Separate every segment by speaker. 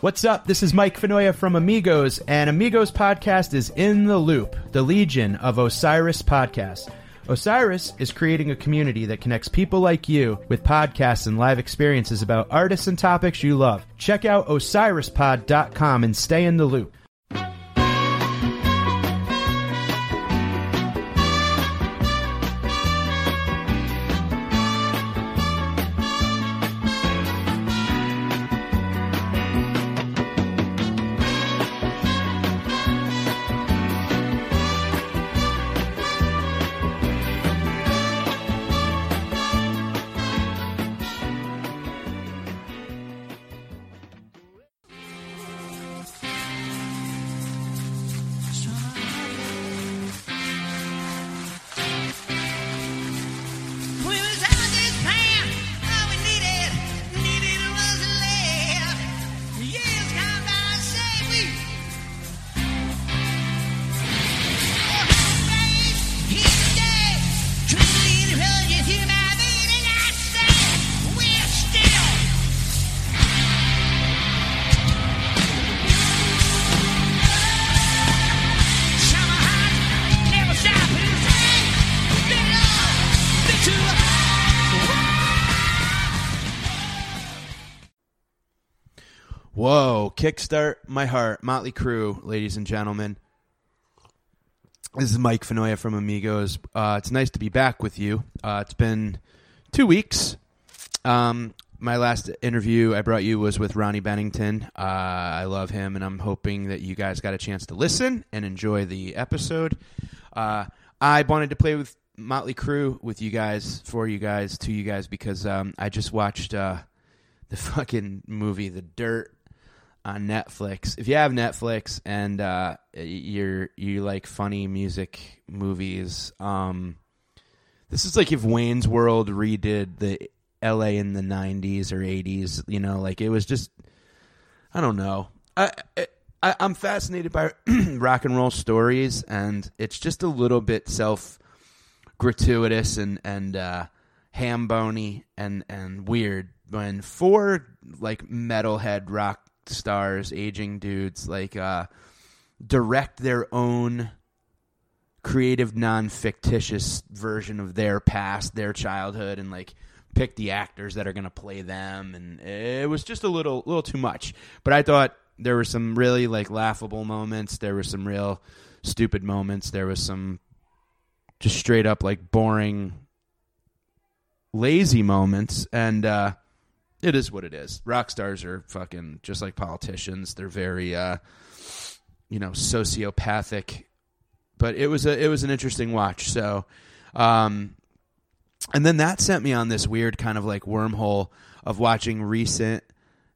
Speaker 1: What's up? This is Mike Fenoya from Amigos, and Amigos Podcast is in the loop, the legion of Osiris Podcasts. Osiris is creating a community that connects people like you with podcasts and live experiences about artists and topics you love. Check out osirispod.com and stay in the loop.
Speaker 2: We was out this town, all we needed, needed was love. Years gone by, say we. Oh, babe, here today, truly the roses in my veins, and I say we're still. Summer hot, never stop, and it's hang, been on, been too
Speaker 1: Whoa, kickstart my heart, Motley Crue, ladies and gentlemen. This is Mike Fenoya from Amigos. Uh, it's nice to be back with you. Uh, it's been two weeks. Um, my last interview I brought you was with Ronnie Bennington. Uh, I love him, and I'm hoping that you guys got a chance to listen and enjoy the episode. Uh, I wanted to play with Motley Crue with you guys, for you guys, to you guys, because um, I just watched uh, the fucking movie The Dirt on Netflix. If you have Netflix and uh, you're you like funny music movies, um, this is like if Wayne's World redid the L.A. in the '90s or '80s. You know, like it was just I don't know. I, I I'm fascinated by rock and roll stories, and it's just a little bit self gratuitous and and uh, ham bony and and weird when four like metalhead rock stars, aging dudes, like uh, direct their own creative non-fictitious version of their past their childhood and like pick the actors that are going to play them and it was just a little little too much but i thought there were some really like laughable moments there were some real stupid moments there was some just straight up like boring lazy moments and uh it is what it is rock stars are fucking just like politicians they're very uh you know sociopathic but it was a it was an interesting watch. So, um, and then that sent me on this weird kind of like wormhole of watching recent,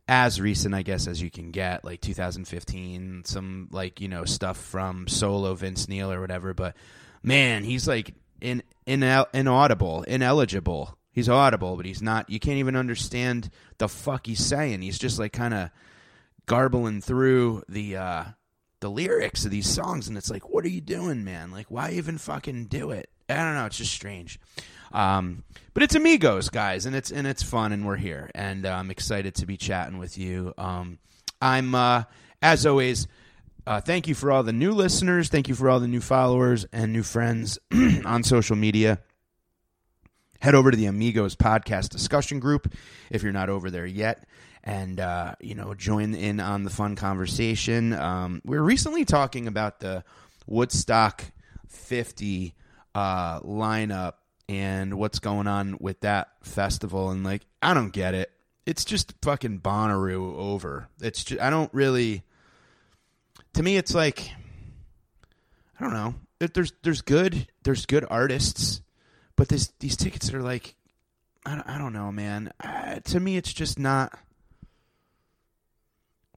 Speaker 1: as recent I guess as you can get, like 2015, some like you know stuff from solo Vince Neil or whatever. But man, he's like in in inaudible, ineligible. He's audible, but he's not. You can't even understand the fuck he's saying. He's just like kind of garbling through the uh the lyrics of these songs and it's like what are you doing man like why even fucking do it i don't know it's just strange um but it's amigos guys and it's and it's fun and we're here and uh, i'm excited to be chatting with you um i'm uh as always uh, thank you for all the new listeners thank you for all the new followers and new friends on social media head over to the amigos podcast discussion group if you're not over there yet and uh, you know join in on the fun conversation um, we were recently talking about the woodstock 50 uh, lineup and what's going on with that festival and like i don't get it it's just fucking Bonnaroo over it's just, i don't really to me it's like I don't know. If There's there's good there's good artists, but this these tickets are like I don't, I don't know, man. Uh, to me, it's just not.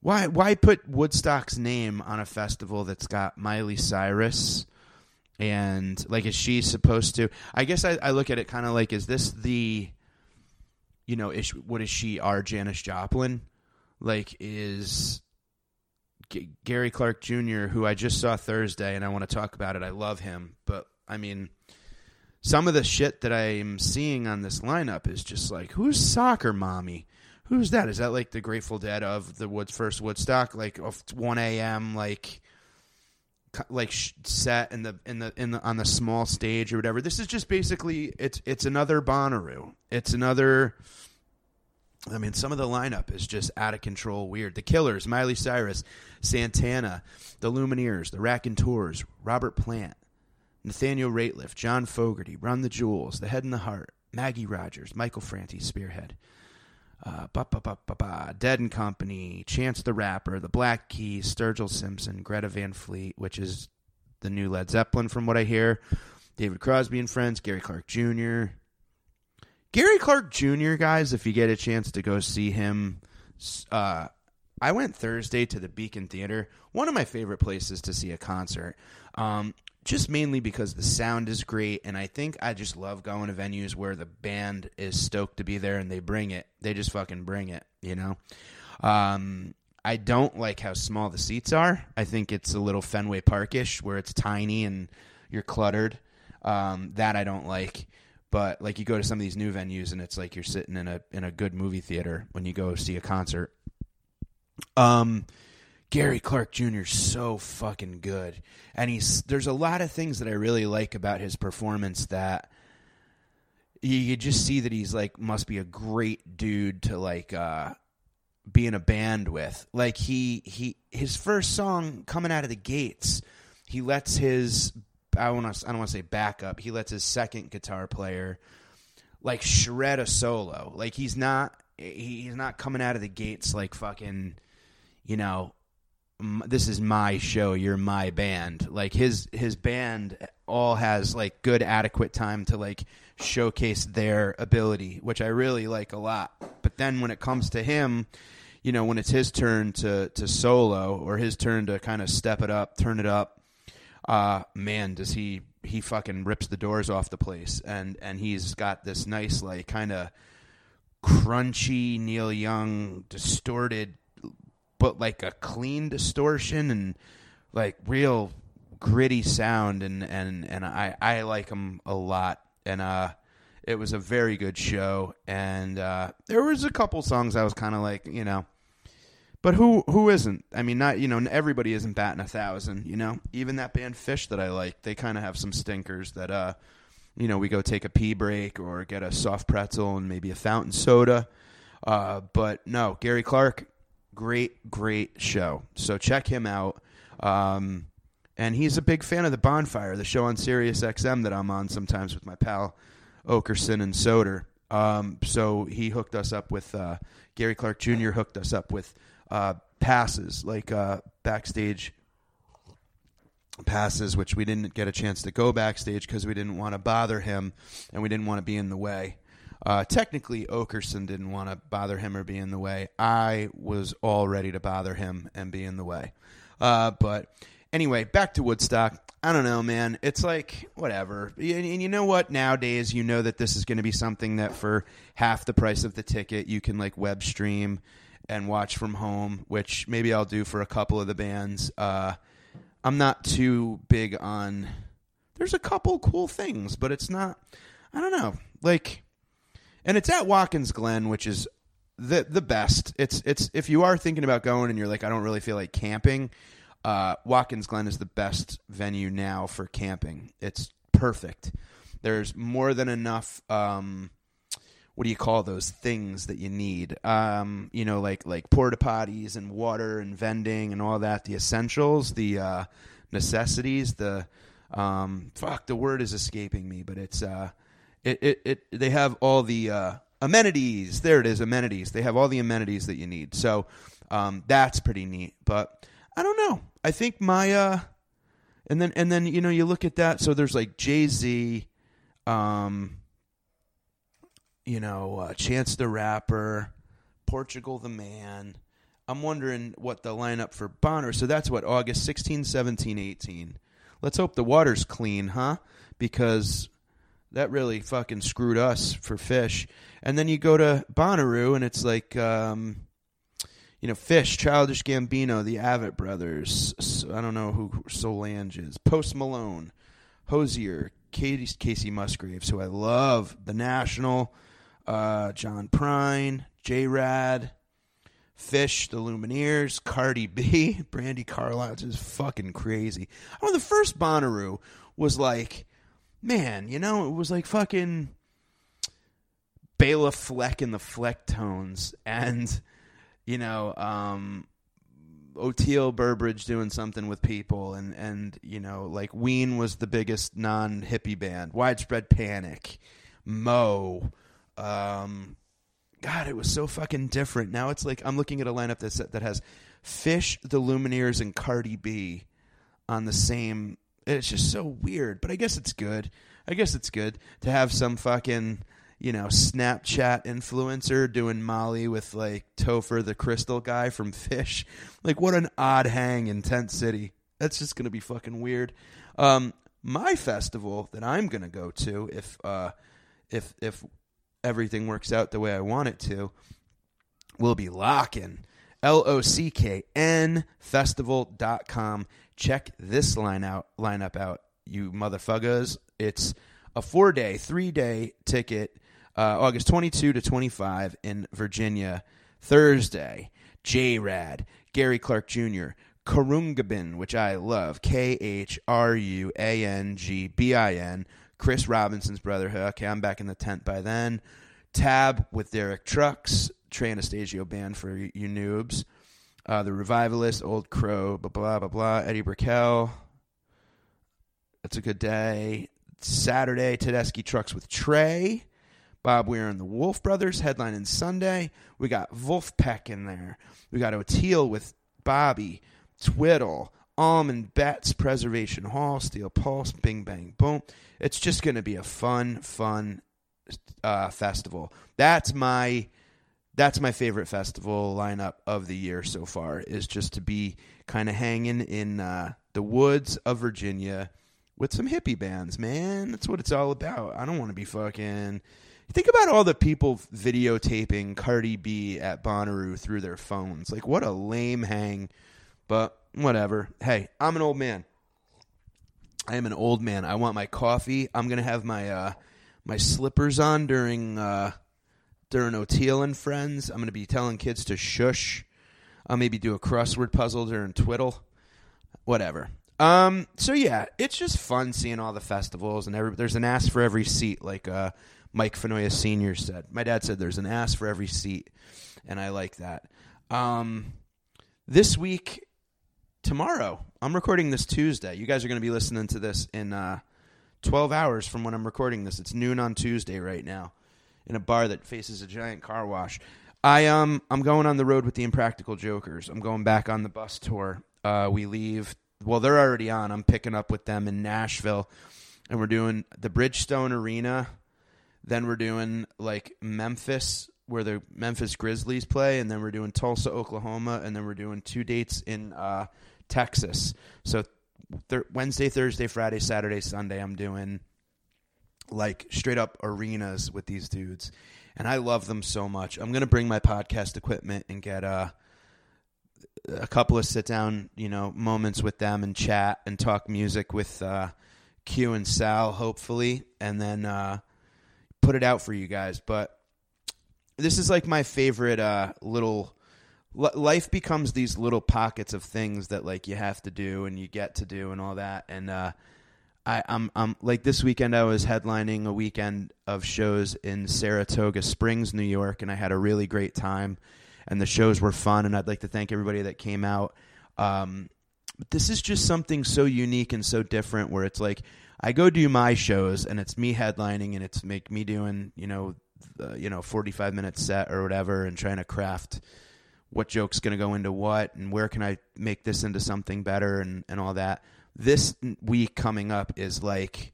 Speaker 1: Why why put Woodstock's name on a festival that's got Miley Cyrus and like is she supposed to? I guess I, I look at it kind of like is this the you know is what is she our Janis Joplin? Like is G- Gary Clark Jr., who I just saw Thursday, and I want to talk about it. I love him, but I mean, some of the shit that I'm seeing on this lineup is just like, who's soccer mommy? who's that? Is that like the Grateful Dead of the Wood first Woodstock, like of one a.m. like co- like sh- set in the in the in the on the small stage or whatever. This is just basically it's it's another Bonnaroo. It's another. I mean, some of the lineup is just out of control, weird. The Killers, Miley Cyrus, Santana, the Lumineers, the Raconteurs, Robert Plant, Nathaniel Rateliff, John Fogerty, Run the Jewels, The Head and the Heart, Maggie Rogers, Michael Franti, Spearhead, uh, ba ba ba ba ba, Dead and Company, Chance the Rapper, The Black Keys, Sturgill Simpson, Greta Van Fleet, which is the new Led Zeppelin from what I hear, David Crosby and Friends, Gary Clark Jr., Gary Clark Jr., guys, if you get a chance to go see him, s- uh, I went Thursday to the Beacon Theater, one of my favorite places to see a concert, um, just mainly because the sound is great. And I think I just love going to venues where the band is stoked to be there and they bring it. They just fucking bring it, you know? Um, I don't like how small the seats are. I think it's a little Fenway Parkish, where it's tiny and you're cluttered. Um, that I don't like. But like you go to some of these new venues and it's like you're sitting in a in a good movie theater when you go see a concert. Um, Gary Clark Jr. is so fucking good, and he's there's a lot of things that I really like about his performance that you, you just see that he's like must be a great dude to like uh, be in a band with. Like he he his first song coming out of the gates, he lets his I want to I don't want to say backup. He lets his second guitar player like shred a solo. Like he's not he, he's not coming out of the gates like fucking you know m- this is my show you're my band like his his band all has like good adequate time to like showcase their ability which i really like a lot but then when it comes to him you know when it's his turn to to solo or his turn to kind of step it up turn it up uh man does he he fucking rips the doors off the place and and he's got this nice like kind of crunchy neil young distorted but like a clean distortion and like real gritty sound and and and I I like him a lot and uh it was a very good show and uh there was a couple songs I was kind of like you know but who who isn't I mean not you know everybody isn't batting a thousand you know even that band Fish that I like they kind of have some stinkers that uh you know we go take a pee break or get a soft pretzel and maybe a fountain soda uh but no Gary Clark great, great show. So check him out. Um, and he's a big fan of the Bonfire, the show on Sirius XM that I'm on sometimes with my pal Okerson and Soder. Um, so he hooked us up with uh, Gary Clark Jr. hooked us up with uh, passes like uh, backstage passes, which we didn't get a chance to go backstage because we didn't want to bother him and we didn't want to be in the way. Uh, technically, Okerson didn't want to bother him or be in the way. I was all ready to bother him and be in the way. Uh, but anyway, back to Woodstock. I don't know, man. It's like whatever. Y- And, and you know what? Nowadays, you know that this is going to be something that for half the price of the ticket, you can like web stream and watch from home, which maybe I'll do for a couple of the bands. Uh, I'm not too big on. There's a couple cool things, but it's not. I don't know. Like, and it's at Watkins Glen, which is the the best. It's it's if you are thinking about going and you're like, I don't really feel like camping. Uh, Watkins Glen is the best venue now for camping. It's perfect. There's more than enough. Um, what do you call those things that you need? Um, you know, like like porta potties and water and vending and all that. The essentials, the uh, necessities, the um, fuck. The word is escaping me, but it's uh, it, it it they have all the uh, amenities. There it is, amenities. They have all the amenities that you need. So um, that's pretty neat. But I don't know. I think my uh, and then and then you know you look at that. So there's like Jay Z. Um, you know, uh, Chance the Rapper, Portugal the Man. I'm wondering what the lineup for Bonner. So that's what August 16, 17, 18. Let's hope the water's clean, huh? Because that really fucking screwed us for fish. And then you go to Bonnaroo and it's like um, you know, Fish, Childish Gambino, the Avett Brothers. S- I don't know who Solange is. Post Malone, Hosier, Katie, Casey Musgraves, who I love. The National, uh, John Prine, J Rad, Fish, the Lumineers, Cardi B, Brandy Carlisle. It's just fucking crazy. I mean, the first Bonnaroo was like, man, you know, it was like fucking Bela Fleck and the Fleck Tones and, you know, um, O'Teal Burbridge doing something with people, and and you know, like Ween was the biggest non hippie band. Widespread Panic, Mo, um, God, it was so fucking different. Now it's like I'm looking at a lineup that's, that has Fish, The Lumineers, and Cardi B on the same. It's just so weird, but I guess it's good. I guess it's good to have some fucking you know Snapchat influencer doing Molly with like Topher the Crystal guy from Fish. Like what an odd hang in Tent City. That's just gonna be fucking weird. Um, my festival that I'm gonna go to if uh, if if everything works out the way I want it to will be locking. L O C K N festival.com. Check this line out lineup out, you motherfuckers. It's a four day, three day ticket, uh, August 22 to 25 in Virginia. Thursday, J Rad, Gary Clark Jr., Karungabin, which I love, K H R U A N G B I N, Chris Robinson's brother. Okay, I'm back in the tent by then. Tab with Derek Trucks, Trey Anastasio Band for you, you noobs. Uh, the Revivalist, Old Crow, blah, blah, blah, blah. Eddie Brickell. That's a good day. Saturday, Tedeschi Trucks with Trey. Bob Weir and the Wolf Brothers headlining Sunday. We got Wolfpack in there. We got O'Teal with Bobby, Twiddle, Almond Bats, Preservation Hall, Steel Pulse, Bing Bang Boom. It's just going to be a fun, fun uh, festival. That's my that's my favorite festival lineup of the year so far is just to be kind of hanging in uh, the woods of Virginia with some hippie bands, man. That's what it's all about. I don't want to be fucking. Think about all the people videotaping Cardi B at Bonnaroo through their phones. Like, what a lame hang. But whatever. Hey, I'm an old man. I am an old man. I want my coffee. I'm gonna have my uh, my slippers on during uh, during O'Teal and Friends. I'm gonna be telling kids to shush. I'll maybe do a crossword puzzle during Twiddle. Whatever. Um. So yeah, it's just fun seeing all the festivals and every, there's an ass for every seat, like uh, Mike Fenoya Senior said. My dad said there's an ass for every seat, and I like that. Um, this week tomorrow. I'm recording this Tuesday. You guys are going to be listening to this in uh, 12 hours from when I'm recording this. It's noon on Tuesday right now in a bar that faces a giant car wash. I um I'm going on the road with the Impractical Jokers. I'm going back on the bus tour. Uh, we leave. Well, they're already on. I'm picking up with them in Nashville, and we're doing the Bridgestone Arena. Then we're doing like Memphis, where the Memphis Grizzlies play, and then we're doing Tulsa, Oklahoma, and then we're doing two dates in uh, Texas. So th- Wednesday, Thursday, Friday, Saturday, Sunday, I'm doing like straight up arenas with these dudes, and I love them so much. I'm gonna bring my podcast equipment and get uh, a couple of sit down, you know, moments with them and chat and talk music with uh, Q and Sal, hopefully, and then uh, put it out for you guys. But this is like my favorite uh, little li- life becomes these little pockets of things that like you have to do and you get to do and all that and uh, I, I'm, I'm like this weekend i was headlining a weekend of shows in saratoga springs new york and i had a really great time and the shows were fun and i'd like to thank everybody that came out um, but this is just something so unique and so different where it's like I go do my shows and it's me headlining and it's make me doing you know the, you know 45 minute set or whatever and trying to craft what joke's going to go into what and where can I make this into something better and and all that this week coming up is like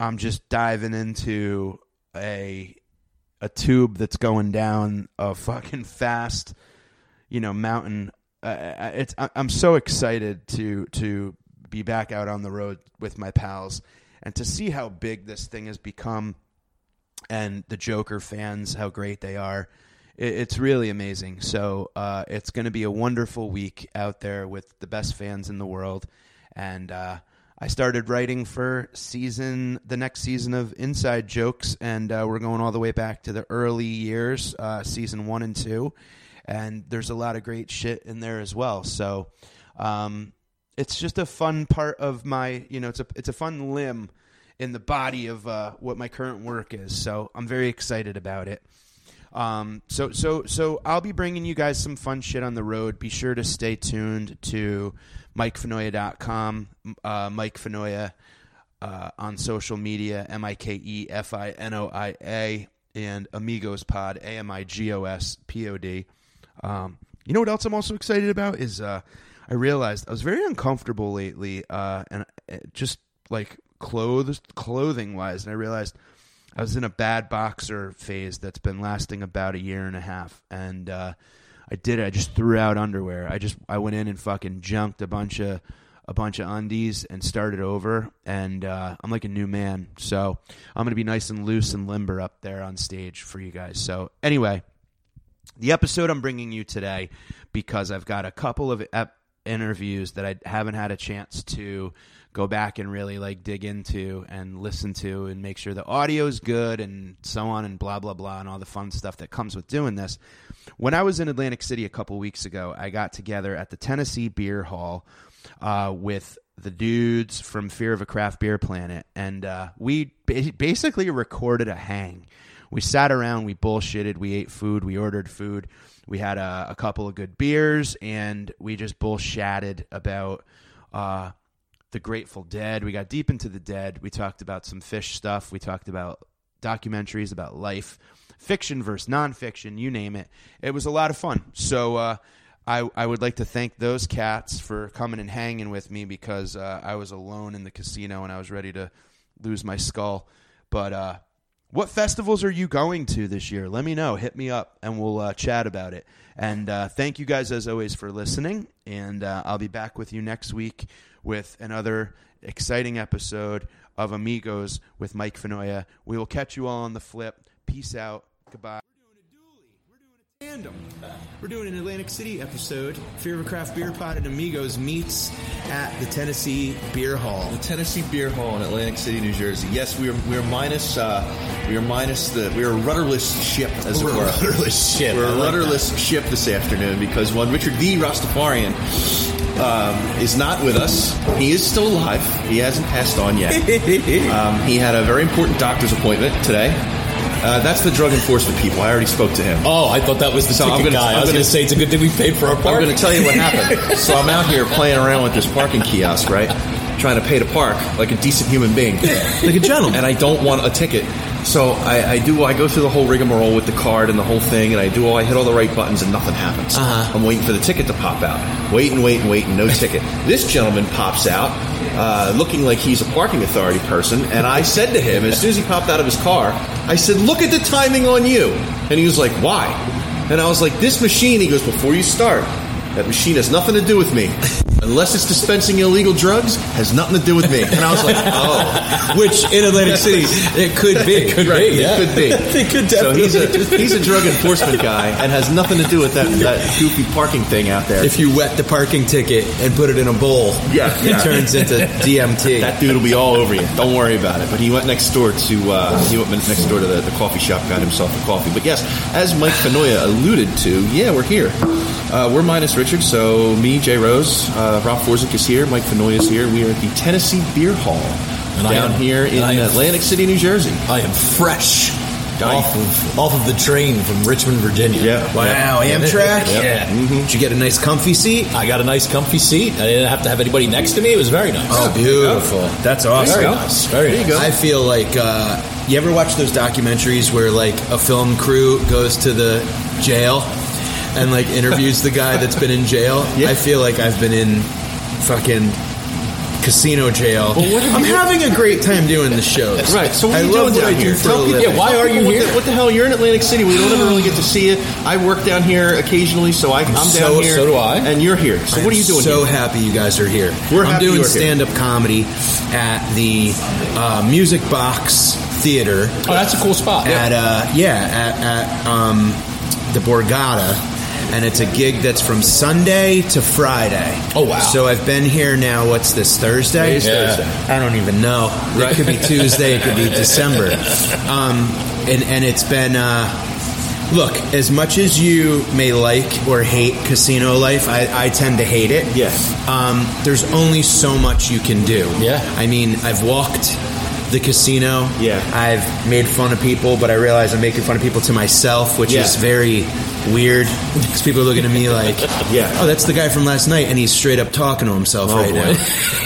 Speaker 1: I'm just diving into a a tube that's going down a fucking fast you know mountain uh, it's I- i'm so excited to to be back out on the road with my pals and to see how big this thing has become and the joker fans how great they are it, it's really amazing so uh, it's going to be a wonderful week out there with the best fans in the world and uh, I started writing for season the next season of Inside Jokes, and uh, we're going all the way back to the early years, uh, season one and two, and there's a lot of great shit in there as well. So um, it's just a fun part of my you know it's a it's a fun limb in the body of uh, what my current work is. So I'm very excited about it. Um, so so so I'll be bringing you guys some fun shit on the road. Be sure to stay tuned to mikefenoya.com, uh, Mike Fenoya uh, on social media, M I K E F I N O I A, and Amigos Pod, A M I G O S P O D. Um, you know what else I'm also excited about is uh, I realized I was very uncomfortable lately, uh, and uh, just like clothes, clothing wise, and I realized I was in a bad boxer phase that's been lasting about a year and a half, and uh, I did it. I just threw out underwear. I just I went in and fucking junked a bunch of a bunch of undies and started over, and uh, I'm like a new man. So I'm gonna be nice and loose and limber up there on stage for you guys. So anyway, the episode I'm bringing you today because I've got a couple of ep- interviews that I haven't had a chance to go back and really like dig into and listen to and make sure the audio is good and so on and blah blah blah and all the fun stuff that comes with doing this. When I was in Atlantic City a couple weeks ago, I got together at the Tennessee Beer Hall uh, with the dudes from Fear of a Craft Beer Planet, and uh, we ba- basically recorded a hang. We sat around, we bullshitted, we ate food, we ordered food, we had a, a couple of good beers, and we just bullshatted about uh, the Grateful Dead. We got deep into the Dead. We talked about some fish stuff. We talked about documentaries about life, fiction versus nonfiction, you name it. It was a lot of fun. So uh, I, I would like to thank those cats for coming and hanging with me because uh, I was alone in the casino and I was ready to lose my skull. But uh, what festivals are you going to this year? Let me know. Hit me up and we'll uh, chat about it. And uh, thank you guys, as always, for listening. And uh, I'll be back with you next week with another exciting episode of Amigos with Mike Fenoya. We will catch you all on the flip. Peace out. Goodbye.
Speaker 3: Tandem. We're doing an Atlantic City episode. Fear of a Craft Beer Pot and Amigos meets at the Tennessee Beer Hall.
Speaker 4: the Tennessee Beer Hall in Atlantic City, New Jersey. Yes, we are we are minus uh, we are minus the we are a rudderless ship as
Speaker 3: We're
Speaker 4: it
Speaker 3: a
Speaker 4: were.
Speaker 3: rudderless ship.
Speaker 4: We're
Speaker 3: I
Speaker 4: a
Speaker 3: like
Speaker 4: rudderless ship this afternoon because one Richard V. Rastafarian um, is not with us. He is still alive. He hasn't passed on yet. um, he had a very important doctor's appointment today. Uh, that's the drug enforcement people. I already spoke to him.
Speaker 5: Oh, I thought that was the
Speaker 4: So I'm
Speaker 5: ticket
Speaker 4: gonna-
Speaker 5: guy.
Speaker 4: I'm
Speaker 5: I was
Speaker 4: gonna-
Speaker 5: going to say it's a good thing we paid for our park.
Speaker 4: I'm going to tell you what happened. so I'm out here playing around with this parking kiosk, right? Trying to pay to park like a decent human being, like a gentleman. And I don't want a ticket, so I, I do. I go through the whole rigmarole with the card and the whole thing, and I do all. I hit all the right buttons, and nothing happens. I'm waiting for the ticket to pop out. Wait and wait and wait, and no ticket. This gentleman pops out, uh, looking like he's a parking authority person, and I said to him as soon as he popped out of his car, I said, "Look at the timing on you," and he was like, "Why?" And I was like, "This machine." He goes, "Before you start." That machine has nothing to do with me. Unless it's dispensing illegal drugs, has nothing to do with me. And I was like, oh.
Speaker 5: Which in Atlantic City it could be, it could
Speaker 4: Right,
Speaker 5: be, yeah.
Speaker 4: it could be.
Speaker 5: it could
Speaker 4: So
Speaker 5: definitely.
Speaker 4: he's a he's a drug enforcement guy and has nothing to do with that, that goofy parking thing out there.
Speaker 5: if you wet the parking ticket and put it in a bowl,
Speaker 4: Yeah, yeah.
Speaker 5: it turns into DMT.
Speaker 4: that dude will be all over you. Don't worry about it. But he went next door to uh, he went next door to the, the coffee shop, got himself a coffee. But yes, as Mike Fenoya alluded to, yeah, we're here. Uh, we're minus Richard, so me, Jay Rose, uh, Rob Forzik is here, Mike Fenoya is here. We are at the Tennessee Beer Hall
Speaker 5: And I
Speaker 4: down
Speaker 5: am-
Speaker 4: here in
Speaker 5: and I am-
Speaker 4: Atlantic City, New Jersey.
Speaker 5: I am fresh
Speaker 4: Nice.
Speaker 5: off of off of the train from Richmond, Virginia.
Speaker 4: Yeah.
Speaker 5: Wow,
Speaker 4: Yeah.
Speaker 5: Amtrak.
Speaker 4: Yeah.
Speaker 5: Did you get a nice comfy seat? Mm-hmm. I got a nice comfy seat. I didn't have to have anybody next to me. It was very nice.
Speaker 3: Oh, beautiful. That's awesome.
Speaker 5: Very
Speaker 4: go.
Speaker 5: nice. Very
Speaker 4: There you
Speaker 5: nice.
Speaker 4: go.
Speaker 5: I feel like uh, you ever watch those documentaries where like a film crew goes to the jail and like interviews the guy that's been in jail.
Speaker 4: Yeah.
Speaker 5: I feel like I've been in fucking casino jail.
Speaker 4: what have
Speaker 5: I'm
Speaker 4: you-
Speaker 5: having a great time doing the shows.
Speaker 4: Right. So what
Speaker 5: I
Speaker 4: are you
Speaker 5: love
Speaker 4: doing
Speaker 5: what
Speaker 4: down
Speaker 5: I
Speaker 4: here?
Speaker 5: do for a living.
Speaker 4: yeah, why are you here? what the hell? You're in Atlantic City. We don't ever really get to see you. I work down here occasionally, so I, I'm down
Speaker 5: So-
Speaker 4: here.
Speaker 5: so do I.
Speaker 4: And you're here. So
Speaker 5: I
Speaker 4: what
Speaker 5: am
Speaker 4: are you doing?
Speaker 5: So
Speaker 4: here?
Speaker 5: happy you guys are here.
Speaker 4: We're
Speaker 5: I'm
Speaker 4: happy
Speaker 5: doing
Speaker 4: you're here.
Speaker 5: stand-up comedy at the uh, Music Box Theater.
Speaker 4: Oh, that's a cool spot.
Speaker 5: at uh, yeah at, at um, the Borgata, and it's a gig that's from Sunday to Friday.
Speaker 4: Oh, wow.
Speaker 5: So I've been here now. What's this Thursday?
Speaker 4: Today's Yeah. Thursday.
Speaker 5: I don't even know. It could be Tuesday. It could be December. Um, and and it's been. Uh, Look, as much as you may like or hate casino life, I, I tend to hate it.
Speaker 4: Yeah.
Speaker 5: Um, there's only so much you can do.
Speaker 4: Yeah.
Speaker 5: I mean, I've walked the casino.
Speaker 4: Yeah.
Speaker 5: I've made fun of people, but I realize I'm making fun of people to myself, which
Speaker 4: Yeah.
Speaker 5: is very weird because people are looking at me like,
Speaker 4: Yeah. Oh,
Speaker 5: oh, that's the guy from last night, and he's straight up talking to himself right
Speaker 4: boy.
Speaker 5: now.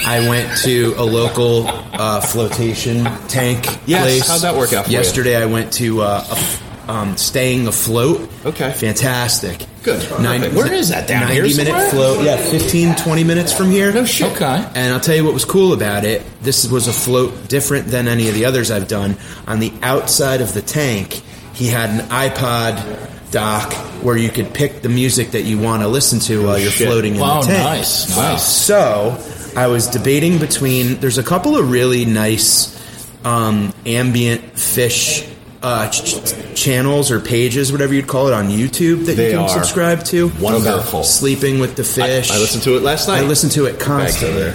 Speaker 5: I went to a local uh, flotation tank
Speaker 4: Yes,
Speaker 5: place.
Speaker 4: how'd that work out for you?
Speaker 5: Yesterday. Yesterday I went to uh, af- um, staying afloat.
Speaker 4: Okay.
Speaker 5: Fantastic.
Speaker 4: Good.
Speaker 5: Nine-
Speaker 4: Where is that, down
Speaker 5: 90
Speaker 4: here
Speaker 5: minute
Speaker 4: somewhere?
Speaker 5: float. Yeah, 15, 20 minutes from here. No
Speaker 4: shit. Okay.
Speaker 5: And I'll tell you what was cool about it. This was a float different than any of the others I've done. On the outside of the tank, he had an iPod dock where you could pick the music that you want to listen to while you're
Speaker 4: shit.
Speaker 5: floating in
Speaker 6: Wow,
Speaker 5: the tank.
Speaker 6: nice, nice.
Speaker 5: So I was debating between. There's a couple of really nice um, ambient fish uh, ch- ch- channels or pages, whatever you'd call it, on YouTube that
Speaker 4: They
Speaker 5: you can
Speaker 4: are
Speaker 5: subscribe to.
Speaker 4: wonderful.
Speaker 5: Sleeping with the fish.
Speaker 4: I listened to it last night.
Speaker 5: I listened to it constantly.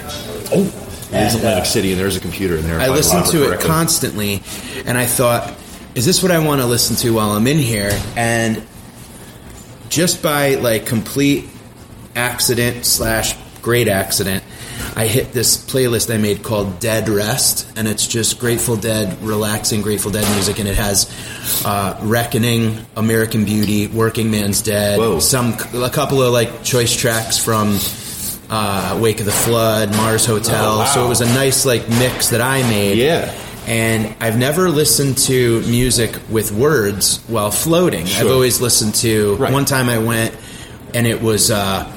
Speaker 4: Oh, it is Atlantic City, and there's a computer in there. if
Speaker 5: I listened
Speaker 4: remember
Speaker 5: to it
Speaker 4: correctly.
Speaker 5: constantly, and I thought, is this what I want to listen to while I'm in here? And just by like complete accident slash great accident, I hit this playlist I made called Dead Rest, and it's just Grateful Dead, relaxing Grateful Dead music, and it has uh, Reckoning, American Beauty, Working Man's Dead,
Speaker 4: Whoa.
Speaker 5: some a couple of like choice tracks from uh, Wake of the Flood, Mars Hotel.
Speaker 4: Oh, wow.
Speaker 5: So it was a nice like mix that I made.
Speaker 4: Yeah.
Speaker 5: And I've never listened to music with words while floating. I've always listened to.
Speaker 4: Right.
Speaker 5: One time I went, and it was uh,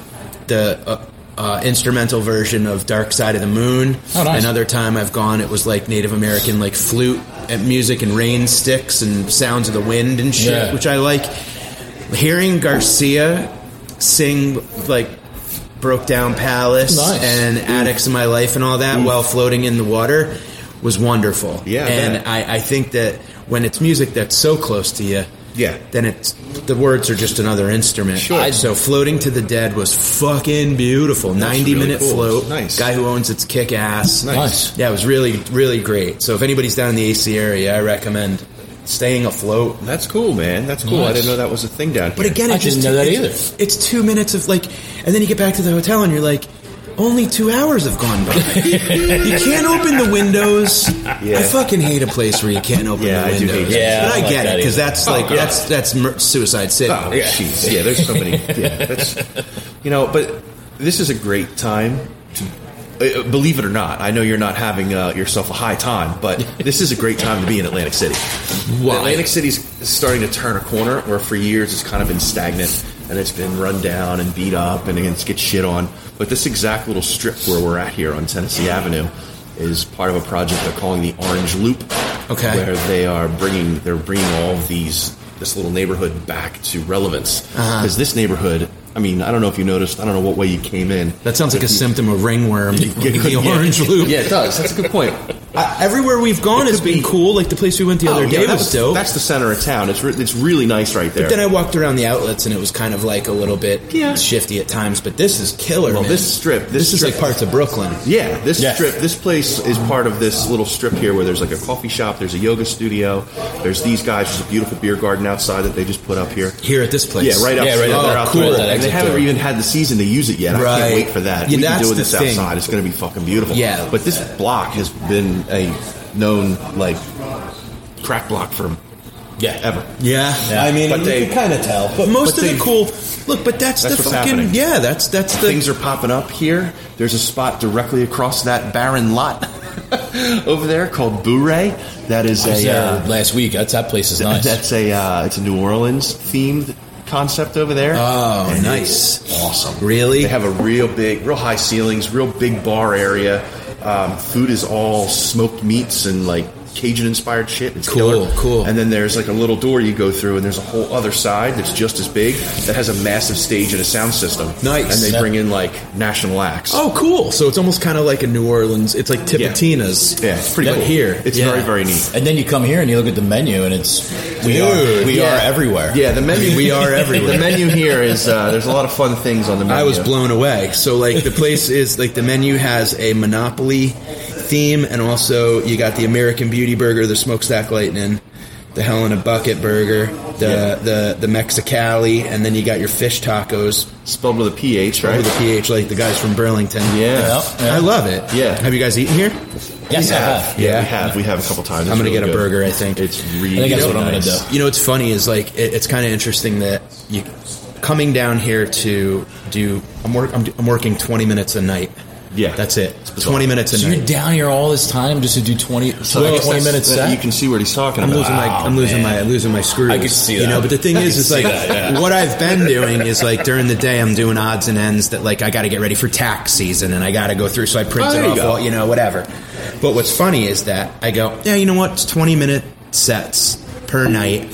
Speaker 5: the uh, uh, instrumental version of "Dark Side of the Moon."
Speaker 6: Oh, nice.
Speaker 5: Another time I've gone, it was like Native American, like flute and music and rain sticks and sounds of the wind and shit,
Speaker 6: Yeah.
Speaker 5: which I like. Hearing Garcia sing like "Broke Down Palace"
Speaker 6: Nice.
Speaker 5: and "Addicts in My Life" and all that while floating in the water was wonderful.
Speaker 4: Mm. Yeah, I bet.
Speaker 5: and I, I think that when it's music that's so close to you,
Speaker 4: Yeah.
Speaker 5: then it's the words are just another instrument.
Speaker 4: Sure.
Speaker 5: So floating to the dead was fucking beautiful. Ninety
Speaker 4: really
Speaker 5: minute
Speaker 4: cool.
Speaker 5: float.
Speaker 4: Nice.
Speaker 5: Guy who owns it's kick ass.
Speaker 6: Nice.
Speaker 5: Yeah, it was really really great. So if anybody's down in the AC area, I recommend staying afloat.
Speaker 4: That's cool, man. That's cool. I
Speaker 6: Nice.
Speaker 4: didn't know that was a thing down here.
Speaker 5: But again,
Speaker 6: I
Speaker 5: it just
Speaker 6: didn't know that
Speaker 5: it's-
Speaker 6: either.
Speaker 5: It's two minutes of like, and then you get back to the hotel and you're like, only two hours have gone by. you can't open the windows. I fucking hate a place where you can't open
Speaker 4: Yeah,
Speaker 5: the
Speaker 4: I do
Speaker 5: windows.
Speaker 4: hate that. Oh,
Speaker 6: Yeah,
Speaker 5: but
Speaker 6: I
Speaker 5: I,
Speaker 6: like
Speaker 5: get it
Speaker 6: that
Speaker 5: because
Speaker 6: either.
Speaker 5: that's like
Speaker 4: yeah.
Speaker 5: that's that's mur- suicide city.
Speaker 4: Oh, jeez. Yeah. there's so many. Yeah, that's, you know, but this is a great time to, uh, believe it or not, I know you're not having uh, yourself a high time, but this is a great time to be in Atlantic City. Atlantic City's starting to turn a corner where for years it's kind of been stagnant and it's been run down and beat up and it's get shit on. But this exact little strip where we're at here on Tennessee Avenue is part of a project they're calling the Orange Loop.
Speaker 5: Okay.
Speaker 4: Where they are bringing they're bringing all of these this little neighborhood back to relevance
Speaker 5: Uh-huh.
Speaker 4: because this neighborhood I mean I don't know if you noticed I don't know what way you came in
Speaker 5: That sounds like a symptom of ringworm. the
Speaker 4: Yeah.
Speaker 5: orange loop.
Speaker 4: yeah it does that's a good point
Speaker 5: Uh, everywhere we've gone has been cool. Like the place we went the other
Speaker 4: Oh, yeah,
Speaker 5: day
Speaker 4: that
Speaker 5: was dope.
Speaker 4: that's the center of town it's re- it's really nice right there
Speaker 5: But then I walked around the outlets and it was kind of like a little bit
Speaker 4: Yeah.
Speaker 5: shifty at times. But this is killer.
Speaker 4: Well,
Speaker 5: man.
Speaker 4: this strip- this
Speaker 5: this is
Speaker 4: strip-
Speaker 5: like parts of Brooklyn.
Speaker 4: Yeah, this
Speaker 6: Yes.
Speaker 4: strip, this place is part of this little strip here where there's like a coffee shop, there's a yoga studio, there's these guys, there's a beautiful beer garden outside that they just put up here.
Speaker 5: Here at this place.
Speaker 4: Yeah, right outside.
Speaker 6: right
Speaker 4: they're
Speaker 6: out-
Speaker 5: oh,
Speaker 4: outside.
Speaker 6: cool.
Speaker 4: And they
Speaker 6: Exit
Speaker 4: haven't
Speaker 6: door.
Speaker 4: even had the season to use it yet. I
Speaker 5: Right.
Speaker 4: can't wait for that. We've
Speaker 5: Yeah,
Speaker 4: been
Speaker 5: that's
Speaker 4: doing
Speaker 5: the
Speaker 4: this
Speaker 5: thing.
Speaker 4: outside. It's going to be fucking beautiful.
Speaker 5: Yeah.
Speaker 4: But this block has been a known like crack block for
Speaker 6: Yeah.
Speaker 4: ever.
Speaker 5: Yeah. I mean,
Speaker 4: But
Speaker 5: you
Speaker 4: they-
Speaker 5: can kind of tell. But most
Speaker 4: but
Speaker 5: of
Speaker 4: they-
Speaker 5: the cool look, but that's,
Speaker 4: That's
Speaker 5: the
Speaker 4: what's
Speaker 5: fucking
Speaker 4: happening.
Speaker 5: yeah. That's that's the
Speaker 4: Things are popping up here. There's a spot directly across that barren lot over there called Bouray. That is
Speaker 6: I was
Speaker 4: a
Speaker 6: there
Speaker 4: uh,
Speaker 6: last week. That's, that place is nice.
Speaker 4: That's a uh, it's a New Orleans themed concept over there.
Speaker 5: Oh,
Speaker 4: And
Speaker 5: nice.
Speaker 4: it's awesome.
Speaker 5: Really?
Speaker 4: They have a real big, real high ceilings, real big bar area. Um, food is all smoked meats and like Cajun inspired shit. It's
Speaker 5: Cool,
Speaker 4: killer.
Speaker 5: cool.
Speaker 4: And then there's like a little door you go through, and there's a whole other side that's just as big that has a massive stage and a sound system.
Speaker 5: Nice.
Speaker 4: And they
Speaker 5: That-
Speaker 4: bring in like national acts.
Speaker 5: Oh, cool. So it's almost kind of like a New Orleans. It's like Tipitina's.
Speaker 4: Yeah, it's pretty
Speaker 5: but
Speaker 4: cool.
Speaker 5: here.
Speaker 4: It's
Speaker 5: Yeah.
Speaker 4: very, very neat.
Speaker 6: And then you come here and you look at the menu and it's we are
Speaker 5: Dude,
Speaker 6: we
Speaker 5: yeah.
Speaker 6: are everywhere.
Speaker 4: Yeah, the menu.
Speaker 5: We are everywhere.
Speaker 4: the menu here is uh, there's a lot of fun things on the menu.
Speaker 5: I was blown away. So like the place is like the menu has a Monopoly theme, and also you got the American Beauty Burger, the Smokestack Lightning, the Hell in a Bucket Burger, the the the Mexicali, and then you got your fish tacos
Speaker 4: spelled with a ph, right?
Speaker 5: with a ph, like the guys from Burlington.
Speaker 4: yeah.
Speaker 6: Yep.
Speaker 5: I love it.
Speaker 4: Yeah.
Speaker 5: Have you guys eaten here?
Speaker 6: Yes, I have.
Speaker 4: Yeah,
Speaker 5: Yeah.
Speaker 4: we have. We have a couple times.
Speaker 5: I'm gonna
Speaker 4: It's really
Speaker 5: get
Speaker 4: good.
Speaker 5: a burger, I think.
Speaker 4: It's really.
Speaker 6: I think that's what I'm
Speaker 4: nice.
Speaker 6: gonna do.
Speaker 5: You know, it's funny is like it, it's kind of interesting that you coming down here to do. I'm work. I'm, I'm working 20 minutes a night.
Speaker 4: Yeah.
Speaker 5: that's it.
Speaker 4: bizarre.
Speaker 5: 20 minutes a
Speaker 6: So
Speaker 5: night.
Speaker 6: you're down here all this time just to do 20,
Speaker 4: So I guess
Speaker 6: 20
Speaker 4: that's-
Speaker 6: minutes
Speaker 4: that-
Speaker 6: set?
Speaker 4: You can see what he's talking
Speaker 5: I'm
Speaker 4: about.
Speaker 5: losing my I'm losing my losing my screws.
Speaker 6: I could see
Speaker 5: You
Speaker 6: that.
Speaker 5: know, but the thing
Speaker 6: I
Speaker 5: is,
Speaker 6: could
Speaker 5: is
Speaker 6: see
Speaker 5: like
Speaker 6: that, yeah.
Speaker 5: what I've been doing is like during the day I'm doing odds and ends that like I got to get ready for tax season and I got to go through. So I print
Speaker 6: Oh,
Speaker 5: it
Speaker 6: there you
Speaker 5: off,
Speaker 6: go.
Speaker 5: all, you know, whatever. But what's funny is that I go, yeah, you know what? It's 20 minute sets per night,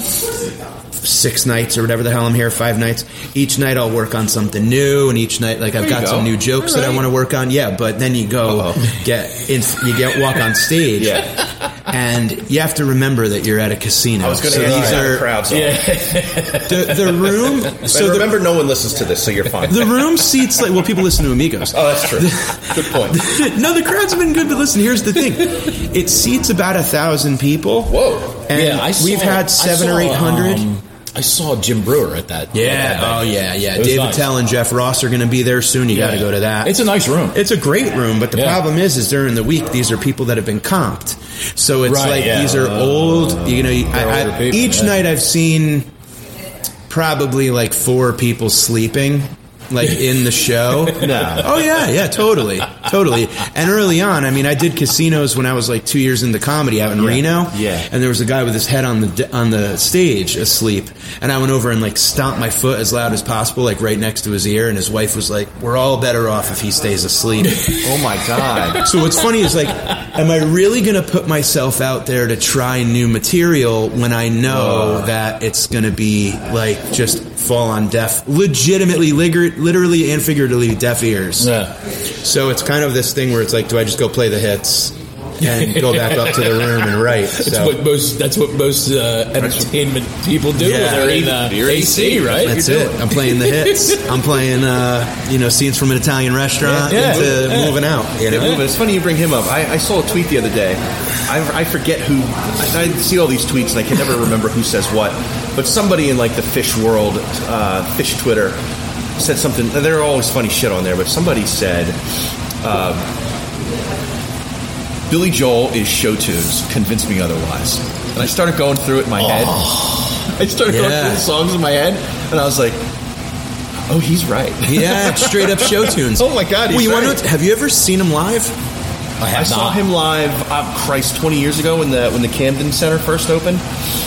Speaker 5: six nights or whatever the hell I'm here, five nights. Each night I'll work on something new, and each night like I've
Speaker 4: There you
Speaker 5: got
Speaker 4: go.
Speaker 5: some new jokes that I want to work on. Yeah, but then you go get in, you get walk on stage.
Speaker 4: Yeah.
Speaker 5: And you have to remember that you're at a casino.
Speaker 4: I was going to
Speaker 5: so
Speaker 4: so
Speaker 5: these
Speaker 4: the
Speaker 5: are
Speaker 4: crowds. Yeah.
Speaker 6: yeah.
Speaker 5: the, the room.
Speaker 4: So
Speaker 5: So the,
Speaker 4: remember, no one listens to this, so you're fine.
Speaker 5: the room seats like well, people listen to Amigos.
Speaker 4: oh, that's true. Good point.
Speaker 5: no, the crowd's been good, but listen, here's the thing: it seats about a thousand people.
Speaker 4: Whoa.
Speaker 5: And
Speaker 6: yeah, I saw,
Speaker 5: we've
Speaker 6: I
Speaker 5: had seven or
Speaker 6: saw,
Speaker 5: eight hundred.
Speaker 6: um, I saw Jim Brewer at that. at that
Speaker 5: yeah. Oh
Speaker 6: thing.
Speaker 5: yeah. Yeah.
Speaker 6: It was
Speaker 5: David
Speaker 6: nice.
Speaker 5: Tell and Jeff Ross are going to be there soon. You got to
Speaker 6: Yeah.
Speaker 5: go to that.
Speaker 6: It's a nice room.
Speaker 5: It's a great room, but the
Speaker 6: Yeah.
Speaker 5: problem is, is during the week these are people that have been comped, so it's
Speaker 6: Right,
Speaker 5: like
Speaker 6: yeah.
Speaker 5: these are old. You know, I,
Speaker 6: older
Speaker 5: I,
Speaker 6: people,
Speaker 5: each
Speaker 6: yeah.
Speaker 5: night I've seen probably like four people sleeping. Like in the show,
Speaker 4: No.
Speaker 5: Oh yeah, yeah, totally, totally. And early on, I mean, I did casinos when I was like two years into comedy out in Reno.
Speaker 4: yeah.
Speaker 5: and there was a guy with his head on the on the stage asleep, and I went over and like stomped my foot as loud as possible, like right next to his ear. And his wife was like, "We're all better off if he stays asleep."
Speaker 4: Oh my god.
Speaker 5: so what's funny is like, am I really gonna put myself out there to try new material when I know that it's gonna be like just fall on deaf, legitimately, liger- literally and figuratively deaf ears.
Speaker 6: yeah.
Speaker 5: So it's kind of this thing where it's like, do I just go play the hits and go back up to the room and write?
Speaker 6: That's
Speaker 5: So
Speaker 6: what most. That's what most uh, entertainment people do.
Speaker 5: Yeah.
Speaker 6: when They're in uh, AC, right?
Speaker 5: that's
Speaker 6: You're
Speaker 5: it.
Speaker 6: doing-
Speaker 5: I'm playing the hits. I'm playing, uh, you know, scenes from an Italian restaurant
Speaker 6: Yeah, yeah,
Speaker 5: into
Speaker 6: yeah.
Speaker 5: moving out. You
Speaker 4: Yeah,
Speaker 5: know?
Speaker 4: but it's funny you bring him up. I, I saw a tweet the other day. I, I forget who. I, I see all these tweets and I can never remember who says what. But somebody in like the fish world, uh, fish Twitter, said something. There are always funny shit on there, but somebody said. um, Billy Joel is show tunes. Convince me otherwise. And I started going through it in my head. I started going
Speaker 5: Yeah.
Speaker 4: through the songs in my head, and I was like, "Oh, he's right."
Speaker 5: Yeah, straight up show tunes.
Speaker 4: Oh my God,
Speaker 5: Well,
Speaker 4: he's
Speaker 5: you
Speaker 4: right.
Speaker 5: wanna know what's- have you ever seen them live?
Speaker 6: I
Speaker 4: I
Speaker 6: have
Speaker 4: saw
Speaker 6: not.
Speaker 4: him live, oh, Christ, 20 years ago when the when the Camden Center first opened,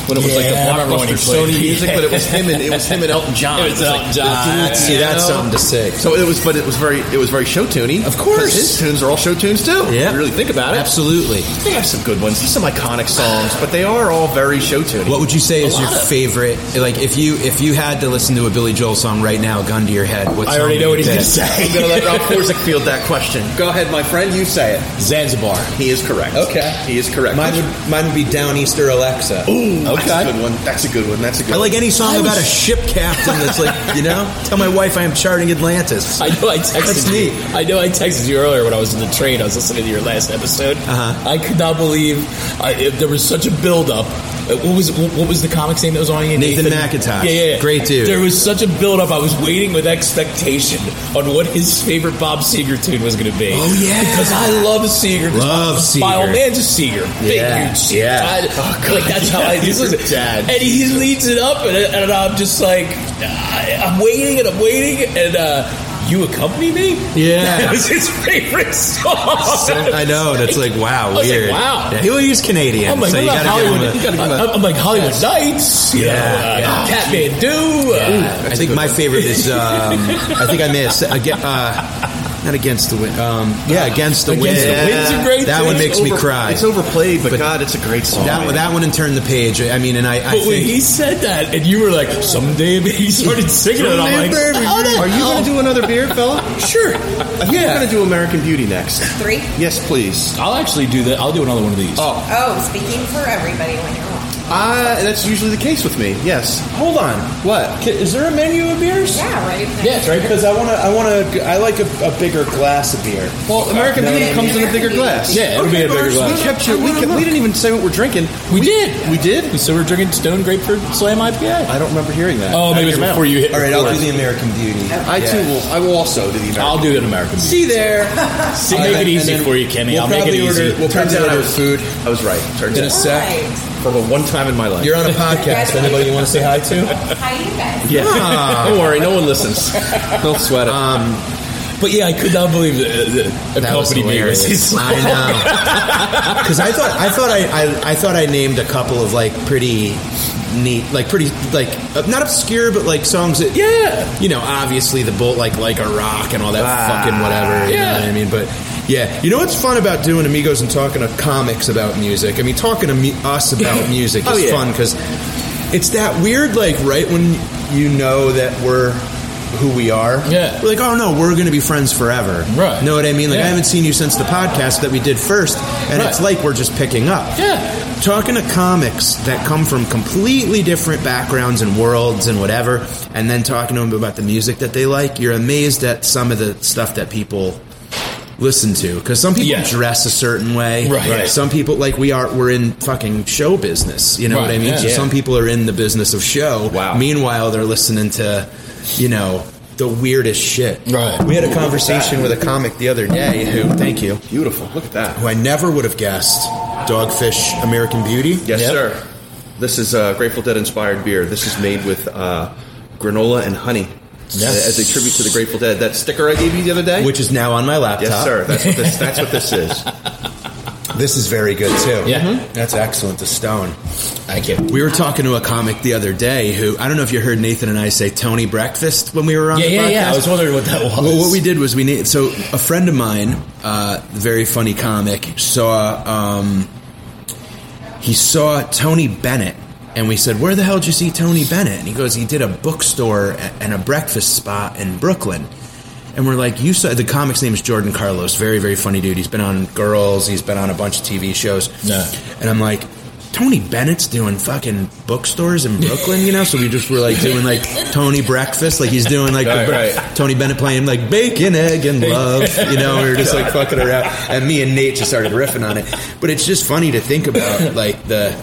Speaker 4: when it was like the
Speaker 6: Yeah, I remember when he
Speaker 4: blockbuster
Speaker 6: played.
Speaker 4: Sony music, but it was him and it was him and Elton John.
Speaker 6: It was Elton
Speaker 4: like,
Speaker 6: John.
Speaker 4: dude,
Speaker 6: That's-
Speaker 5: see,
Speaker 4: you
Speaker 5: that's
Speaker 4: know?
Speaker 5: something to say.
Speaker 4: So it was, but it was very it was very show tuney.
Speaker 5: Of course.
Speaker 4: his tunes are all show tunes too. if
Speaker 5: Yeah.
Speaker 4: you really think about it.
Speaker 5: Absolutely.
Speaker 4: They have some good ones. There's some iconic songs, but they are all very show tuney.
Speaker 5: What would you say is your favorite? Like, if you if you had to listen to a Billy Joel song right now, gun to your head, what
Speaker 6: I
Speaker 5: song
Speaker 6: already
Speaker 5: would
Speaker 6: know
Speaker 5: you
Speaker 6: what he's going to
Speaker 5: pick?
Speaker 4: I'm
Speaker 6: say.
Speaker 4: gonna let Rob Forzik field that question. Go ahead, my friend. You say it.
Speaker 6: Zanzibar.
Speaker 4: He is correct.
Speaker 5: Okay.
Speaker 4: he is correct.
Speaker 5: Mine would, mine would be Downeaster Alexa.
Speaker 4: Ooh, that's
Speaker 6: Okay.
Speaker 4: a good one. That's a good one. That's a good.
Speaker 5: I like
Speaker 4: one.
Speaker 5: any song
Speaker 6: I
Speaker 5: about
Speaker 6: was-
Speaker 5: a ship captain that's like, you know, tell my wife I am charting Atlantis.
Speaker 6: I know I texted
Speaker 5: That's
Speaker 6: you.
Speaker 5: neat.
Speaker 6: I know I texted you earlier when I was in the train. I was listening to your last episode.
Speaker 5: Uh-huh.
Speaker 6: I could not believe I, it, there was such a buildup. Uh, What was what, what was the comic's name that was on you?
Speaker 5: Nathan McIntosh.
Speaker 6: Yeah, yeah, yeah.
Speaker 5: Great dude.
Speaker 6: There was such a buildup. I was waiting with expectation on what his favorite Bob Seger tune was going to be.
Speaker 5: Oh, yeah.
Speaker 6: because I love Seger.
Speaker 5: Love
Speaker 6: My
Speaker 5: Seger.
Speaker 6: old man's a Seger. Big
Speaker 5: Yeah,
Speaker 6: huge. Seger.
Speaker 5: yeah. Oh,
Speaker 6: I- like that's how I this is
Speaker 5: dad.
Speaker 6: and he leads it up, and, and I'm just like, I, I'm waiting and I'm waiting, and uh, you accompany me.
Speaker 5: Yeah.
Speaker 6: that was his favorite song.
Speaker 5: I know, that's like, wow,
Speaker 6: I was like,
Speaker 5: weird.
Speaker 6: wow.
Speaker 5: Yeah, he, well, he's Canadian,
Speaker 6: I'm like,
Speaker 5: so
Speaker 6: what
Speaker 5: you
Speaker 6: about
Speaker 5: gotta
Speaker 6: Hollywood?
Speaker 5: give him a.
Speaker 6: I'm, I'm like Hollywood Nights, you
Speaker 5: Yeah.
Speaker 6: know, uh, Catman Do.
Speaker 5: I think my favorite is. Um, I think I may have. Said, I get. Uh, Not against the wind. Um, yeah, against the
Speaker 6: Against the
Speaker 5: wind.
Speaker 6: Wind's a great
Speaker 5: That
Speaker 6: tune.
Speaker 5: one makes
Speaker 6: It's
Speaker 5: me
Speaker 4: Over-
Speaker 5: cry.
Speaker 4: It's overplayed, but,
Speaker 5: But-
Speaker 4: God, it's a great song.
Speaker 5: That one, that one and turn the page. I mean, and I, I
Speaker 6: But when
Speaker 5: think
Speaker 6: he said that, and you were like, "Someday," baby," he started singing it. and I'm like, "How the
Speaker 4: Are you
Speaker 6: hell?"
Speaker 4: going to do another beer, fella? sure. I think we're
Speaker 6: Yeah.
Speaker 4: going to do American Beauty next.
Speaker 7: Three.
Speaker 4: Yes, please.
Speaker 6: I'll actually do that. I'll do another one of these.
Speaker 4: Oh.
Speaker 7: Oh, speaking for everybody when you're on.
Speaker 4: Uh, that's usually the case with me. Yes.
Speaker 6: Hold on.
Speaker 4: What?
Speaker 6: Is there a menu of beers?
Speaker 7: Yeah, right.
Speaker 6: Yes, right.
Speaker 4: Because I want to. I want to. I like a, a bigger glass of beer. Well, American
Speaker 7: No,
Speaker 4: Beauty
Speaker 7: no,
Speaker 4: comes
Speaker 7: no.
Speaker 4: in a bigger glass.
Speaker 6: Yeah, it'll be a bigger
Speaker 4: Marsh,
Speaker 6: glass.
Speaker 4: We kept you. We, kept, we didn't even say what we're drinking.
Speaker 6: We did.
Speaker 4: We did.
Speaker 6: So we're drinking Stone Grapefruit Slam IPA.
Speaker 4: I don't remember hearing that.
Speaker 6: Oh, maybe it's before you hit.
Speaker 5: All right, I'll
Speaker 6: record.
Speaker 5: do the American Beauty.
Speaker 4: I too will. I will also do the American.
Speaker 6: I'll do an American. Beer.
Speaker 4: See there.
Speaker 6: See, make it easy for you, Kenny.
Speaker 4: We'll
Speaker 6: I'll make it
Speaker 4: probably
Speaker 6: easy.
Speaker 4: Order, we'll
Speaker 5: Turns
Speaker 4: probably order
Speaker 5: out I was food.
Speaker 4: I was right. Turns
Speaker 5: In a
Speaker 4: out.
Speaker 5: sec.
Speaker 4: For the one time in my life.
Speaker 5: You're on a podcast. Anybody you want to say hi to?
Speaker 7: Hi, you guys.
Speaker 4: yeah. Don't worry. No one listens. Uh, Don't sweat it.
Speaker 6: But yeah, I could not believe the, the, the
Speaker 5: That was
Speaker 6: company beer was
Speaker 5: hilarious.
Speaker 6: his
Speaker 5: I know. Because I thought I thought I, I I thought I named a couple of like pretty neat, like pretty like uh, not obscure, but like songs that
Speaker 6: Yeah.
Speaker 5: you know, obviously the bolt like like a rock and all that fucking whatever. You
Speaker 6: Ah. yeah.
Speaker 5: know what I mean? But yeah, you know what's fun about doing amigos and talking to comics about music? I mean, talking to me, us about music is
Speaker 4: Oh, yeah.
Speaker 5: fun because it's that weird like right when you know that we're who we are.
Speaker 6: Yeah.
Speaker 5: We're like, oh no, we're gonna be friends forever.
Speaker 6: Right.
Speaker 5: Know what I mean? Like
Speaker 6: Yeah.
Speaker 5: I haven't seen you since the podcast that we did first, and it's
Speaker 6: Right.
Speaker 5: like we're just picking up
Speaker 6: Yeah.
Speaker 5: talking to comics that come from completely different backgrounds and worlds and whatever, and then talking to them about the music that they like, you're amazed at some of the stuff that people listen to because some people
Speaker 6: Yeah.
Speaker 5: dress a certain way
Speaker 6: Right. Right.
Speaker 5: some people like we are we're in fucking show business you know what i
Speaker 6: Right,
Speaker 5: mean
Speaker 6: yeah.
Speaker 5: so
Speaker 6: Yeah.
Speaker 5: some people are in the business of show
Speaker 4: Wow.
Speaker 5: meanwhile they're listening to you know the weirdest shit
Speaker 6: Right.
Speaker 5: we had a conversation with a comic the other day who thank you
Speaker 4: Beautiful. Look at that.
Speaker 5: who I never would have guessed. Dogfish American Beauty.
Speaker 4: Yes, sir. This is uh, Grateful Dead inspired beer. This is made with uh, granola and honey
Speaker 6: Yes.
Speaker 4: as a tribute to the Grateful Dead. That sticker I gave you the other day.
Speaker 5: Which is now on my laptop.
Speaker 4: yes, sir. That's what this, that's what this is.
Speaker 5: This is very good too.
Speaker 6: Yeah. Mm-hmm.
Speaker 5: That's excellent. The stone.
Speaker 6: Thank you.
Speaker 5: We were talking to a comic the other day who I don't know if you heard Nathan and I say Tony Breakfast when we were on
Speaker 6: Yeah,
Speaker 5: the
Speaker 6: yeah,
Speaker 5: podcast.
Speaker 6: yeah. I was wondering what that was.
Speaker 5: Well, what we did was we need. So a friend of mine, uh, very funny comic, saw um, he saw Tony Bennett, and we said, "Where the hell did you see Tony Bennett?" And he goes, "He did a bookstore a- and a breakfast spot in Brooklyn." And we're like, "You saw the comic's name is Jordan Carlos, very very funny dude. He's been on Girls, he's been on a bunch of TV shows."
Speaker 6: Yeah.
Speaker 5: And I'm like. Tony Bennett's doing fucking bookstores in Brooklyn, you know. So we just were like doing like Tony breakfast, like he's doing like the
Speaker 4: Right,
Speaker 5: bre-
Speaker 4: right.
Speaker 5: Tony Bennett playing like bacon, egg, and love. You know, we were just like fucking around, and me and Nate just started riffing on it. But it's just funny to think about, like the,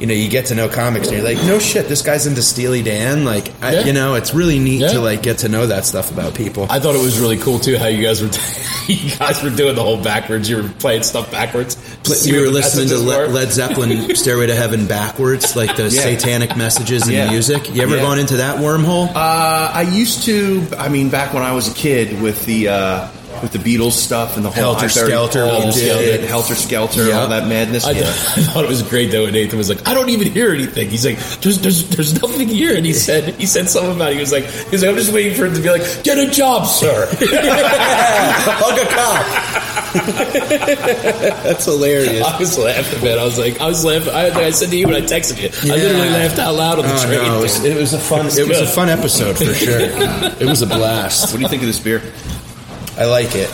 Speaker 5: you know, you get to know comics, and you're like, no shit, this guy's into Steely Dan. Like, I,
Speaker 6: Yeah.
Speaker 5: you know, it's really neat
Speaker 6: Yeah.
Speaker 5: to like get to know that stuff about people.
Speaker 6: I thought it was really cool too how you guys were you guys were doing the whole backwards. You were playing stuff backwards.
Speaker 5: But
Speaker 6: See
Speaker 5: you
Speaker 6: what
Speaker 5: were
Speaker 6: the
Speaker 5: listening to
Speaker 6: messages
Speaker 5: Le-
Speaker 6: were.
Speaker 5: Led Zeppelin "Stairway to Heaven" backwards, like the satanic messages in
Speaker 4: Yeah.
Speaker 5: music. You ever
Speaker 4: Yeah.
Speaker 5: gone into that wormhole?
Speaker 4: Uh, I used to. I mean, back when I was a kid, with the uh, with the Beatles stuff and the whole
Speaker 5: Helter
Speaker 4: I Buried
Speaker 5: Skelter
Speaker 4: Paul
Speaker 5: we did.
Speaker 4: and Helter Skelter,
Speaker 5: Yeah.
Speaker 4: all that madness.
Speaker 6: I,
Speaker 4: Yeah.
Speaker 6: th- I thought it was great though. when Nathan was like, "I don't even hear anything." He's like, "There's, there's, there's nothing here." And he said, he said something about. It. He was like, "He's like, I'm just waiting for him to be like, get a job, sir."
Speaker 5: Hug a cop. That's hilarious.
Speaker 6: I was laughing, man. I was like, I was laughing. I, I said to you when I texted you, I literally
Speaker 5: Yeah.
Speaker 6: laughed out loud on the
Speaker 5: Oh,
Speaker 6: train.
Speaker 5: no, it, was,
Speaker 6: dude.
Speaker 5: it was a fun. It was a fun episode for sure. it was a blast.
Speaker 4: What do you think of this beer?
Speaker 5: I like it.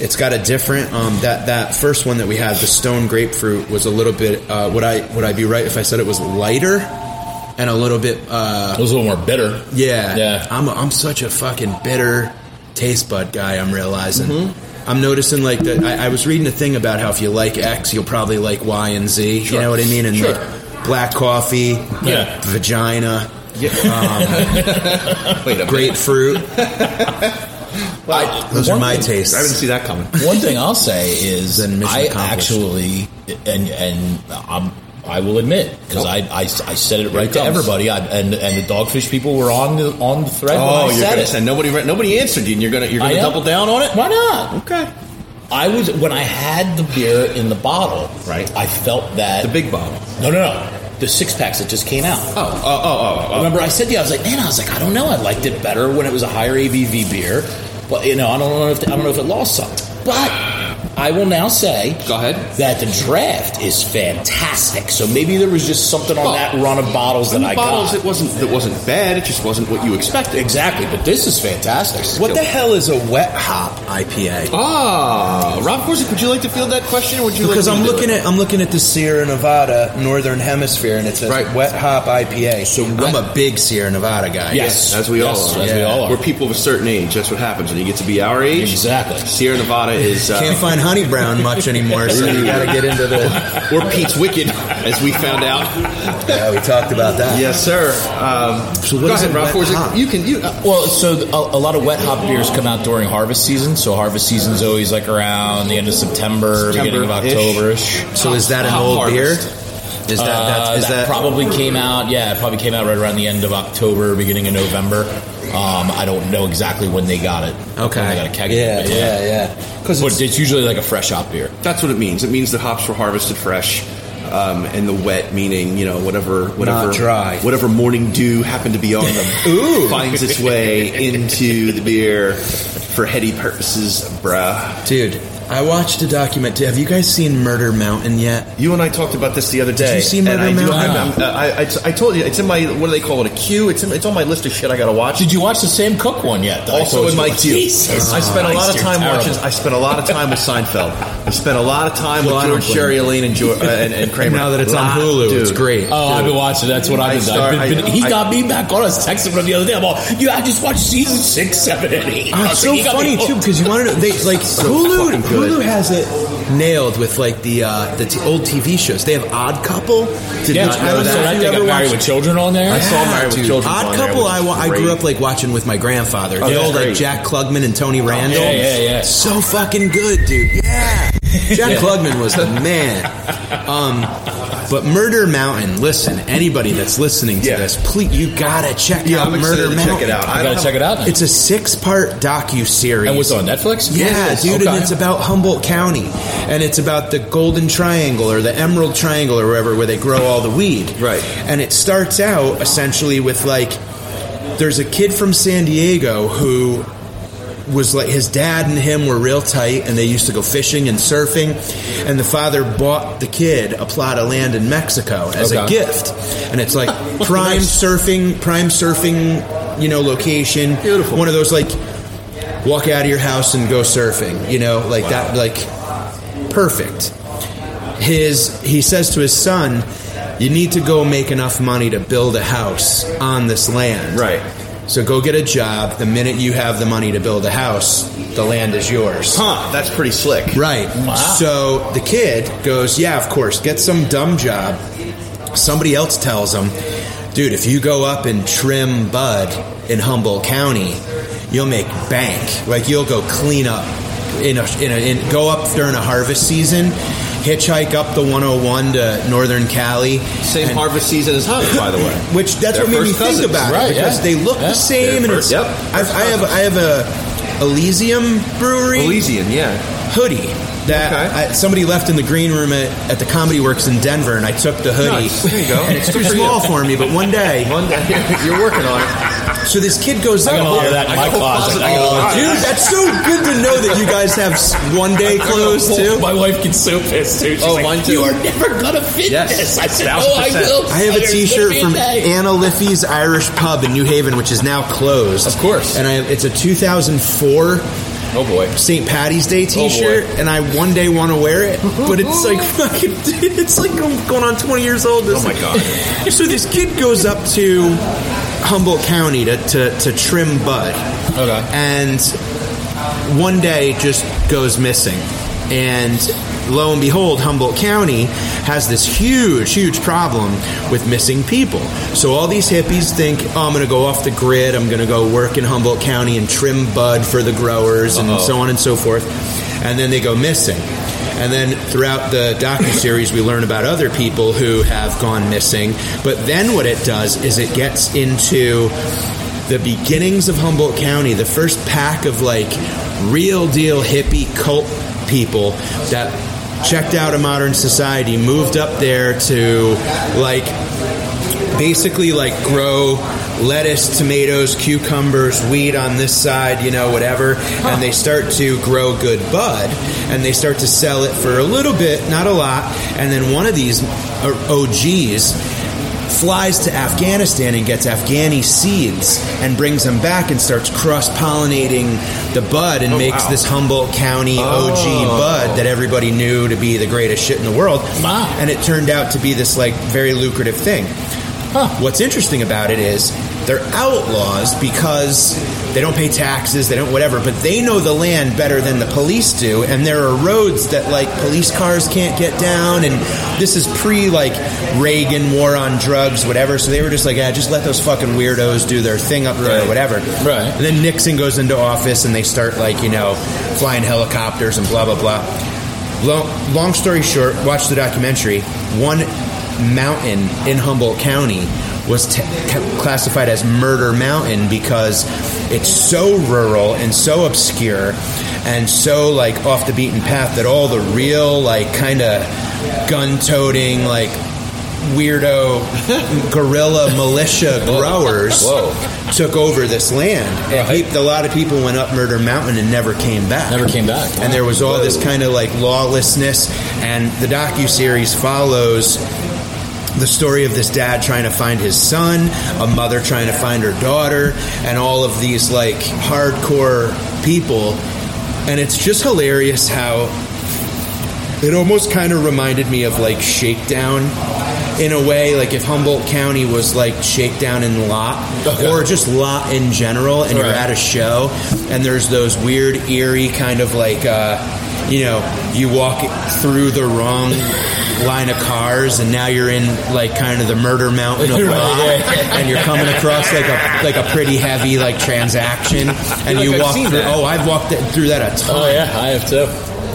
Speaker 5: It's got a different um, that that first one that we had, the stone grapefruit, was a little bit. Uh, would I would I be right if I said it was lighter and a little bit? Uh,
Speaker 6: It was a little more bitter.
Speaker 5: yeah,
Speaker 6: Yeah.
Speaker 5: I'm a, I'm such a fucking bitter taste bud guy. I'm realizing. I'm noticing like that. I, I was reading a thing about how if you like X, you'll probably like Y and Z. You know what I mean? And
Speaker 6: Sure.
Speaker 5: like black coffee,
Speaker 6: Yeah.
Speaker 5: vagina, um,
Speaker 4: Wait a minute.
Speaker 5: grapefruit.
Speaker 6: I-
Speaker 5: Those are
Speaker 6: one
Speaker 5: my
Speaker 6: thing-
Speaker 5: tastes.
Speaker 4: I didn't see that coming.
Speaker 6: One thing I'll say is
Speaker 5: Then mission
Speaker 6: I
Speaker 5: accomplished.
Speaker 6: actually and and I'm, I will admit because I, I I said it right
Speaker 4: it
Speaker 6: to
Speaker 4: comes.
Speaker 6: everybody I, and and the dogfish people were on the on the thread.
Speaker 4: Oh,
Speaker 6: when I
Speaker 4: you're
Speaker 6: said
Speaker 4: gonna
Speaker 6: it.
Speaker 4: send nobody. re- Nobody answered you, and you're gonna you're
Speaker 6: I
Speaker 4: gonna
Speaker 6: know.
Speaker 4: double down on it.
Speaker 6: Why not?
Speaker 4: Okay.
Speaker 6: I was when I had the beer in the bottle.
Speaker 4: Right.
Speaker 6: I felt that
Speaker 4: The big bottle.
Speaker 6: no no no the six packs that just came out.
Speaker 4: Oh, oh, oh, oh, oh.
Speaker 6: Remember, I said to you, I was like, man, I was like, I don't know. I liked it better when it was a higher ABV beer.
Speaker 8: But you know, I don't know if I don't know if it lost some. But I will now say
Speaker 4: Go ahead.
Speaker 8: that the draft is fantastic. So maybe there was just something on
Speaker 4: Well,
Speaker 8: that run of bottles that
Speaker 4: the
Speaker 8: I
Speaker 4: bottles,
Speaker 8: got.
Speaker 4: it wasn't it wasn't bad. It just wasn't what you expected.
Speaker 8: exactly, but this is fantastic.
Speaker 5: What the hell is a wet hop IPA?
Speaker 4: Ah, Rob Corsick, would you like to field that question? Or would you
Speaker 5: Because
Speaker 4: like
Speaker 5: I'm
Speaker 4: me to do
Speaker 5: looking
Speaker 4: it?
Speaker 5: at I'm looking at the Sierra Nevada Northern Hemisphere, and it says
Speaker 4: Right.
Speaker 5: wet hop IPA. So I'm a big Sierra Nevada guy.
Speaker 8: Yes.
Speaker 4: as we
Speaker 8: Yes,
Speaker 4: all are.
Speaker 8: as we all are.
Speaker 4: We're people of a certain age. That's what happens when you get to be our age.
Speaker 8: Exactly.
Speaker 4: Sierra Nevada is. Uh,
Speaker 5: Can't find honey brown much anymore, so you got to get into the.
Speaker 4: or Pete's Wicked, as we found out.
Speaker 5: Yeah, we talked about that.
Speaker 4: Yes, sir. Um,
Speaker 5: So what
Speaker 4: go
Speaker 5: is
Speaker 4: ahead,
Speaker 5: a
Speaker 4: Rob
Speaker 5: wet
Speaker 4: Corsick.
Speaker 5: hop?
Speaker 4: You can. You, uh,
Speaker 6: Well, so th- a, a lot of wet hop beers come out during harvest season. So harvest season's always like around the end of September, beginning of
Speaker 4: September-ish.
Speaker 6: October ish.
Speaker 5: So is that an
Speaker 4: Hop
Speaker 5: old
Speaker 4: harvest.
Speaker 5: beer? Is that, that is
Speaker 6: Uh, that,
Speaker 5: that
Speaker 6: probably came out? Yeah, it probably came out right around the end of October, beginning of November. Um, I don't know exactly when they got it.
Speaker 5: Okay.
Speaker 6: when they got a keg. of
Speaker 5: Yeah,
Speaker 6: it, but
Speaker 5: yeah, yeah. Because
Speaker 6: But it's usually like a fresh hop beer.
Speaker 4: That's what it means. It means the hops were harvested fresh, um, and the wet meaning you know whatever whatever
Speaker 5: dry.
Speaker 4: whatever morning dew happened to be on them
Speaker 5: Ooh.
Speaker 4: finds its way into the beer for heady purposes, bruh.
Speaker 5: dude, I watched a document. Have you guys seen Murder Mountain yet?
Speaker 4: You and I talked about this the other day.
Speaker 5: you see
Speaker 4: and
Speaker 5: Murder
Speaker 4: I do
Speaker 5: Mountain?
Speaker 4: have- uh, I, I t- I told you it's in my what do they call it a queue? It's in, it's on my list of shit I gotta watch.
Speaker 6: Did you watch the Sam Cook one yet? that I
Speaker 4: also
Speaker 6: told
Speaker 4: in
Speaker 6: you
Speaker 4: my
Speaker 6: about?
Speaker 4: queue.
Speaker 6: Jesus
Speaker 4: I spent a
Speaker 6: Christ,
Speaker 4: lot of
Speaker 6: you're
Speaker 4: time
Speaker 6: terrible.
Speaker 4: watching. I spent a lot of time with Seinfeld. I spent a lot of time
Speaker 5: Well, I
Speaker 4: with
Speaker 5: don't
Speaker 4: George
Speaker 5: blame
Speaker 4: Sherry, Elaine, and, George, uh, and, and Kramer.
Speaker 5: Now that it's
Speaker 4: Lot-
Speaker 5: on Hulu, it's
Speaker 4: dude.
Speaker 5: great.
Speaker 6: Oh, I've been watching. That's what I've been
Speaker 4: I
Speaker 6: doing.
Speaker 4: start-
Speaker 6: I've been-
Speaker 4: I-
Speaker 6: been- he
Speaker 4: I-
Speaker 6: got me back on. I was texting him the other day. I'm all, yeah, I just watched season six, seven, and eight. I
Speaker 5: Oh,
Speaker 6: was
Speaker 5: it's so
Speaker 6: like, he got me
Speaker 5: funny
Speaker 6: hooked.
Speaker 5: too because you want to know they like Hulu.
Speaker 4: fucking good.
Speaker 5: Hulu has it nailed with like the uh, the t- old TV shows. They have Odd Couple. Did
Speaker 6: Yeah,
Speaker 5: which
Speaker 6: I
Speaker 5: don't
Speaker 6: was
Speaker 5: know
Speaker 6: so
Speaker 5: if
Speaker 6: I
Speaker 5: you
Speaker 6: think
Speaker 5: ever
Speaker 6: I'm married
Speaker 5: watched-
Speaker 6: with children on there.
Speaker 5: Yeah, dude.
Speaker 4: Children
Speaker 5: Odd
Speaker 4: on there,
Speaker 5: Couple.
Speaker 4: which
Speaker 5: I,
Speaker 4: is
Speaker 5: wa- I grew
Speaker 4: great.
Speaker 5: up like watching with my grandfather.
Speaker 4: Oh,
Speaker 5: the
Speaker 4: that's
Speaker 5: old like
Speaker 4: great.
Speaker 5: Jack Klugman and Tony Randall.
Speaker 6: yeah, yeah, yeah.
Speaker 5: So fucking good, dude. Yeah. Jack Klugman was the man. Um, but Murder Mountain. Listen, anybody that's listening to
Speaker 4: Yeah.
Speaker 5: this, please, you gotta check
Speaker 4: Yeah,
Speaker 5: out
Speaker 4: I'm excited
Speaker 5: Murder
Speaker 4: to
Speaker 5: Mountain.
Speaker 4: check it out.
Speaker 6: I
Speaker 4: I
Speaker 6: gotta check it out. Now.
Speaker 5: It's a six-part docu series.
Speaker 6: and what's on Netflix?
Speaker 5: Yeah, dude,
Speaker 6: Okay.
Speaker 5: and it's about Humboldt County, and it's about the Golden Triangle or the Emerald Triangle or wherever where they grow all the weed.
Speaker 4: Right.
Speaker 5: And it starts out essentially with like, there's a kid from San Diego who was like his dad and him were real tight and they used to go fishing and surfing and the father bought the kid a plot of land in Mexico as a
Speaker 6: Okay.
Speaker 5: gift and it's like prime surfing prime surfing you know location beautiful one of those like walk out of your house and go surfing you know like that like perfect his he says to his son you need to go make enough money to build a house on this land
Speaker 4: Right.
Speaker 5: so go get a job the minute you have the money to build a house the land is yours
Speaker 4: Huh? That's pretty slick.
Speaker 5: Right. So the kid goes, Yeah, of course, get some dumb job. Somebody else tells him, Dude, if you go up and trim bud in Humboldt County, you'll make bank. Like you'll go clean up in a, in a in, go up during a harvest season, hitchhike up the 101 to Northern Cali.
Speaker 4: Same
Speaker 5: and-
Speaker 4: harvest season as hops, by the way.
Speaker 5: Which that's
Speaker 4: They're
Speaker 5: what made me
Speaker 4: first
Speaker 5: think
Speaker 4: cousins.
Speaker 5: about
Speaker 6: Right,
Speaker 5: it because
Speaker 6: yeah.
Speaker 5: they look
Speaker 6: Yeah.
Speaker 5: the same,
Speaker 4: They're
Speaker 5: and
Speaker 4: first-
Speaker 5: it's,
Speaker 4: yep.
Speaker 5: I've, I have I have a Elysium Brewery
Speaker 4: Elysian, yeah.
Speaker 5: hoodie that
Speaker 4: Okay.
Speaker 5: I, somebody left in the green room at, at the Comedy Works in Denver, and I took the hoodie.
Speaker 4: Nice. There you go.
Speaker 5: And it's too small for me, but one day.
Speaker 4: One day you're working on it.
Speaker 5: So this kid goes
Speaker 6: I
Speaker 5: up
Speaker 6: got all
Speaker 5: there.
Speaker 6: of that in my closet. I got all
Speaker 5: Oh,
Speaker 6: of
Speaker 5: dude,
Speaker 6: that.
Speaker 5: that's so good to know that you guys have s- one day clothes too.
Speaker 6: My wife gets so pissed too. She's
Speaker 4: Oh,
Speaker 6: like,
Speaker 4: mine too.
Speaker 6: You are never gonna fit
Speaker 4: Yes.
Speaker 6: this. I said,
Speaker 4: Thousand
Speaker 6: "Oh, I
Speaker 4: percent.
Speaker 6: will."
Speaker 5: I have a
Speaker 6: There's
Speaker 5: T-shirt
Speaker 6: gonna be a
Speaker 5: from
Speaker 6: day.
Speaker 5: Anna Liffey's Irish Pub in New Haven, which is now closed.
Speaker 6: Of course.
Speaker 5: and I, it's a 2004
Speaker 6: Oh boy.
Speaker 5: St. Patty's Day T-shirt, and I one day want to wear it, but it's like fucking, dude, it's like I'm going on 20 years old. Oh
Speaker 4: my God.
Speaker 5: so this kid goes up to Humboldt County to to, to trim bud,
Speaker 6: Okay.
Speaker 5: and one day just goes missing, and lo and behold, Humboldt County has this huge, huge problem with missing people. So all these hippies think, oh, I'm going to go off the grid. I'm going to go work in Humboldt County and trim bud for the growers and so on and so forth. And then they go missing. And then throughout the docuseries, we learn about other people who have gone missing. But then what it does is it gets into the beginnings of Humboldt County, the first pack of like real deal hippie cult people that checked out of modern society, moved up there to like basically like grow lettuce, tomatoes, cucumbers, wheat on this side, you know, whatever, and they start to grow good bud and they start to sell it for a little bit, not a lot, and then one of these uh, OGs flies to Afghanistan and gets Afghani seeds and brings them back and starts cross pollinating the bud and makes this Humboldt County OG bud that everybody knew to be the greatest shit in the world.
Speaker 8: Wow.
Speaker 5: And it turned out to be this like very lucrative thing. What's interesting about it is they're outlaws because they don't pay taxes, they don't whatever, but they know the land better than the police do, and there are roads that like police cars can't get down, and this is pre like Reagan war on drugs, whatever. So they were just like, ah, just let those fucking weirdos do their thing up there, whatever.
Speaker 6: Right.
Speaker 5: And then Nixon goes into office, and they start like you know flying helicopters and blah blah blah. Long, long story short, watch the documentary. One mountain in Humboldt County was t- ca- classified as Murder Mountain because it's so rural and so obscure and so like off the beaten path that all the real like kind of gun-toting like weirdo guerrilla militia growers took over this land and he- a lot of people went up Murder Mountain and never came back
Speaker 6: Never came back.
Speaker 5: and there was all this kind of like lawlessness and the docu-series follows the story of this dad trying to find his son a mother trying to find her daughter and all of these like hardcore people and it's just hilarious how it almost kind of reminded me of like shakedown in a way like if humboldt county was like shakedown in lot or just lot in general and you're
Speaker 6: Right.
Speaker 5: at a show and there's those weird eerie kind of like uh, you know you walk through the wrong line of cars and now you're in like kind of the murder mountain of
Speaker 6: Right,
Speaker 5: lot
Speaker 6: yeah.
Speaker 5: and you're coming across like a like a pretty heavy like transaction and you
Speaker 6: I've
Speaker 5: walk
Speaker 6: seen
Speaker 5: through
Speaker 6: that.
Speaker 5: oh i've walked that, through that a ton
Speaker 6: Oh yeah, I have too.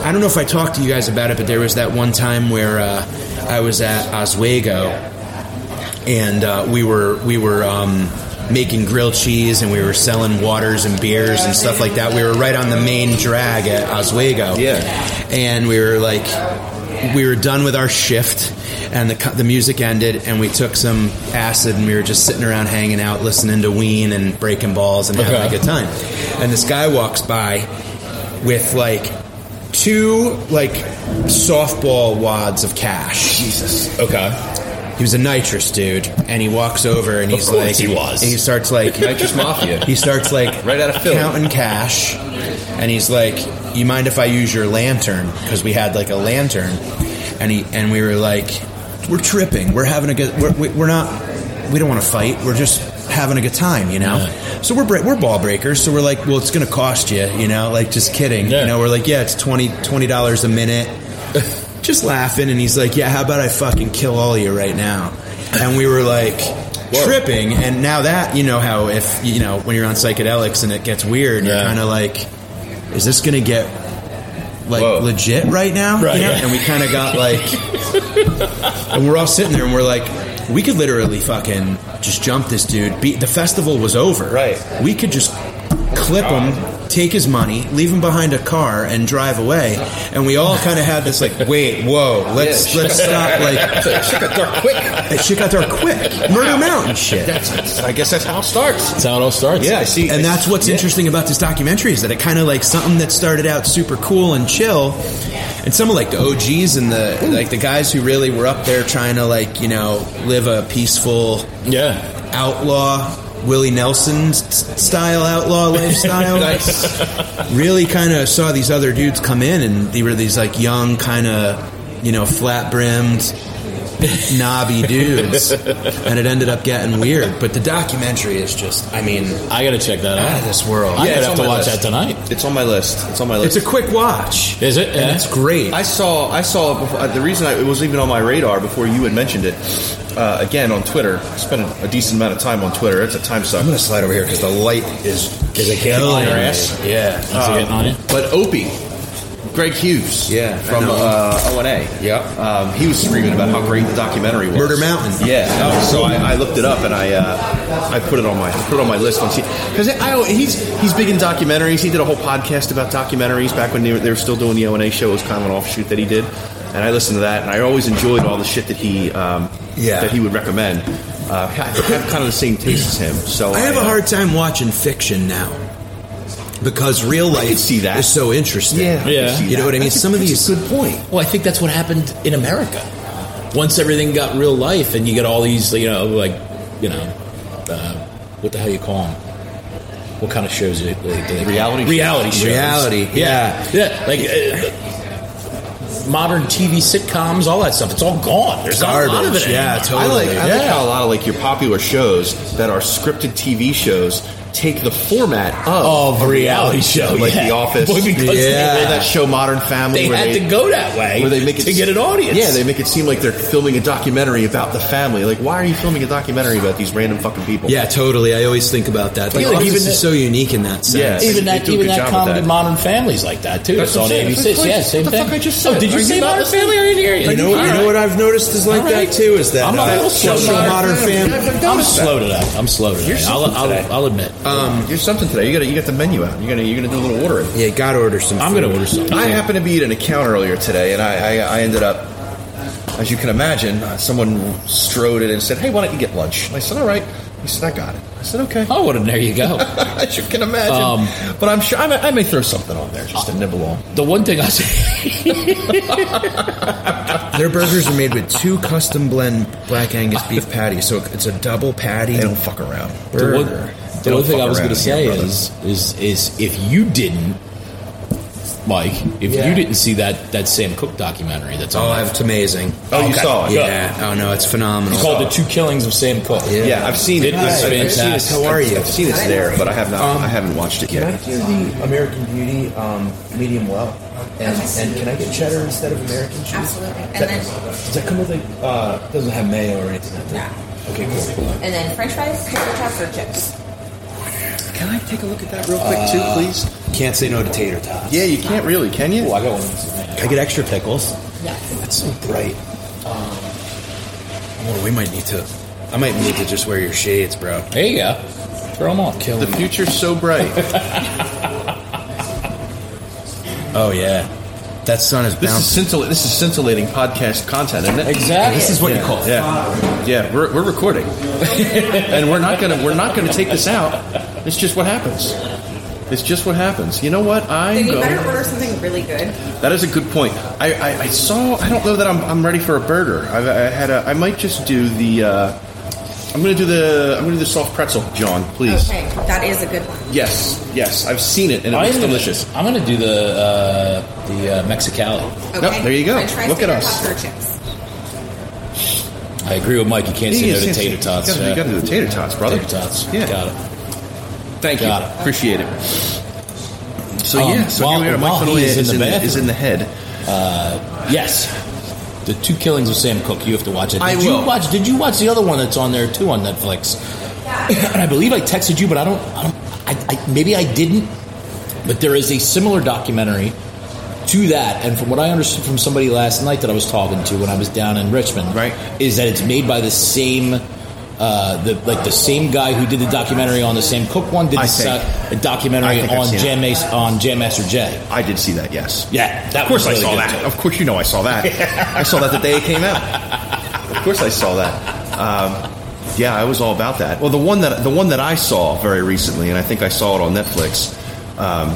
Speaker 5: I don't know if I talked to you guys about it, but there was that one time where uh, I was at Oswego, and uh, we were we were um, making grilled cheese, and we were selling waters and beers and stuff like that. We were right on the main drag at Oswego,
Speaker 4: Yeah.
Speaker 5: and we were like. We were done with our shift, and the co- the music ended, and we took some acid, and we were just sitting around hanging out, listening to Ween and breaking balls and having
Speaker 6: Okay.
Speaker 5: a good time. And this guy walks by with like two like softball wads of cash. Jesus.
Speaker 6: Okay.
Speaker 5: He was a nitrous dude, and he walks over and he's
Speaker 6: course
Speaker 5: like,
Speaker 6: he was.
Speaker 5: And he starts like
Speaker 4: Nitrous Mafia.
Speaker 5: He starts like
Speaker 4: Right out of Philly.
Speaker 5: counting cash, and he's like, "You mind if I use your lantern? Because we had like a lantern, and he and we were like, we're tripping, we're having a good, we're, we- we're not, we don't want to fight, we're just having a good time, you know. So we're bre- we're ball breakers, so we're like, well, it's going to cost you, you know, like just kidding,
Speaker 6: Yeah.
Speaker 5: you know. We're like, yeah, it's 20 dollars a minute. just laughing and he's like yeah how about i fucking kill all of you right now and we were like tripping and now that you know how if you know when you're on psychedelics and it gets weird
Speaker 6: Yeah.
Speaker 5: you're kind of like is this gonna get like
Speaker 4: Whoa.
Speaker 5: legit right now
Speaker 6: Right,
Speaker 5: You know?
Speaker 6: yeah.
Speaker 5: and we kind of got like and we're all sitting there and we're like we could literally fucking just jump this dude beat the festival was over
Speaker 4: Right.
Speaker 5: we could just clip him, take his money, leave him behind a car, and drive away. And we all kind of had this like, wait, whoa, let's
Speaker 4: Yeah.
Speaker 5: let's stop. Like,
Speaker 4: Check it out quick.
Speaker 5: that shit got there quick. Murder Mountain shit.
Speaker 4: That's, I guess that's how it starts.
Speaker 6: That's how it all starts.
Speaker 4: Yeah, I see.
Speaker 5: And that's what's interesting about this documentary is that it kind of like something that started out super cool and chill, and some of like the OGs and the like the guys who really were up there trying to like you know live a peaceful
Speaker 6: Yeah.
Speaker 5: outlaw Willie Nelson s- style outlaw lifestyle. Really kind of saw these other dudes come in, and they were these like young, kind of you know flat brimmed, knobby dudes, and it ended up getting weird. But the documentary is just, I mean,
Speaker 6: I gotta check that
Speaker 5: out of
Speaker 6: out.
Speaker 5: Ah, this world.
Speaker 6: I
Speaker 4: Yeah, it's
Speaker 6: have
Speaker 4: on
Speaker 6: to
Speaker 4: my
Speaker 6: watch
Speaker 4: list.
Speaker 6: that tonight.
Speaker 4: It's on my list. It's on my
Speaker 5: It's
Speaker 4: list.
Speaker 5: a quick watch.
Speaker 6: Is it?
Speaker 5: And
Speaker 6: Yeah.
Speaker 5: it's great.
Speaker 4: I saw. I saw. it before- The reason I, it was even on my radar before you had mentioned it. Uh, again on Twitter, I spent a, a decent amount of time on Twitter. It's a time suck.
Speaker 5: gonna slide over here because the light is is a
Speaker 4: Killing your ass.
Speaker 5: Yeah.
Speaker 6: Is it getting on you?
Speaker 4: But Opie, Greg Hughes,
Speaker 5: Yeah, I
Speaker 4: from
Speaker 5: know.
Speaker 4: uh, O and A,
Speaker 5: Yep.
Speaker 4: um, he was screaming about how great the documentary was.
Speaker 5: Murder Mountain.
Speaker 4: Yeah, no, so I, I looked it up and I uh, I put it on my put it on my list on because I he's he's big in documentaries. He did a whole podcast about documentaries back when they were, they were still doing the O and A show. It was kind of an offshoot that he did, and I listened to that and I always enjoyed all the shit that he um,
Speaker 5: Yeah.
Speaker 4: that he would recommend. Uh, I have kind of the same taste as him, so
Speaker 5: I have a
Speaker 4: uh,
Speaker 5: hard time watching fiction now because real life
Speaker 4: can see that.
Speaker 5: is so interesting.
Speaker 4: Yeah, I can
Speaker 6: Yeah.
Speaker 4: see
Speaker 5: You know
Speaker 4: that.
Speaker 5: what I mean?
Speaker 4: That's a-
Speaker 5: Some of
Speaker 4: that's a
Speaker 5: these-
Speaker 4: good point.
Speaker 6: Well, I think that's what happened in America. Once everything got real life, and you get all these, you know, like, you know, uh, what the hell you call them? What kind of shows? Do they, do they call
Speaker 4: Reality
Speaker 6: them? reality shows.
Speaker 5: Reality,
Speaker 6: yeah, yeah. Like uh, modern TV sitcoms, all that stuff. It's all gone. There's not a lot of
Speaker 5: Garbage,
Speaker 6: it.
Speaker 5: yeah,
Speaker 6: anymore.
Speaker 4: I like,
Speaker 5: Totally,
Speaker 4: I like
Speaker 6: yeah.
Speaker 4: how a lot of like your popular shows that are scripted TV shows take the format of,
Speaker 6: Of a reality show,
Speaker 4: like
Speaker 6: yeah.
Speaker 4: The Office,
Speaker 6: Well, because they
Speaker 4: yeah,
Speaker 6: had-
Speaker 4: that show Modern Family.
Speaker 6: They
Speaker 4: where
Speaker 6: had
Speaker 4: they,
Speaker 6: to go that way
Speaker 4: where they make it
Speaker 6: to get an audience.
Speaker 4: Yeah, they make it seem like they're filming a documentary about the family. Like, why are you filming a documentary about these random fucking people?
Speaker 5: Yeah, totally. I always think about that. Like,
Speaker 6: Yeah, like
Speaker 5: Office
Speaker 6: even
Speaker 5: is
Speaker 6: the-
Speaker 5: so unique in that
Speaker 4: Yeah.
Speaker 5: sense.
Speaker 4: They-
Speaker 6: even
Speaker 4: they
Speaker 6: that,
Speaker 4: do a
Speaker 6: even
Speaker 4: good
Speaker 6: that
Speaker 4: job with
Speaker 6: comedy,
Speaker 4: that.
Speaker 6: Modern Families like that too.
Speaker 4: That's
Speaker 6: it's on
Speaker 4: what I'm saying.
Speaker 6: ABC.
Speaker 4: That's
Speaker 6: Yeah,
Speaker 4: what-
Speaker 6: same
Speaker 4: what the
Speaker 6: thing.
Speaker 4: fuck I just said?
Speaker 6: Oh, did you
Speaker 4: Are
Speaker 6: say
Speaker 4: you
Speaker 6: Modern
Speaker 4: modern?
Speaker 6: Family? I didn't hear
Speaker 5: You know, you know what I've noticed is like that too is that
Speaker 6: I'm a
Speaker 5: uh,
Speaker 6: little slow.
Speaker 5: social
Speaker 6: tonight.
Speaker 5: modern
Speaker 4: I've
Speaker 5: family.
Speaker 4: noticed
Speaker 6: I'm
Speaker 4: that.
Speaker 6: slow today. I'm slow today.
Speaker 4: You're
Speaker 6: I'll,
Speaker 4: something
Speaker 6: I'll,
Speaker 4: today.
Speaker 6: I'll admit.
Speaker 4: You're Um, something today. You got to you got the menu out. You're gonna you're gonna do a little ordering.
Speaker 5: Yeah, gotta order some.
Speaker 6: I'm
Speaker 5: food.
Speaker 6: gonna order something.
Speaker 4: I happened to be at an account earlier today, and I, I, I ended up, as you can imagine, uh, someone strode in and said, "Hey, why don't you get lunch?" And I said, "All right." He said, "I got it." I said, "Okay."
Speaker 6: Oh, what a, there you go.
Speaker 4: as you can imagine,
Speaker 6: Um,
Speaker 4: but I'm sure I may, I may throw something on there just to nibble on.
Speaker 6: the one thing I say,
Speaker 5: Their burgers are made with two custom blend black Angus beef patties, so it's a double patty.
Speaker 4: They don't fuck around.
Speaker 6: the
Speaker 5: Burger.
Speaker 6: one, the one
Speaker 4: Don't
Speaker 6: thing
Speaker 4: fuck
Speaker 6: I was
Speaker 4: around
Speaker 6: going to
Speaker 4: in here,
Speaker 6: say
Speaker 4: brother.
Speaker 6: is, is, is if you didn't, Mike, if
Speaker 5: Yeah.
Speaker 6: you didn't see that that Sam Cook documentary that's on,
Speaker 5: Oh, it's amazing.
Speaker 4: Oh, you saw it?
Speaker 5: Yeah. Oh no, it's phenomenal.
Speaker 6: it's called "The Two Killings of Sam Cook."
Speaker 5: Yeah.
Speaker 4: Yeah, I've seen it.
Speaker 6: It was
Speaker 4: I've- I've seen
Speaker 6: fantastic.
Speaker 4: it.
Speaker 5: How are you?
Speaker 4: I've seen it's there, but I have not. I haven't watched it
Speaker 5: Can I
Speaker 4: yet.
Speaker 5: do the American Beauty um, medium well? And, and can I get cheddar instead of American cheese?
Speaker 7: Absolutely. And
Speaker 5: That-
Speaker 7: then-
Speaker 5: does that come with a? Uh, doesn't have mayo or anything. Like that. Okay, cool.
Speaker 7: And then French fries, tater tots, or chips.
Speaker 4: Can I take a look at that real quick too, please?
Speaker 5: Can't say no to tater
Speaker 4: Uh,
Speaker 5: tots.
Speaker 4: Yeah, you can't really, can you?
Speaker 5: I got one. Can I get extra pickles?
Speaker 7: Yes.
Speaker 5: That's so bright. Um, well, we might need to. I might need to just wear your shades, bro.
Speaker 6: There you go. Throw them off. Kill
Speaker 4: The future's so bright.
Speaker 5: Oh yeah, that sun is
Speaker 4: This is
Speaker 5: bouncing.
Speaker 4: scintillating. This is scintillating podcast content, isn't it?
Speaker 6: Exactly. This is what you
Speaker 4: call it. Yeah, yeah. We're, we're recording, and we're not gonna we're not gonna take this out. It's just what happens. It's just what happens. You know what? I'm
Speaker 7: Then you better
Speaker 4: going.
Speaker 7: order something really good.
Speaker 4: That is a good point. I, I, I saw. I don't know that I'm, I'm ready for a burger. I, I had a. I might just do the. Uh, I'm gonna do the. I'm gonna do the soft pretzel, John. Please.
Speaker 7: Okay, that is a good one.
Speaker 4: Yes. Yes. I've seen it, and it
Speaker 6: I'm
Speaker 4: looks
Speaker 6: gonna-
Speaker 4: delicious.
Speaker 6: I'm going to do the uh, the uh, Mexicali.
Speaker 7: Okay.
Speaker 4: there you go.
Speaker 7: French fries,
Speaker 4: Look at
Speaker 7: tater
Speaker 4: us.
Speaker 7: tots, or chips.
Speaker 6: I agree with Mike. You can't say no
Speaker 4: Yes,
Speaker 6: to
Speaker 4: yes,
Speaker 6: tater tots.
Speaker 4: You gotta, you
Speaker 6: yeah.
Speaker 4: gotta do the uh, tater tots, brother.
Speaker 6: Tater tots.
Speaker 4: Yeah.
Speaker 6: Got it.
Speaker 4: Thank
Speaker 6: Got
Speaker 4: you.
Speaker 6: it.
Speaker 4: Appreciate it. So
Speaker 6: Um,
Speaker 4: yeah, so
Speaker 6: while-
Speaker 4: here we are.
Speaker 6: while
Speaker 4: Mike
Speaker 6: he
Speaker 4: Connolly
Speaker 6: is
Speaker 4: is,
Speaker 6: in the
Speaker 4: in the,
Speaker 6: bathroom.
Speaker 4: is in the head.
Speaker 6: Yes. The Two Killings of Sam Cook. You have to watch it. Did
Speaker 4: I
Speaker 6: you
Speaker 4: will.
Speaker 6: watch did you watch the other one that's on there too on Netflix? and I believe I texted you, but I don't I don't I, I, maybe I didn't. But there is a similar documentary to that, and from what I understood from somebody last night that I was talking to when I was down in Richmond,
Speaker 4: Right.
Speaker 6: is that it's made by the same, uh, the like the same guy who did the documentary on the Sam Cook one did
Speaker 4: I
Speaker 6: the
Speaker 4: think-
Speaker 6: doc- a
Speaker 4: I
Speaker 6: documentary
Speaker 4: think I've
Speaker 6: on
Speaker 4: seen it.
Speaker 6: Jam Mas- on Jam Master Jay.
Speaker 4: I did see that. Yes.
Speaker 6: Yeah, that
Speaker 4: Of course I
Speaker 6: was really
Speaker 4: saw
Speaker 6: good,
Speaker 4: that.
Speaker 6: too.
Speaker 4: Of course you know I saw that. I saw that the day it came out. Of course I saw that. Um, yeah, I was all about that. Well, the one that the one that I saw very recently, and I think I saw it on Netflix. Um,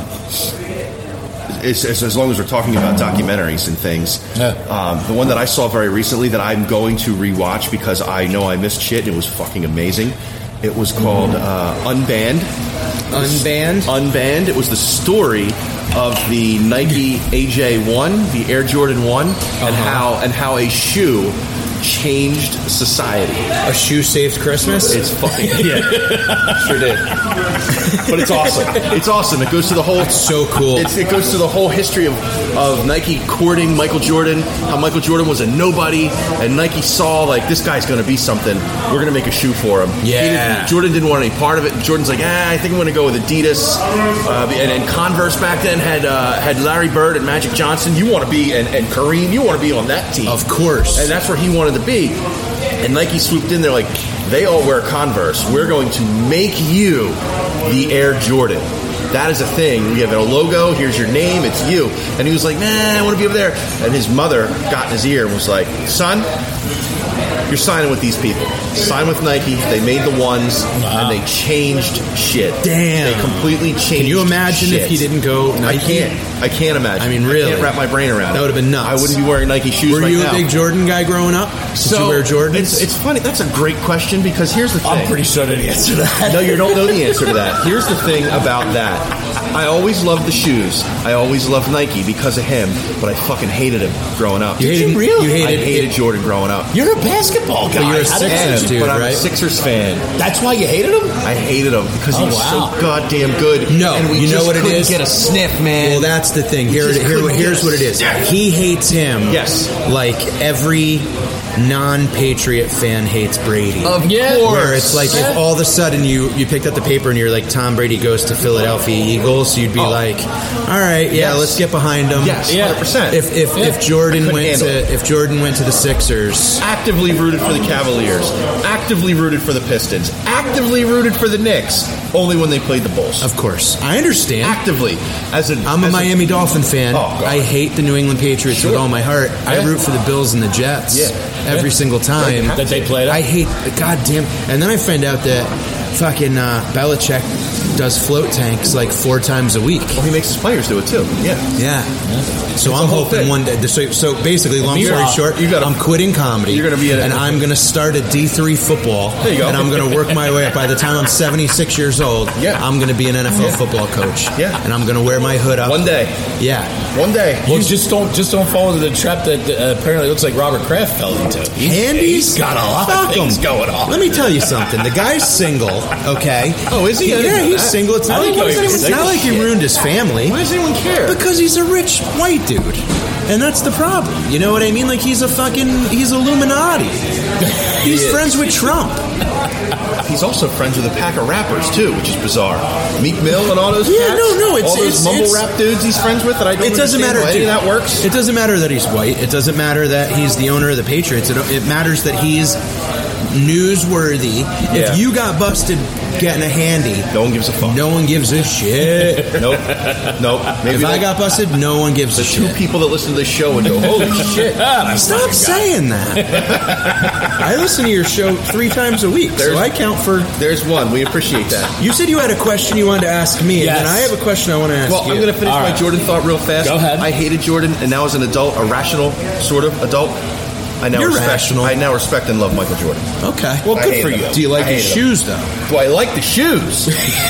Speaker 4: it's, it's- as long as we're talking about documentaries and things,
Speaker 6: Yeah.
Speaker 4: um, the one that I saw very recently that I'm going to rewatch because I know I missed shit and it was fucking amazing. It was called uh, Unbanned.
Speaker 5: Unbanned.
Speaker 4: Unbanned. It was the story of the Nike AJ One, the Air Jordan One, and how and how a shoe changed society.
Speaker 5: A shoe saved Christmas.
Speaker 4: It's fucking yeah, sure did. But it's awesome. It's awesome. It goes to the whole.
Speaker 5: so cool.
Speaker 4: It's, it goes to the whole history of, of Nike courting Michael Jordan, how Michael Jordan was a nobody, and Nike saw like this guy's going to be something. We're going to make a shoe for him. He didn't-
Speaker 5: Yeah.
Speaker 4: Jordan didn't want any part of it. Jordan's like, ah, I think I'm going to go with Adidas. Uh, and, and Converse back then had uh, had Larry Bird and Magic Johnson. You want to be and, and Kareem. You want to be on that team,
Speaker 5: of course.
Speaker 4: and that's where he wanted to be. And Nike swooped in. They're like, they all wear Converse. We're going to make you the Air Jordan. That is a thing. We have a logo. Here's your name. It's you. And he was like, man, I want to be over there. And his mother got in his ear and was like, son, You're signing with these people. Sign with Nike. They made the ones and they changed shit.
Speaker 5: Damn.
Speaker 4: They completely changed.
Speaker 5: Can you imagine if
Speaker 4: shit.
Speaker 5: he didn't go
Speaker 4: I
Speaker 5: Nike?
Speaker 4: can't. I can't imagine.
Speaker 5: I mean, really.
Speaker 4: can't wrap my brain around.
Speaker 5: That
Speaker 4: it.
Speaker 5: would've been nuts.
Speaker 4: I wouldn't be wearing Nike shoes.
Speaker 5: Were
Speaker 4: right
Speaker 5: you
Speaker 4: now.
Speaker 5: a big Jordan guy growing up? Did
Speaker 4: So,
Speaker 5: you wear Jordans?
Speaker 4: It's, it's funny. That's a great question because here's the thing.
Speaker 6: I'm pretty sure I didn't answer that.
Speaker 4: No, you don't know the answer to that. Here's the thing about that. I always loved the shoes. I always loved Nike because of him, but I fucking hated him growing up.
Speaker 5: you hated,
Speaker 6: really?
Speaker 5: You hated,
Speaker 4: I hated Jordan growing up.
Speaker 6: You're a basketball guy.
Speaker 5: you're a
Speaker 6: How did-
Speaker 5: Sixers dude,
Speaker 4: but I'm a
Speaker 5: right?
Speaker 4: Sixers fan.
Speaker 6: That's why you hated him?
Speaker 4: I hated him because he
Speaker 6: Oh,
Speaker 4: was
Speaker 6: wow.
Speaker 4: so goddamn good.
Speaker 5: No,
Speaker 4: and we
Speaker 5: you know
Speaker 4: just
Speaker 5: what it
Speaker 4: couldn't
Speaker 5: is?
Speaker 4: Get a sniff, man.
Speaker 5: Well, that's the thing. Here, it-
Speaker 4: just
Speaker 5: here
Speaker 4: couldn't
Speaker 5: here's
Speaker 4: get
Speaker 5: what it is. He hates him.
Speaker 4: Yes.
Speaker 5: Like every non-patriot fan hates Brady.
Speaker 4: Of
Speaker 6: Yeah.
Speaker 4: course.
Speaker 5: Where it's like if all of a sudden you you picked up the paper and you're like Tom Brady goes to Philadelphia Eagles, you'd be like, all right, yeah,
Speaker 4: Oh. Yes.
Speaker 5: let's get behind him.
Speaker 4: Yes, Yeah. 100%.
Speaker 5: If if, if
Speaker 4: I
Speaker 5: Jordan
Speaker 4: couldn't
Speaker 5: went
Speaker 4: handle
Speaker 5: to if Jordan went to the Sixers,
Speaker 4: actively rooted for the Cavaliers, actively rooted for the Pistons, actively rooted for the Knicks, only when they played the Bulls.
Speaker 5: of course, I understand.
Speaker 4: actively as an
Speaker 5: I'm a
Speaker 4: as
Speaker 5: Miami Dolphin fan.
Speaker 4: Oh, God.
Speaker 5: I hate the New England Patriots with
Speaker 4: Sure.
Speaker 5: all my heart. I
Speaker 4: Yeah.
Speaker 5: root for the Bills and the Jets
Speaker 4: Yeah.
Speaker 5: every
Speaker 6: Yeah.
Speaker 5: single time.
Speaker 6: That they played him?
Speaker 5: I hate goddamn. And then I find out that fucking uh, Belichick does float tanks like four times a week.
Speaker 4: Well, he makes his players do it too. Oh. Yeah.
Speaker 5: Yeah. So I'm
Speaker 4: whole
Speaker 5: hoping
Speaker 4: thing.
Speaker 5: one day. So, so basically, long
Speaker 4: Meanwhile,
Speaker 5: story short,
Speaker 4: you gotta-
Speaker 5: I'm quitting comedy.
Speaker 4: You're gonna be at a-
Speaker 5: and I'm going to start a D3 football.
Speaker 4: There you go.
Speaker 5: And I'm going to work my way up. By the time I'm 76 years old,
Speaker 4: Yeah.
Speaker 5: I'm going to be an NFL football coach.
Speaker 4: Yeah.
Speaker 5: And I'm going to wear my hood up.
Speaker 4: One day.
Speaker 5: Yeah.
Speaker 4: One day.
Speaker 6: Well, just don't just don't fall into the trap that uh, apparently looks like Robert Kraft fell into. He's,
Speaker 5: Handy's
Speaker 6: he's got a lot
Speaker 5: Fuck
Speaker 6: of things
Speaker 5: him.
Speaker 6: going on.
Speaker 5: Let me tell you something. The guy's single, okay?
Speaker 4: Oh, is he? I didn't
Speaker 5: Yeah,
Speaker 4: know
Speaker 5: he's
Speaker 4: that.
Speaker 5: single. It's
Speaker 6: I
Speaker 5: not, like,
Speaker 6: didn't know he was
Speaker 5: it's not
Speaker 6: single.
Speaker 5: like he
Speaker 6: Shit.
Speaker 5: ruined his family.
Speaker 4: Why does anyone care?
Speaker 5: Because he's a rich white dude. And that's the problem. You know what I mean? Like he's a fucking he's Illuminati. He's friends with Trump.
Speaker 4: He's also friends with a pack of rappers too, which is bizarre. Meek Mill and all those.
Speaker 5: Yeah,
Speaker 4: cats,
Speaker 5: no, no, it's-
Speaker 4: all those
Speaker 5: it's-
Speaker 4: mumble
Speaker 5: it's-
Speaker 4: rap dudes he's friends with that I don't.
Speaker 5: It doesn't
Speaker 4: understand
Speaker 5: matter.
Speaker 4: why any
Speaker 5: dude.
Speaker 4: of that works.
Speaker 5: It doesn't matter that he's white. It doesn't matter that he's the owner of the Patriots. It, it matters that he's newsworthy.
Speaker 4: Yeah.
Speaker 5: If you got busted getting a handy,
Speaker 4: no one gives a fuck.
Speaker 5: no one gives a shit.
Speaker 4: nope, nope. Maybe
Speaker 5: if I
Speaker 4: like
Speaker 5: got busted, no one gives a
Speaker 4: the two
Speaker 5: shit.
Speaker 4: people that listen to this show would go, "Holy shit!"
Speaker 5: Stop saying that. I listen to your show three times a week, so
Speaker 4: There's-
Speaker 5: I count for
Speaker 4: There's one. We appreciate that.
Speaker 5: You said you had a question you wanted to ask me, and then I have a question I want to ask
Speaker 4: Well,
Speaker 5: you.
Speaker 4: I'm going to finish
Speaker 6: All
Speaker 4: my
Speaker 6: right.
Speaker 4: Jordan thought real fast.
Speaker 6: Go ahead.
Speaker 4: I hated Jordan, and now as an adult, a rational sort of adult, I now
Speaker 5: You're
Speaker 4: respect.
Speaker 5: rational.
Speaker 4: I now respect and love Michael Jordan.
Speaker 5: okay.
Speaker 4: I hated them.
Speaker 5: Do you like
Speaker 4: I
Speaker 5: his
Speaker 4: hated
Speaker 5: shoes though?
Speaker 4: Do I like the shoes?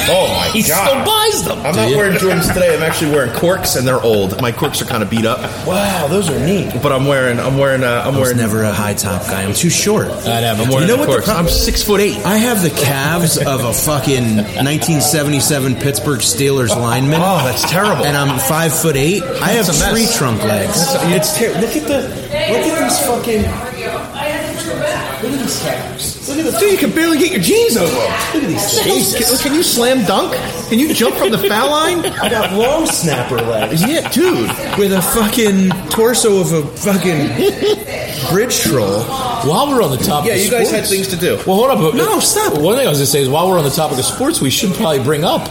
Speaker 4: Oh my
Speaker 6: He still buys them.
Speaker 4: I'm not wearing Jordans today. I'm actually wearing corks, and they're old. My corks are kind of beat up.
Speaker 6: Wow, those are neat.
Speaker 4: But I'm wearing, I'm wearing, uh, I'm
Speaker 5: I was
Speaker 4: wearing.
Speaker 5: never a high top guy. I'm too short.
Speaker 6: I know, but
Speaker 4: I'm wearing
Speaker 5: you know
Speaker 4: the
Speaker 5: what? The
Speaker 4: corks.
Speaker 5: pro-
Speaker 4: I'm six foot eight.
Speaker 5: I have the calves of a fucking 1977 Pittsburgh Steelers lineman.
Speaker 4: Oh, that's terrible.
Speaker 5: And I'm five foot eight. I have
Speaker 4: a mess.
Speaker 5: three trunk legs.
Speaker 4: It's terrible. Look at the, look at these fucking. Look at these calves. Look at the dude. You can barely get your jeans over. Look at these. Jesus. Can, can you slam dunk? Can you jump from the foul line? I got long snapper legs. Yeah, dude.
Speaker 5: With a fucking torso of a fucking bridge troll.
Speaker 6: While we're on the topic,
Speaker 4: Yeah,
Speaker 6: of
Speaker 4: you guys had
Speaker 6: sports-
Speaker 4: things to do.
Speaker 6: Well, hold up.
Speaker 5: No, stop.
Speaker 6: One thing I was going to say is while we're on the topic of sports, we should probably bring up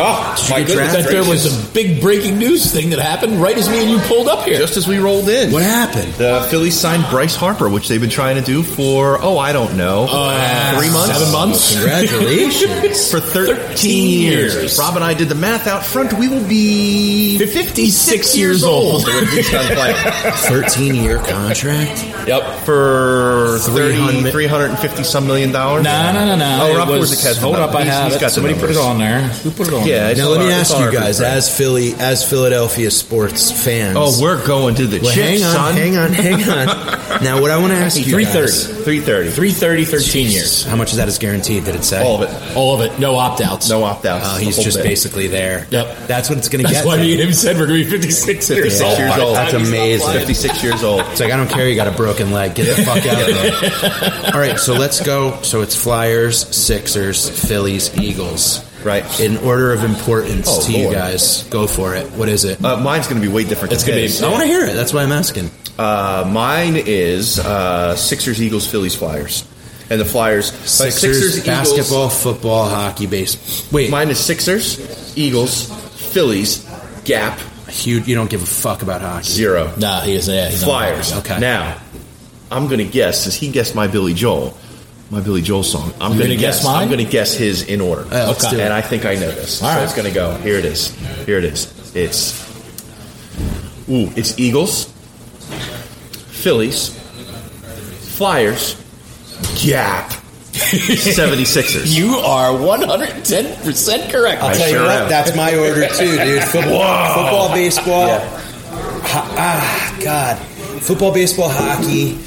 Speaker 4: Oh, my
Speaker 5: get
Speaker 4: goodness.
Speaker 5: drafted?
Speaker 6: that there was a big breaking news thing that happened right as me and you pulled up here.
Speaker 4: Just as we rolled in.
Speaker 5: What happened?
Speaker 4: The Phillies signed Bryce Harper, which they've been trying to do for oh I don't know
Speaker 6: Uh,
Speaker 4: three months,
Speaker 6: seven months.
Speaker 5: Congratulations.
Speaker 4: for thirteen
Speaker 6: 13
Speaker 4: years.
Speaker 6: years.
Speaker 4: Rob and I did the math out front. We will be
Speaker 6: 56 years old.
Speaker 4: when he's done playing.
Speaker 5: 13 year contract?
Speaker 4: yep, for
Speaker 5: 300
Speaker 4: 30, 350 some million dollars.
Speaker 6: No, no, no, no.
Speaker 4: Oh,
Speaker 6: It
Speaker 4: Rob
Speaker 6: was-
Speaker 4: was, a
Speaker 6: Hold up, I have it. Somebody put it on there. Who put it on?
Speaker 4: Yeah,
Speaker 6: there?
Speaker 4: it's
Speaker 5: Now
Speaker 4: on
Speaker 5: let me
Speaker 4: our- it's
Speaker 5: ask
Speaker 4: on
Speaker 5: you
Speaker 4: our
Speaker 5: guys,
Speaker 4: blueprint.
Speaker 5: as Philly, as Philadelphia sports fans.
Speaker 4: Oh, we're going to the
Speaker 5: well,
Speaker 4: chips,
Speaker 5: hang on,
Speaker 4: son.
Speaker 5: hang on, hang on. now, what I want to ask you,
Speaker 6: 330.
Speaker 4: Three thirty.
Speaker 6: 330, 13
Speaker 5: guys,
Speaker 6: years.
Speaker 5: how much of that is guaranteed? Did it say?
Speaker 4: All of it.
Speaker 6: All of it. No opt outs.
Speaker 4: No opt outs.
Speaker 5: Oh, he's just basically there.
Speaker 6: Yep.
Speaker 5: That's what it's going to
Speaker 6: That's
Speaker 5: get.
Speaker 6: why
Speaker 5: to.
Speaker 6: me and him said we're going to be 56 years old.
Speaker 4: Six years old.
Speaker 5: That's amazing.
Speaker 4: Fifty six years old.
Speaker 5: It's like I don't care. You got a broken leg. Get the fuck out of there. All right, so let's go. So it's Flyers, Sixers, Phillies, Eagles.
Speaker 4: Right.
Speaker 5: In order of importance
Speaker 4: Oh,
Speaker 5: to you
Speaker 4: Lord.
Speaker 5: guys, go for it. What is it?
Speaker 4: Uh, mine's going to be way different.
Speaker 6: It's
Speaker 4: than
Speaker 6: gonna be-
Speaker 4: his.
Speaker 5: I want to hear it. That's why I'm asking.
Speaker 4: Uh, mine is uh, Sixers, Eagles, Phillies, Flyers, and the Flyers. by
Speaker 5: Sixers,
Speaker 4: Eagles-
Speaker 5: basketball, football, hockey, base. Wait,
Speaker 4: mine is Sixers, Eagles, Phillies, Gap
Speaker 5: huge. You don't give a fuck about hockey.
Speaker 4: zero
Speaker 6: Nah, he is. Yeah, he's not.
Speaker 4: Flyers.
Speaker 5: Okay.
Speaker 4: Now, I'm going to guess, since he guessed my Billy Joel, my Billy Joel song, I'm going to
Speaker 6: gonna
Speaker 4: guess,
Speaker 6: guess
Speaker 4: I'm
Speaker 6: mine?
Speaker 4: going to guess his in order.
Speaker 6: Yeah, let's do it.
Speaker 4: And I think I know this.
Speaker 6: All
Speaker 4: so
Speaker 6: right.
Speaker 4: it's going to go. Here it is. Here it is. It's ooh, it's Eagles, Phillies, Flyers, Gap, 76ers.
Speaker 6: You are 110% correct.
Speaker 4: I
Speaker 5: Tell you
Speaker 4: sure
Speaker 5: what,
Speaker 4: am.
Speaker 5: that's my order too, dude. Football, football baseball. ho- ah, God, football, baseball, hockey.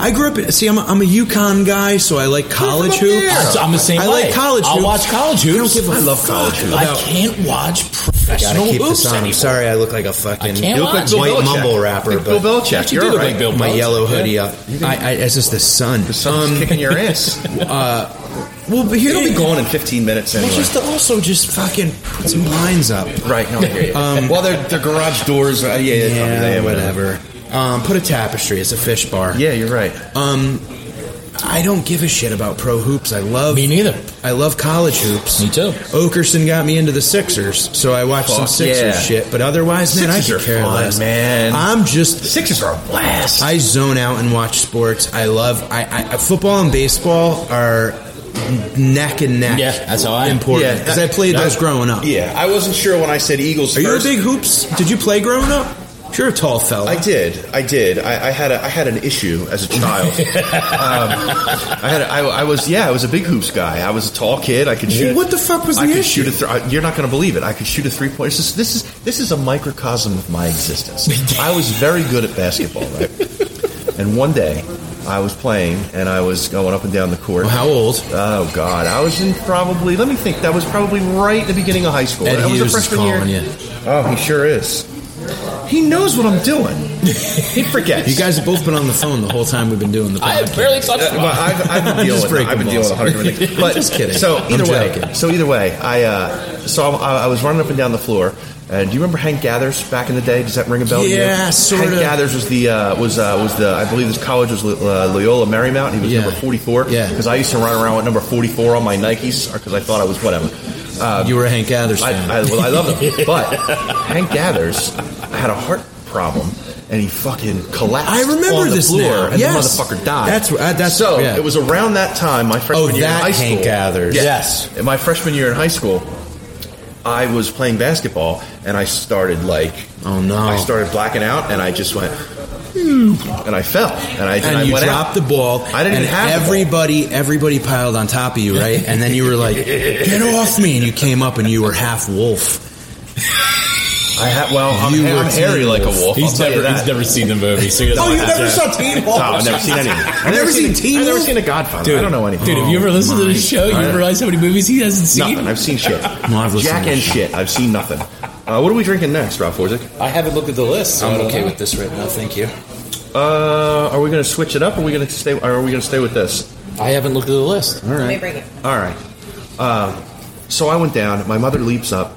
Speaker 5: I grew up. See, I'm a, I'm a UConn guy, so I like college hoops.
Speaker 6: I'm the same
Speaker 5: I
Speaker 6: way.
Speaker 5: like college
Speaker 6: I'll
Speaker 5: hoops.
Speaker 6: watch college
Speaker 5: I
Speaker 6: hoops.
Speaker 5: don't give a
Speaker 6: I
Speaker 5: love college hoops.
Speaker 6: I can't watch professional
Speaker 5: Gotta keep
Speaker 6: hoops
Speaker 5: this on. I'm
Speaker 6: anymore.
Speaker 5: sorry, I look like a fucking.
Speaker 6: I can't
Speaker 5: you look like
Speaker 6: watch.
Speaker 5: a white
Speaker 4: Bill Belichick.
Speaker 5: mumble
Speaker 4: I
Speaker 5: rapper,
Speaker 4: think Bill
Speaker 5: but
Speaker 4: Belichick.
Speaker 6: You
Speaker 4: You're
Speaker 6: do look
Speaker 4: right.
Speaker 6: like Bill
Speaker 5: my
Speaker 6: Belichick.
Speaker 5: yellow
Speaker 6: Yeah.
Speaker 5: hoodie up. I, I, it's just the sun. Um,
Speaker 4: The sun's kicking your ass. Uh,
Speaker 5: Well, but
Speaker 4: It'll
Speaker 5: here'll
Speaker 4: be gone in 15 minutes
Speaker 5: Well,
Speaker 4: anyway.
Speaker 5: just to also just fucking put some lines up.
Speaker 4: right, no, I hear you.
Speaker 5: Um,
Speaker 4: well, their, their garage doors. Uh, yeah, yeah,
Speaker 5: Yeah,
Speaker 4: yeah,
Speaker 5: whatever. Um, put a tapestry. It's a fish bar.
Speaker 4: Yeah, you're right.
Speaker 5: Um, I don't give a shit about pro hoops. I love.
Speaker 6: Me neither.
Speaker 5: I love college hoops.
Speaker 6: Me too.
Speaker 5: Okerson got me into the Sixers, so I watched some
Speaker 4: Fuck
Speaker 5: Sixers
Speaker 4: yeah.
Speaker 5: shit. But otherwise, man,
Speaker 4: Sixers
Speaker 5: I
Speaker 4: are
Speaker 5: could care
Speaker 4: fun,
Speaker 5: less.
Speaker 4: man.
Speaker 5: I'm just
Speaker 4: Sixers are a blast.
Speaker 5: I zone out and watch sports. I love I, I football and baseball are neck and neck.
Speaker 6: Yeah, that's how I am.
Speaker 5: important
Speaker 4: Yeah.
Speaker 5: because I played those growing up.
Speaker 4: yeah, I wasn't sure when I said Eagles.
Speaker 5: Are you a
Speaker 4: first.
Speaker 5: big hoops? Did you play growing up? You're a tall fella.
Speaker 4: I did. I did. I, I had a, I had an issue as a child. um, I had. A, I, I was. Yeah, I was a big hoops guy. I was a tall kid. I could shoot.
Speaker 5: Well, what the fuck was
Speaker 4: I
Speaker 5: the
Speaker 4: could
Speaker 5: issue?
Speaker 4: Shoot a th- I- you're not going to believe it. I could shoot a three point. This, is- this is this is a microcosm of my existence. I was very good at basketball, right? and one day, I was playing and I was going up and down the court.
Speaker 5: How old?
Speaker 4: Oh God, I was in probably. Let me think. That was probably right at the beginning of high school.
Speaker 5: Ed
Speaker 4: that was a
Speaker 5: Hughes is
Speaker 4: freshman
Speaker 5: calling
Speaker 4: year.
Speaker 5: you.
Speaker 4: Oh, he sure is. He knows what I'm doing. he forgets.
Speaker 5: You guys have both been on the phone the whole time we've been doing the
Speaker 6: I have
Speaker 5: podcast.
Speaker 6: barely touched
Speaker 4: Uh, well, I've, I've been
Speaker 5: I'm
Speaker 4: dealing
Speaker 5: just
Speaker 4: with it. I've
Speaker 5: breaking
Speaker 4: been dealing with a
Speaker 5: balls.
Speaker 4: hundred different things. But
Speaker 5: Just kidding.
Speaker 4: So
Speaker 5: I'm
Speaker 4: either way,
Speaker 5: joking.
Speaker 4: so either way, I uh, so I, I was running up and down the floor. And do you remember Hank Gathers back in the day? Does that ring a bell? to you?
Speaker 5: Yeah, sorta.
Speaker 4: Hank Gathers was the uh, was uh, was the I believe this college was uh, Loyola Marymount. He was
Speaker 5: Yeah.
Speaker 4: number forty four.
Speaker 5: Yeah.
Speaker 4: because I used to run around with number forty four on my Nikes because I thought I was whatever. Uh,
Speaker 5: You were a Hank Gathers
Speaker 4: I,
Speaker 5: fan.
Speaker 4: I, well, I love him, but Hank Gathers had a heart problem and he fucking collapsed.
Speaker 5: I remember
Speaker 4: on the
Speaker 5: this
Speaker 4: floor,
Speaker 5: now.
Speaker 4: and
Speaker 5: Yes.
Speaker 4: the motherfucker died.
Speaker 5: That's- uh, that's-
Speaker 4: so.
Speaker 5: yeah.
Speaker 4: It was around that time, my freshman
Speaker 5: Oh,
Speaker 4: year
Speaker 5: that
Speaker 4: in high school.
Speaker 5: Hank Gathers.
Speaker 6: Yes.
Speaker 4: In my freshman year in high school, I was playing basketball and I started like,
Speaker 5: Oh, no.
Speaker 4: I started blacking out and I just went, and I fell and I
Speaker 5: and
Speaker 4: I
Speaker 5: you
Speaker 4: went
Speaker 5: dropped
Speaker 4: out.
Speaker 5: the ball.
Speaker 4: I didn't
Speaker 5: and
Speaker 4: even have the ball.
Speaker 5: everybody. Everybody piled on top of you, right? And then you were like, "Get off me!" And you came up, and you were half wolf.
Speaker 4: I ha- well, I'm,
Speaker 5: You were
Speaker 4: I'm hairy
Speaker 5: team
Speaker 4: like a wolf. I'll
Speaker 6: He's
Speaker 4: tell you
Speaker 6: never,
Speaker 4: that.
Speaker 6: he's never seen the movie. So he
Speaker 5: Oh,
Speaker 6: doesn't know how to say it.
Speaker 5: Teen
Speaker 4: No,
Speaker 6: Oh,
Speaker 4: I've never seen any. Oh, I've
Speaker 5: never seen Teen
Speaker 4: I've never
Speaker 5: Wolf.
Speaker 4: seen a Godfather.
Speaker 6: Dude,
Speaker 4: I don't know anything.
Speaker 6: Dude, have you ever listened to
Speaker 5: my
Speaker 6: this show? You
Speaker 4: God.
Speaker 6: realize how many movies he hasn't seen?
Speaker 4: Nothing. I've seen shit.
Speaker 5: No, I've listened
Speaker 4: Jack
Speaker 5: to
Speaker 4: and
Speaker 5: shit.
Speaker 4: shit. I've seen nothing. Uh, what are we drinking next, Ralph Forzik?
Speaker 6: I haven't looked at the list. So I don't know.
Speaker 5: this right now. Thank you.
Speaker 4: Uh, are we going to switch it up? Or are we going to stay? Or are we going to stay with this?
Speaker 6: I haven't looked at the list.
Speaker 7: Let me bring it.
Speaker 4: All right. Um, so I went down. My mother leaps up,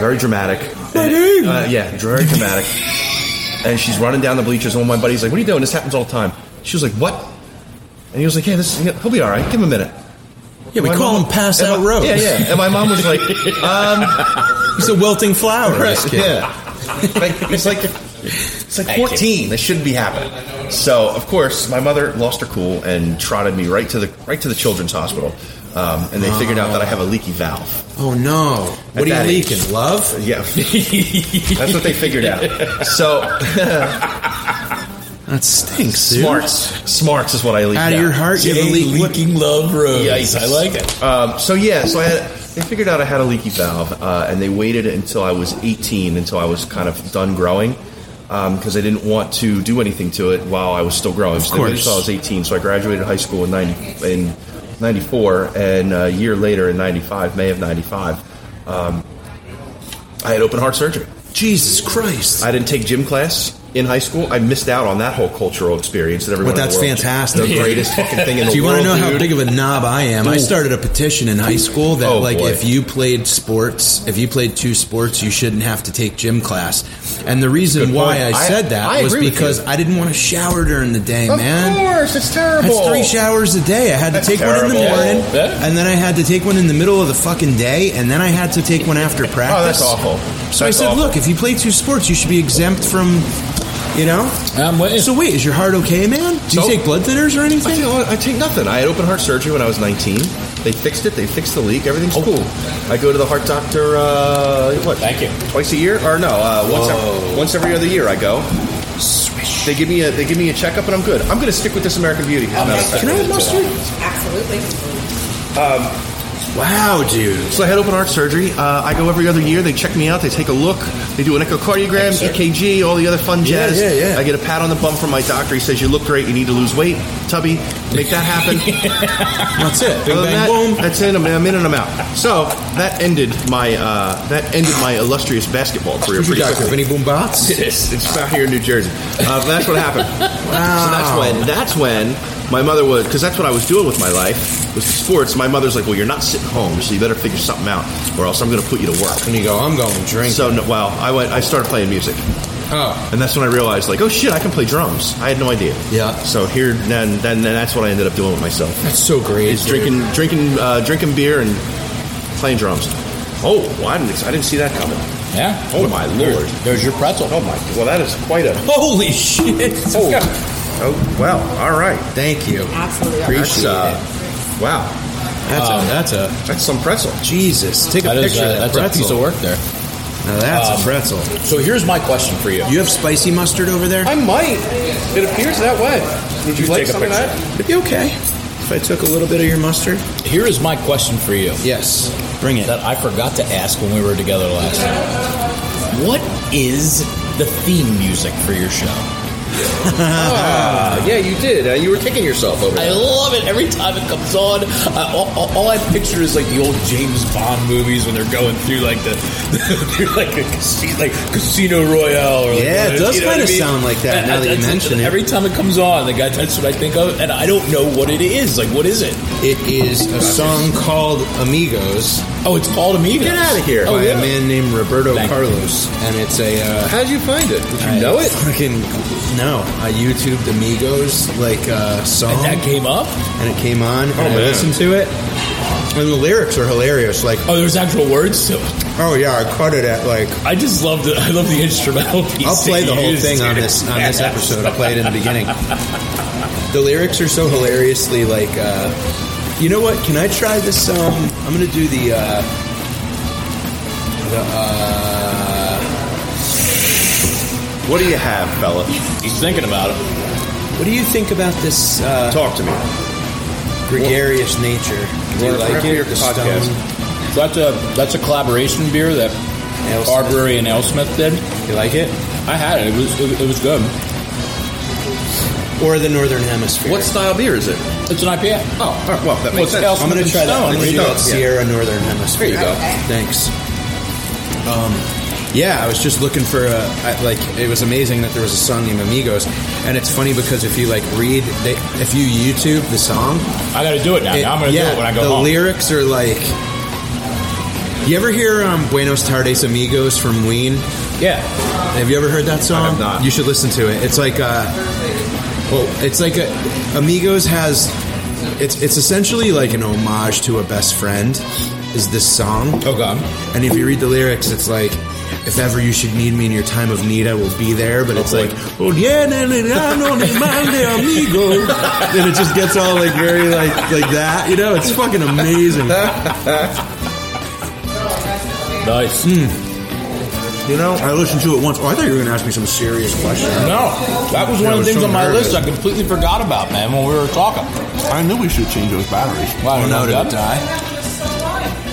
Speaker 4: very dramatic. Uh, yeah, very dramatic. and she's running down the bleachers. And one of my buddies like, "What are you doing? This happens all the time." She was like, "What?" And he was like, "Yeah, this. He'll be all right. Give him a minute."
Speaker 5: Yeah, we
Speaker 4: My
Speaker 5: call
Speaker 4: mom-
Speaker 5: him Pass
Speaker 4: and
Speaker 5: Out
Speaker 4: my-
Speaker 5: Rose.
Speaker 4: Yeah, yeah. And my mom was like, um,
Speaker 5: He's a wilting flower. This kid.
Speaker 4: Yeah. Like, it's like it's like 14. This shouldn't be happening. So of course, my mother lost her cool and trotted me right to the right to the children's hospital, um, and they figured out that I have a leaky valve.
Speaker 5: Oh
Speaker 4: At
Speaker 5: no! What are
Speaker 4: that
Speaker 5: you
Speaker 4: age.
Speaker 5: leaking? Love?
Speaker 4: Yeah, that's what they figured out. So
Speaker 5: That stinks, dude.
Speaker 4: smarts, smarts is what I leaked
Speaker 5: Out of your heart, you have a
Speaker 6: Jay
Speaker 5: leak.
Speaker 6: Leaking Love Rose.
Speaker 4: Yikes.
Speaker 6: I like it.
Speaker 4: Um, so yeah, so I had, they figured out I had a leaky valve, uh, and they waited until I was 18, until I was kind of done growing, because I didn't want to do anything to it while I was still growing. so they waited
Speaker 5: course.
Speaker 4: until I was 18. So I graduated high school in 90 in 94, and a year later in 95, May of 95, um, I had open heart surgery.
Speaker 5: Jesus Christ!
Speaker 4: I didn't take gym class in high school. I missed out on that whole cultural experience that everyone.
Speaker 5: But
Speaker 4: in the
Speaker 5: that's
Speaker 4: world-
Speaker 5: fantastic.
Speaker 4: The greatest fucking thing in the
Speaker 5: Do you
Speaker 4: world.
Speaker 5: want to know how
Speaker 4: dude.
Speaker 5: big of a knob I am? I started a petition in high school that,
Speaker 4: Oh,
Speaker 5: like,
Speaker 4: boy.
Speaker 5: if you played sports, if you played two sports, you shouldn't have to take gym class. And the reason
Speaker 4: Good
Speaker 5: why
Speaker 4: point.
Speaker 5: I
Speaker 4: I-
Speaker 5: said that
Speaker 4: I
Speaker 5: was
Speaker 4: agree with
Speaker 5: because
Speaker 4: you.
Speaker 5: I didn't want to shower during the day, man.
Speaker 4: Of course, it's terrible.
Speaker 5: That's three showers a day. I had to
Speaker 4: That's
Speaker 5: take one in the
Speaker 4: terrible.
Speaker 5: morning,
Speaker 6: Yeah.
Speaker 5: and then I had to take one in the middle of the fucking day, and then I had to take one after practice.
Speaker 4: Oh, that's awful.
Speaker 5: So
Speaker 4: That's
Speaker 5: I said,
Speaker 4: awful.
Speaker 5: look, if you play two sports, you should be exempt from You know?
Speaker 6: I'm with you.
Speaker 5: So wait, is your heart okay, man? Do you
Speaker 4: Nope.
Speaker 5: take blood thinners or
Speaker 4: I
Speaker 5: anything?
Speaker 4: take, I take nothing. I had open heart surgery when I was 19. They fixed it. They fixed the leak. Everything's cool. I go to the heart doctor. Uh, what?
Speaker 6: Thank you.
Speaker 4: Twice a year, or no? Uh, once, every, once every other year, I go. They give me a they give me a checkup, and I'm good. I'm going to stick with this American Beauty. as a matter of fact.
Speaker 5: Can I have mustard?
Speaker 7: Absolutely.
Speaker 5: Wow, dude.
Speaker 4: So I had open heart surgery. Uh, I go every other year. They check me out. They take a look. They do an echocardiogram, EKG, all the other fun jazz.
Speaker 5: yeah, yeah.
Speaker 4: I get a pat on the bum from my doctor. He says, "You look great. You need to lose weight, tubby. Make that happen."
Speaker 5: That's it.
Speaker 4: Other than that, That's in. I'm, I'm in and I'm out. So that ended my uh, that ended my illustrious basketball career.
Speaker 5: You
Speaker 4: Pretty
Speaker 5: got
Speaker 4: quickly.
Speaker 5: Vinny Boom Bots?
Speaker 4: It is. It's out here in New Jersey. Uh, but that's what happened. So that's when that's when my mother was because that's what I was doing with my life was the sports. My mother's like, well, you're not sitting home, so you better figure something out, or else I'm going to put you to work.
Speaker 5: And you go, I'm going to drink.
Speaker 4: So no, well, I went. I started playing music,
Speaker 5: oh.
Speaker 4: and that's when I realized, like, oh shit, I can play drums. I had no idea.
Speaker 5: Yeah.
Speaker 4: So here, then, then, then that's what I ended up doing with myself
Speaker 5: That's so great.
Speaker 4: is drinking drinking uh, drinking beer and playing drums. Oh, well, I didn't I didn't see that coming.
Speaker 6: Yeah.
Speaker 4: Oh my lord!
Speaker 6: There's your pretzel.
Speaker 4: Oh my! Well, that is quite a.
Speaker 5: Holy shit.
Speaker 4: Oh, oh well. All right.
Speaker 5: Thank you.
Speaker 7: Absolutely.
Speaker 5: Appreciate
Speaker 4: That's uh, wow.
Speaker 5: That's a, that's a,
Speaker 4: That's some pretzel.
Speaker 5: Jesus. Take a
Speaker 6: That is
Speaker 5: picture
Speaker 6: uh,
Speaker 5: of Um, that
Speaker 6: that's a piece
Speaker 5: pretzel.
Speaker 6: of work there.
Speaker 5: Now that's a pretzel.
Speaker 6: So here's my question for you.
Speaker 5: You have spicy mustard over there?
Speaker 4: I might. It appears that way. Would you, like
Speaker 6: take a
Speaker 4: some of
Speaker 6: picture?
Speaker 4: that?
Speaker 5: Would be okay if I took a little bit of your mustard?
Speaker 6: Here is my question for you.
Speaker 5: Yes. Bring it.
Speaker 6: that I forgot to ask when we were together last time. What is the theme music for your show?
Speaker 4: Uh, yeah, you did. Uh, you were kicking yourself over.
Speaker 6: I
Speaker 4: that.
Speaker 6: love it every time it comes on. I, all, all- all I picture is like the old James Bond movies when they're going through like the through like a casino, like Casino Royale. Or like
Speaker 5: Yeah, it
Speaker 6: one of those,
Speaker 5: does
Speaker 6: you know what
Speaker 5: kinda
Speaker 6: I mean?
Speaker 5: sound like that,
Speaker 6: And
Speaker 5: now that you
Speaker 6: that's-
Speaker 5: mention it.
Speaker 6: Every time it comes on, the guy that's what I think of, and I don't know what it is. Like, what is it?
Speaker 5: It is a song called Amigos
Speaker 6: Oh, it's called Amigos.
Speaker 4: Get outta here.
Speaker 6: Oh,
Speaker 5: by
Speaker 6: yeah.
Speaker 5: a man named Roberto
Speaker 6: Thank you.
Speaker 5: Carlos. And it's a. Uh,
Speaker 4: How'd you find it? Did you
Speaker 5: I
Speaker 4: know it?
Speaker 5: Fucking no. I YouTubed Amigos like uh, song,
Speaker 6: And that
Speaker 5: and,
Speaker 6: came Oh, up.
Speaker 5: it came on, and I
Speaker 4: man.
Speaker 5: listened to it. And the lyrics are hilarious. Like,
Speaker 6: Oh, there's actual words to it.
Speaker 5: oh yeah, I caught it at like.
Speaker 6: I just love the I love the instrumental piece.
Speaker 5: I'll play
Speaker 6: that
Speaker 5: the
Speaker 6: you
Speaker 5: whole
Speaker 6: used
Speaker 5: thing on
Speaker 6: here.
Speaker 5: this on this
Speaker 6: Yeah.
Speaker 5: episode. I'll play it in the beginning. The lyrics are so hilariously like. Uh, you know what? Can I try this? Um, I'm gonna do the. Uh, the uh,
Speaker 4: What do you have, fella?
Speaker 6: He's thinking about it.
Speaker 5: what do you think about this uh,
Speaker 4: Talk to me.
Speaker 5: gregarious nature? Do you
Speaker 4: Wanna
Speaker 5: like
Speaker 4: prep
Speaker 5: it?
Speaker 4: your
Speaker 5: The
Speaker 4: podcast?
Speaker 5: stone?
Speaker 6: So that's a that's a collaboration beer that
Speaker 5: Nailsmith.
Speaker 6: Barberry and Alesmith did.
Speaker 5: You like it?
Speaker 6: I had it. It was it, was good.
Speaker 5: Or the northern hemisphere?
Speaker 4: What style beer is it?
Speaker 6: It's an IPA.
Speaker 4: Oh, all right, well, that makes
Speaker 6: Well, it's
Speaker 4: sense.
Speaker 6: Elsa-
Speaker 5: I'm gonna try that.
Speaker 6: Stone,
Speaker 5: I'm gonna
Speaker 6: there
Speaker 5: do
Speaker 6: you go.
Speaker 5: that Sierra Northern Hemisphere.
Speaker 4: There you go.
Speaker 5: Thanks. Um, yeah, I was just looking for a I, like. It was amazing that there was a song named Amigos, and it's funny because if you like read, they, if you YouTube the song,
Speaker 6: I got to do it now.
Speaker 5: it-
Speaker 6: I'm going to do it when I go
Speaker 5: the
Speaker 6: home.
Speaker 5: lyrics are like. You ever hear um, "Buenos Tardes Amigos" from Ween?
Speaker 6: yeah.
Speaker 5: Have you ever heard that song?
Speaker 4: I have not.
Speaker 5: You should listen to it. It's like, uh, well, it's like a, Amigos has. It's it's essentially like an homage to a best friend. Is this song?
Speaker 6: Oh God.
Speaker 5: And if you read the lyrics, it's like, if ever you should need me in your time of need, I will be there. But it's like, oh yeah, na, na, na, no me mande, amigo. and it just gets all like very like like that. You know, it's fucking amazing.
Speaker 6: Nice.
Speaker 5: You know, I listened to it once. Oh, I thought you were going to ask me some serious question.
Speaker 6: No, that was one
Speaker 5: I
Speaker 6: of
Speaker 5: was
Speaker 6: the things
Speaker 5: so
Speaker 6: on my
Speaker 5: nervous.
Speaker 6: list I completely forgot about, man. When we were talking.
Speaker 9: I knew we should change those batteries.
Speaker 6: Wow.
Speaker 5: Oh, no, did it
Speaker 6: that-
Speaker 5: die?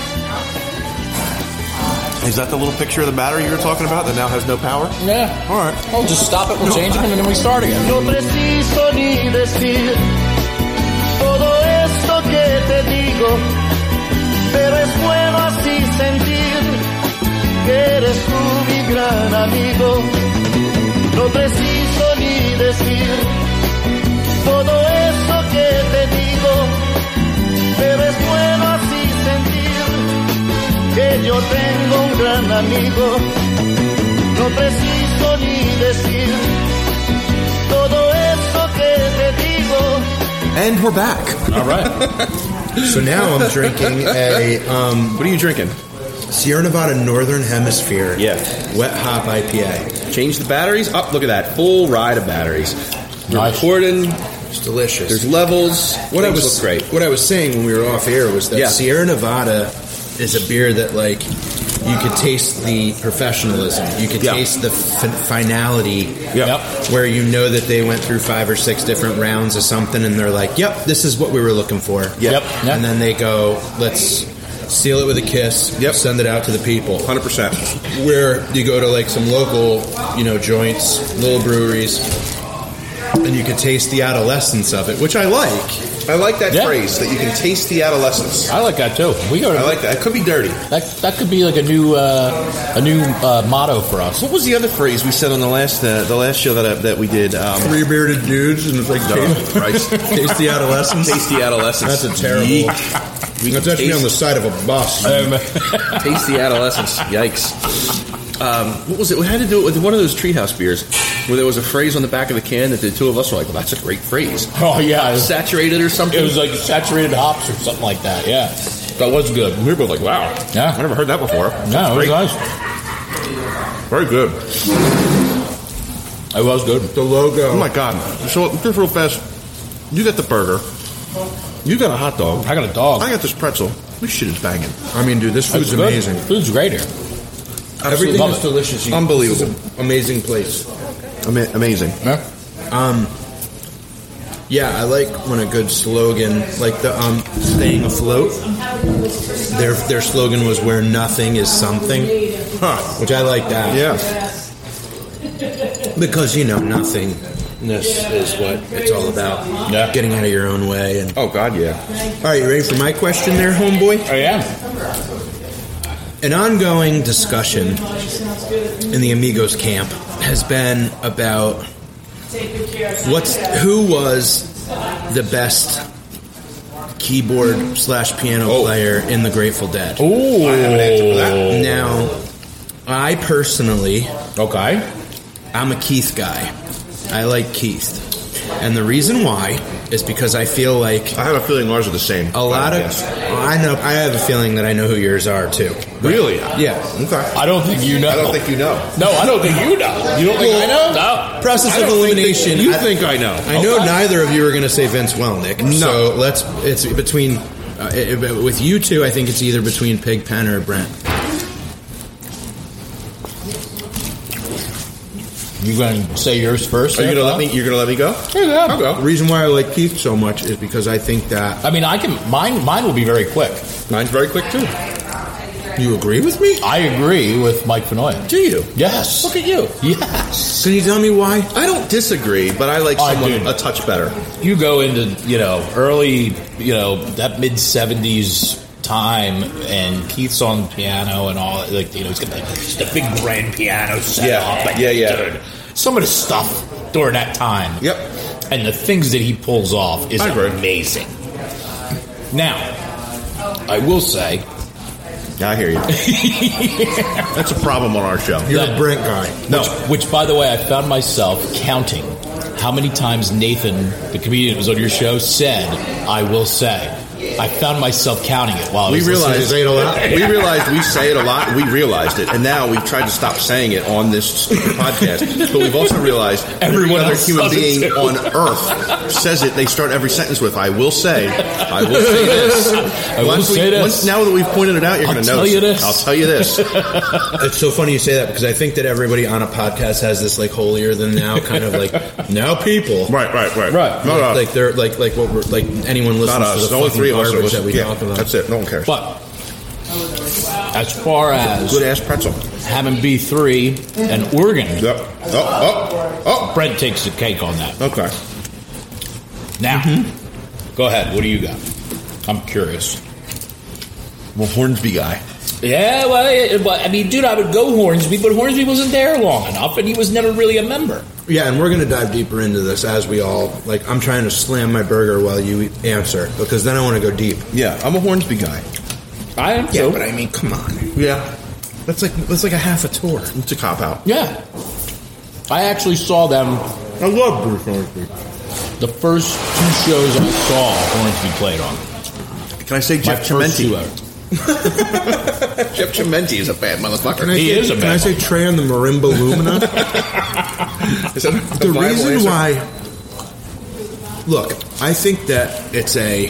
Speaker 9: Is that the little picture of the battery you were talking about that now has no power?
Speaker 6: Yeah.
Speaker 9: All right.
Speaker 6: Oh, just stop it. We'll change it and then we start again.
Speaker 10: No preciso ni decir todo esto que te digo, pero es bueno así sentir que eres tú mi gran amigo. No preciso ni decir todo eso que te digo, pero es bueno así sentir que yo tengo un gran amigo. No preciso ni decir todo eso que te digo.
Speaker 5: And we're back.
Speaker 6: All right.
Speaker 5: So now I'm drinking a um,
Speaker 4: What are you drinking?
Speaker 5: Sierra Nevada Northern Hemisphere
Speaker 4: Yeah.
Speaker 5: wet hop IPA.
Speaker 4: Change the batteries. Up, look at that full ride of batteries. You're
Speaker 6: Nice.
Speaker 4: recording.
Speaker 5: It's delicious.
Speaker 4: There's levels.
Speaker 5: what I
Speaker 4: Things
Speaker 5: was
Speaker 4: look great.
Speaker 5: What I was saying when we were off air was that
Speaker 4: Yeah.
Speaker 5: Sierra Nevada is a beer that like you could taste the professionalism, you could
Speaker 4: Yeah.
Speaker 5: taste the f- finality,
Speaker 4: Yep.
Speaker 5: where you know that they went through five or six different rounds of something, and they're like, "Yep, this is what we were looking for."
Speaker 4: Yep.
Speaker 5: And then they go, "Let's." Seal it with a kiss. Yep. Send it out to the people.
Speaker 4: Hundred percent.
Speaker 5: Where you go to like some local, you know, joints, little breweries, and you could taste the adolescence of it, which I like.
Speaker 4: I like that
Speaker 6: Yeah.
Speaker 4: phrase that you can taste the adolescence.
Speaker 6: I like that too. We go. To,
Speaker 4: I like that. It could be dirty.
Speaker 6: that. That could be like a new uh, a new uh, motto for us.
Speaker 4: What was the other phrase we said on the last uh, the last show that I, that we did? Um,
Speaker 5: three bearded dudes and it's like
Speaker 4: oh, Christ.
Speaker 5: taste the adolescence.
Speaker 4: Taste the adolescence.
Speaker 5: That's a terrible.
Speaker 4: Yeek.
Speaker 5: We That's actually
Speaker 4: taste-
Speaker 5: on the side of a bus.
Speaker 6: Um,
Speaker 4: Taste the adolescence. Yikes. Um, what was it? We had to do it with one of those treehouse beers where there was a phrase on the back of the can that the two of us were like, well, that's a great phrase.
Speaker 6: Oh yeah, it was,
Speaker 4: Saturated or something?
Speaker 6: it was like saturated hops or something like that. Yeah, that was good.
Speaker 4: we were both like, wow.
Speaker 6: Yeah.
Speaker 4: I never heard that before.
Speaker 6: Yeah, it was
Speaker 4: Great.
Speaker 6: nice.
Speaker 4: Very good.
Speaker 6: It was good.
Speaker 5: the logo.
Speaker 9: Oh my god! So just real fast, you got the burger, you got a hot dog,
Speaker 6: I got a dog.
Speaker 9: I got this pretzel. This shit is banging.
Speaker 5: I mean, dude, this food's
Speaker 6: It's good.
Speaker 5: amazing.
Speaker 6: Food's great here.
Speaker 5: Everything
Speaker 6: Love
Speaker 5: is
Speaker 6: it.
Speaker 5: delicious. You-
Speaker 9: Unbelievable.
Speaker 5: this is an amazing place.
Speaker 9: Ama- amazing.
Speaker 6: Yeah.
Speaker 5: Um, yeah, I like when a good slogan, like the um, staying afloat. Their their slogan was "Where nothing is something,"
Speaker 9: Huh.
Speaker 5: which I like that.
Speaker 9: Yeah.
Speaker 5: Because you know nothingness is what it's all about.
Speaker 6: Yeah.
Speaker 5: Getting out of your own way and
Speaker 9: Oh god, yeah.
Speaker 5: All right, you ready for my question there, homeboy?
Speaker 6: Oh yeah.
Speaker 5: An ongoing discussion in the Amigos camp has been about what's who was the best keyboard slash piano player in the Grateful Dead.
Speaker 6: Ooh.
Speaker 5: Now, I personally
Speaker 6: Okay.
Speaker 5: I'm a Keith guy. I like Keith. And the reason why is because I feel like
Speaker 9: I have a feeling ours are the same.
Speaker 5: a lot of I know I have a feeling that I know who yours are too.
Speaker 9: really.
Speaker 5: Yeah.
Speaker 9: Okay.
Speaker 6: I don't think you know.
Speaker 9: I don't think you know.
Speaker 6: No, I don't think you know. You don't think I know? No.
Speaker 5: Process of elimination.
Speaker 9: You
Speaker 5: I,
Speaker 9: think I know?
Speaker 5: I know neither of you are going to say Vince Welnick. So let's. It's between. Uh, it, it- with you two, I think it's either between Pigpen or Brent.
Speaker 6: You gonna say yours first?
Speaker 9: Are you
Speaker 6: there,
Speaker 9: gonna
Speaker 6: Bob?
Speaker 9: let me? You're gonna let me go?
Speaker 6: Yeah.
Speaker 9: I'll
Speaker 5: The
Speaker 9: go.
Speaker 5: reason why I like Keith so much is because I think that
Speaker 6: I mean, I can. Mine. Mine will be very quick.
Speaker 9: Mine's very quick too.
Speaker 5: you agree with me.
Speaker 6: I agree with Mike Fenoy.
Speaker 9: Do you?
Speaker 6: Yes.
Speaker 9: Look at you.
Speaker 6: Yes.
Speaker 5: Can you tell me why?
Speaker 9: I don't disagree, but I
Speaker 5: Oh,
Speaker 9: like
Speaker 6: I
Speaker 9: someone
Speaker 6: do.
Speaker 9: a touch better.
Speaker 6: You go into you know early you know that mid seventies time and Keith's on the piano and all like you know he's got like the big grand piano set
Speaker 9: Yeah.
Speaker 6: up. Like,
Speaker 9: Yeah, yeah.
Speaker 6: Dude, some of the stuff during that time.
Speaker 9: Yep.
Speaker 6: And the things that he pulls off is
Speaker 9: I agree.
Speaker 6: amazing. Now, I will say
Speaker 9: Yeah, I hear you. That's a problem on our show.
Speaker 5: You're
Speaker 6: That-
Speaker 5: a Brent guy.
Speaker 6: No. Which, which, by the way, I found myself counting how many times Nathan, the comedian who was on your show, said, I will say. I found myself counting it while I
Speaker 9: We
Speaker 6: was listening.
Speaker 9: realized
Speaker 5: say it a lot.
Speaker 9: We realized we say it a lot. We realized it, and now we've tried to stop saying it on this stupid podcast. But we've also realized every
Speaker 6: Everyone
Speaker 9: other
Speaker 6: else
Speaker 9: human
Speaker 6: does it
Speaker 9: being
Speaker 6: too.
Speaker 9: on Earth says it. They start every sentence with "I will say," "I will say this."
Speaker 6: I will
Speaker 9: Once we-
Speaker 6: say this.
Speaker 9: Once, now that we've pointed it out, you're
Speaker 6: I'll
Speaker 9: going to
Speaker 6: tell
Speaker 9: know.
Speaker 6: you this.
Speaker 9: I'll tell you this.
Speaker 5: It's so funny you say that because I think that everybody on a podcast has this like holier than now kind of like now people
Speaker 9: Right, right, right,
Speaker 6: Right.
Speaker 9: Not us.
Speaker 5: like they're like like what we're like anyone
Speaker 9: Not
Speaker 5: listens to
Speaker 9: us.
Speaker 5: the
Speaker 9: Only
Speaker 5: fucking
Speaker 9: three of us
Speaker 5: garbage
Speaker 9: are listening.
Speaker 5: that we
Speaker 9: yeah,
Speaker 5: talk about.
Speaker 9: That's it. No one cares.
Speaker 6: But as far as
Speaker 9: Good ass pretzel.
Speaker 6: having B3 and Oregon,
Speaker 9: Yep. Oh, oh,
Speaker 6: Brent takes the cake on that.
Speaker 9: oh. Okay. Mm-hmm.
Speaker 6: Now, go ahead. What do you got? I'm curious.
Speaker 9: Well, Hornsby guy.
Speaker 6: Yeah, well, it- well, I mean, dude, I would go Hornsby, but Hornsby wasn't there long enough, and he was never really a member.
Speaker 5: Yeah, and we're going to dive deeper into this as we all like. I'm trying to slam my burger while you answer because then I want to go deep.
Speaker 9: Yeah, I'm a Hornsby guy.
Speaker 6: I am
Speaker 5: Yeah,
Speaker 6: too.
Speaker 5: but I mean, come on,
Speaker 9: Yeah,
Speaker 5: that's like that's like a half a tour.
Speaker 9: it's a cop out.
Speaker 6: Yeah. I actually saw them
Speaker 9: I love Bruce Hornsby.
Speaker 6: the first
Speaker 9: Jeff Chimenti is a bad motherfucker.
Speaker 6: He
Speaker 11: say,
Speaker 6: is a
Speaker 11: Can
Speaker 6: bad
Speaker 11: I say Trey on the marimba lumina?
Speaker 9: Is that
Speaker 11: the
Speaker 9: a viable
Speaker 11: reason
Speaker 9: answer?
Speaker 11: why look i think that it's a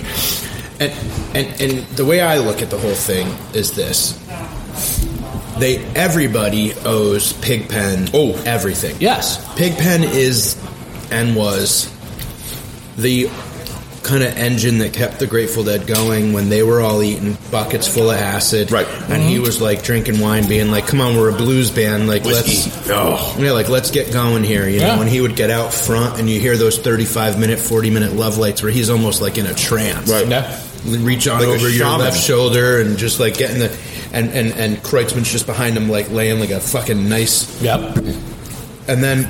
Speaker 5: And, and and the way I look at the whole thing is this: they everybody owes Pigpen
Speaker 9: Oh.
Speaker 5: everything.
Speaker 6: Yes.
Speaker 5: Pigpen is and was the kind of engine that kept the Grateful Dead going when they were all eating buckets full of acid.
Speaker 9: Right.
Speaker 5: And he was like drinking wine, being like, "Come on, we're a blues band. Like,
Speaker 9: Whiskey.
Speaker 5: let's."
Speaker 9: Oh.
Speaker 5: Yeah, like let's get going here, you know.
Speaker 6: Yeah.
Speaker 5: And he would get out front, and you hear those thirty-five minute, forty-minute love lights where he's almost like in a trance,
Speaker 9: Right.
Speaker 6: Yeah.
Speaker 5: reach on
Speaker 9: Like a
Speaker 5: over your
Speaker 9: shaman.
Speaker 5: left shoulder and just like getting the and and and Kreutzmann's just behind him like laying like a fucking nice
Speaker 6: Yep.
Speaker 5: and then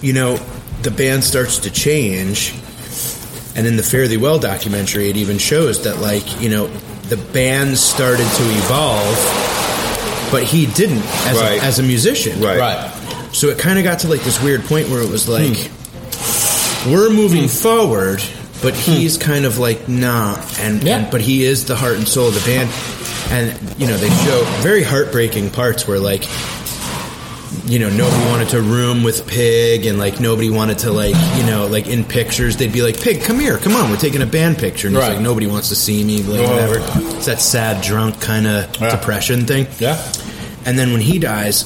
Speaker 5: you know the band starts to change and in the Fare Thee Well documentary it even shows that like you know the band started to evolve but he didn't as
Speaker 9: Right.
Speaker 5: a, as a musician
Speaker 9: Right.
Speaker 5: so it kind of got to like this weird point where it was like,
Speaker 9: Hmm.
Speaker 5: we're moving forward, but he's kind of like nah, and,
Speaker 6: Yeah.
Speaker 5: and but he is the heart and soul of the band, and you know they show very heartbreaking parts where like, you know nobody wanted to room with Pig, and like nobody wanted to like you know like in pictures they'd be like Pig, come here, come on, we're taking a band picture, and he's
Speaker 6: Right.
Speaker 5: like nobody wants to see me, like whatever. It's that sad drunk kind of depression thing.
Speaker 6: Yeah.
Speaker 5: And then when he dies,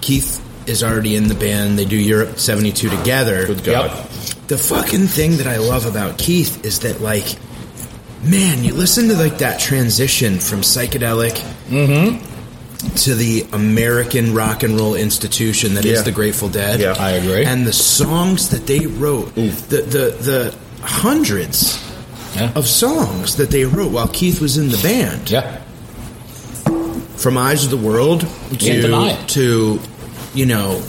Speaker 5: Keith is already in the band. They do Europe 72 together. Good
Speaker 6: God.
Speaker 5: The fucking thing that I love about Keith is that, like, man, you listen to, like, that transition from psychedelic
Speaker 9: Mm-hmm.
Speaker 5: to the American rock and roll institution that is
Speaker 9: Yeah.
Speaker 5: the Grateful Dead.
Speaker 9: Yeah. I
Speaker 6: agree.
Speaker 5: And the songs that they wrote, the, the, the hundreds
Speaker 6: Yeah.
Speaker 5: of songs that they wrote while Keith was in the band
Speaker 6: Yeah.
Speaker 5: from Eyes of the World to
Speaker 6: deny it.
Speaker 5: to you know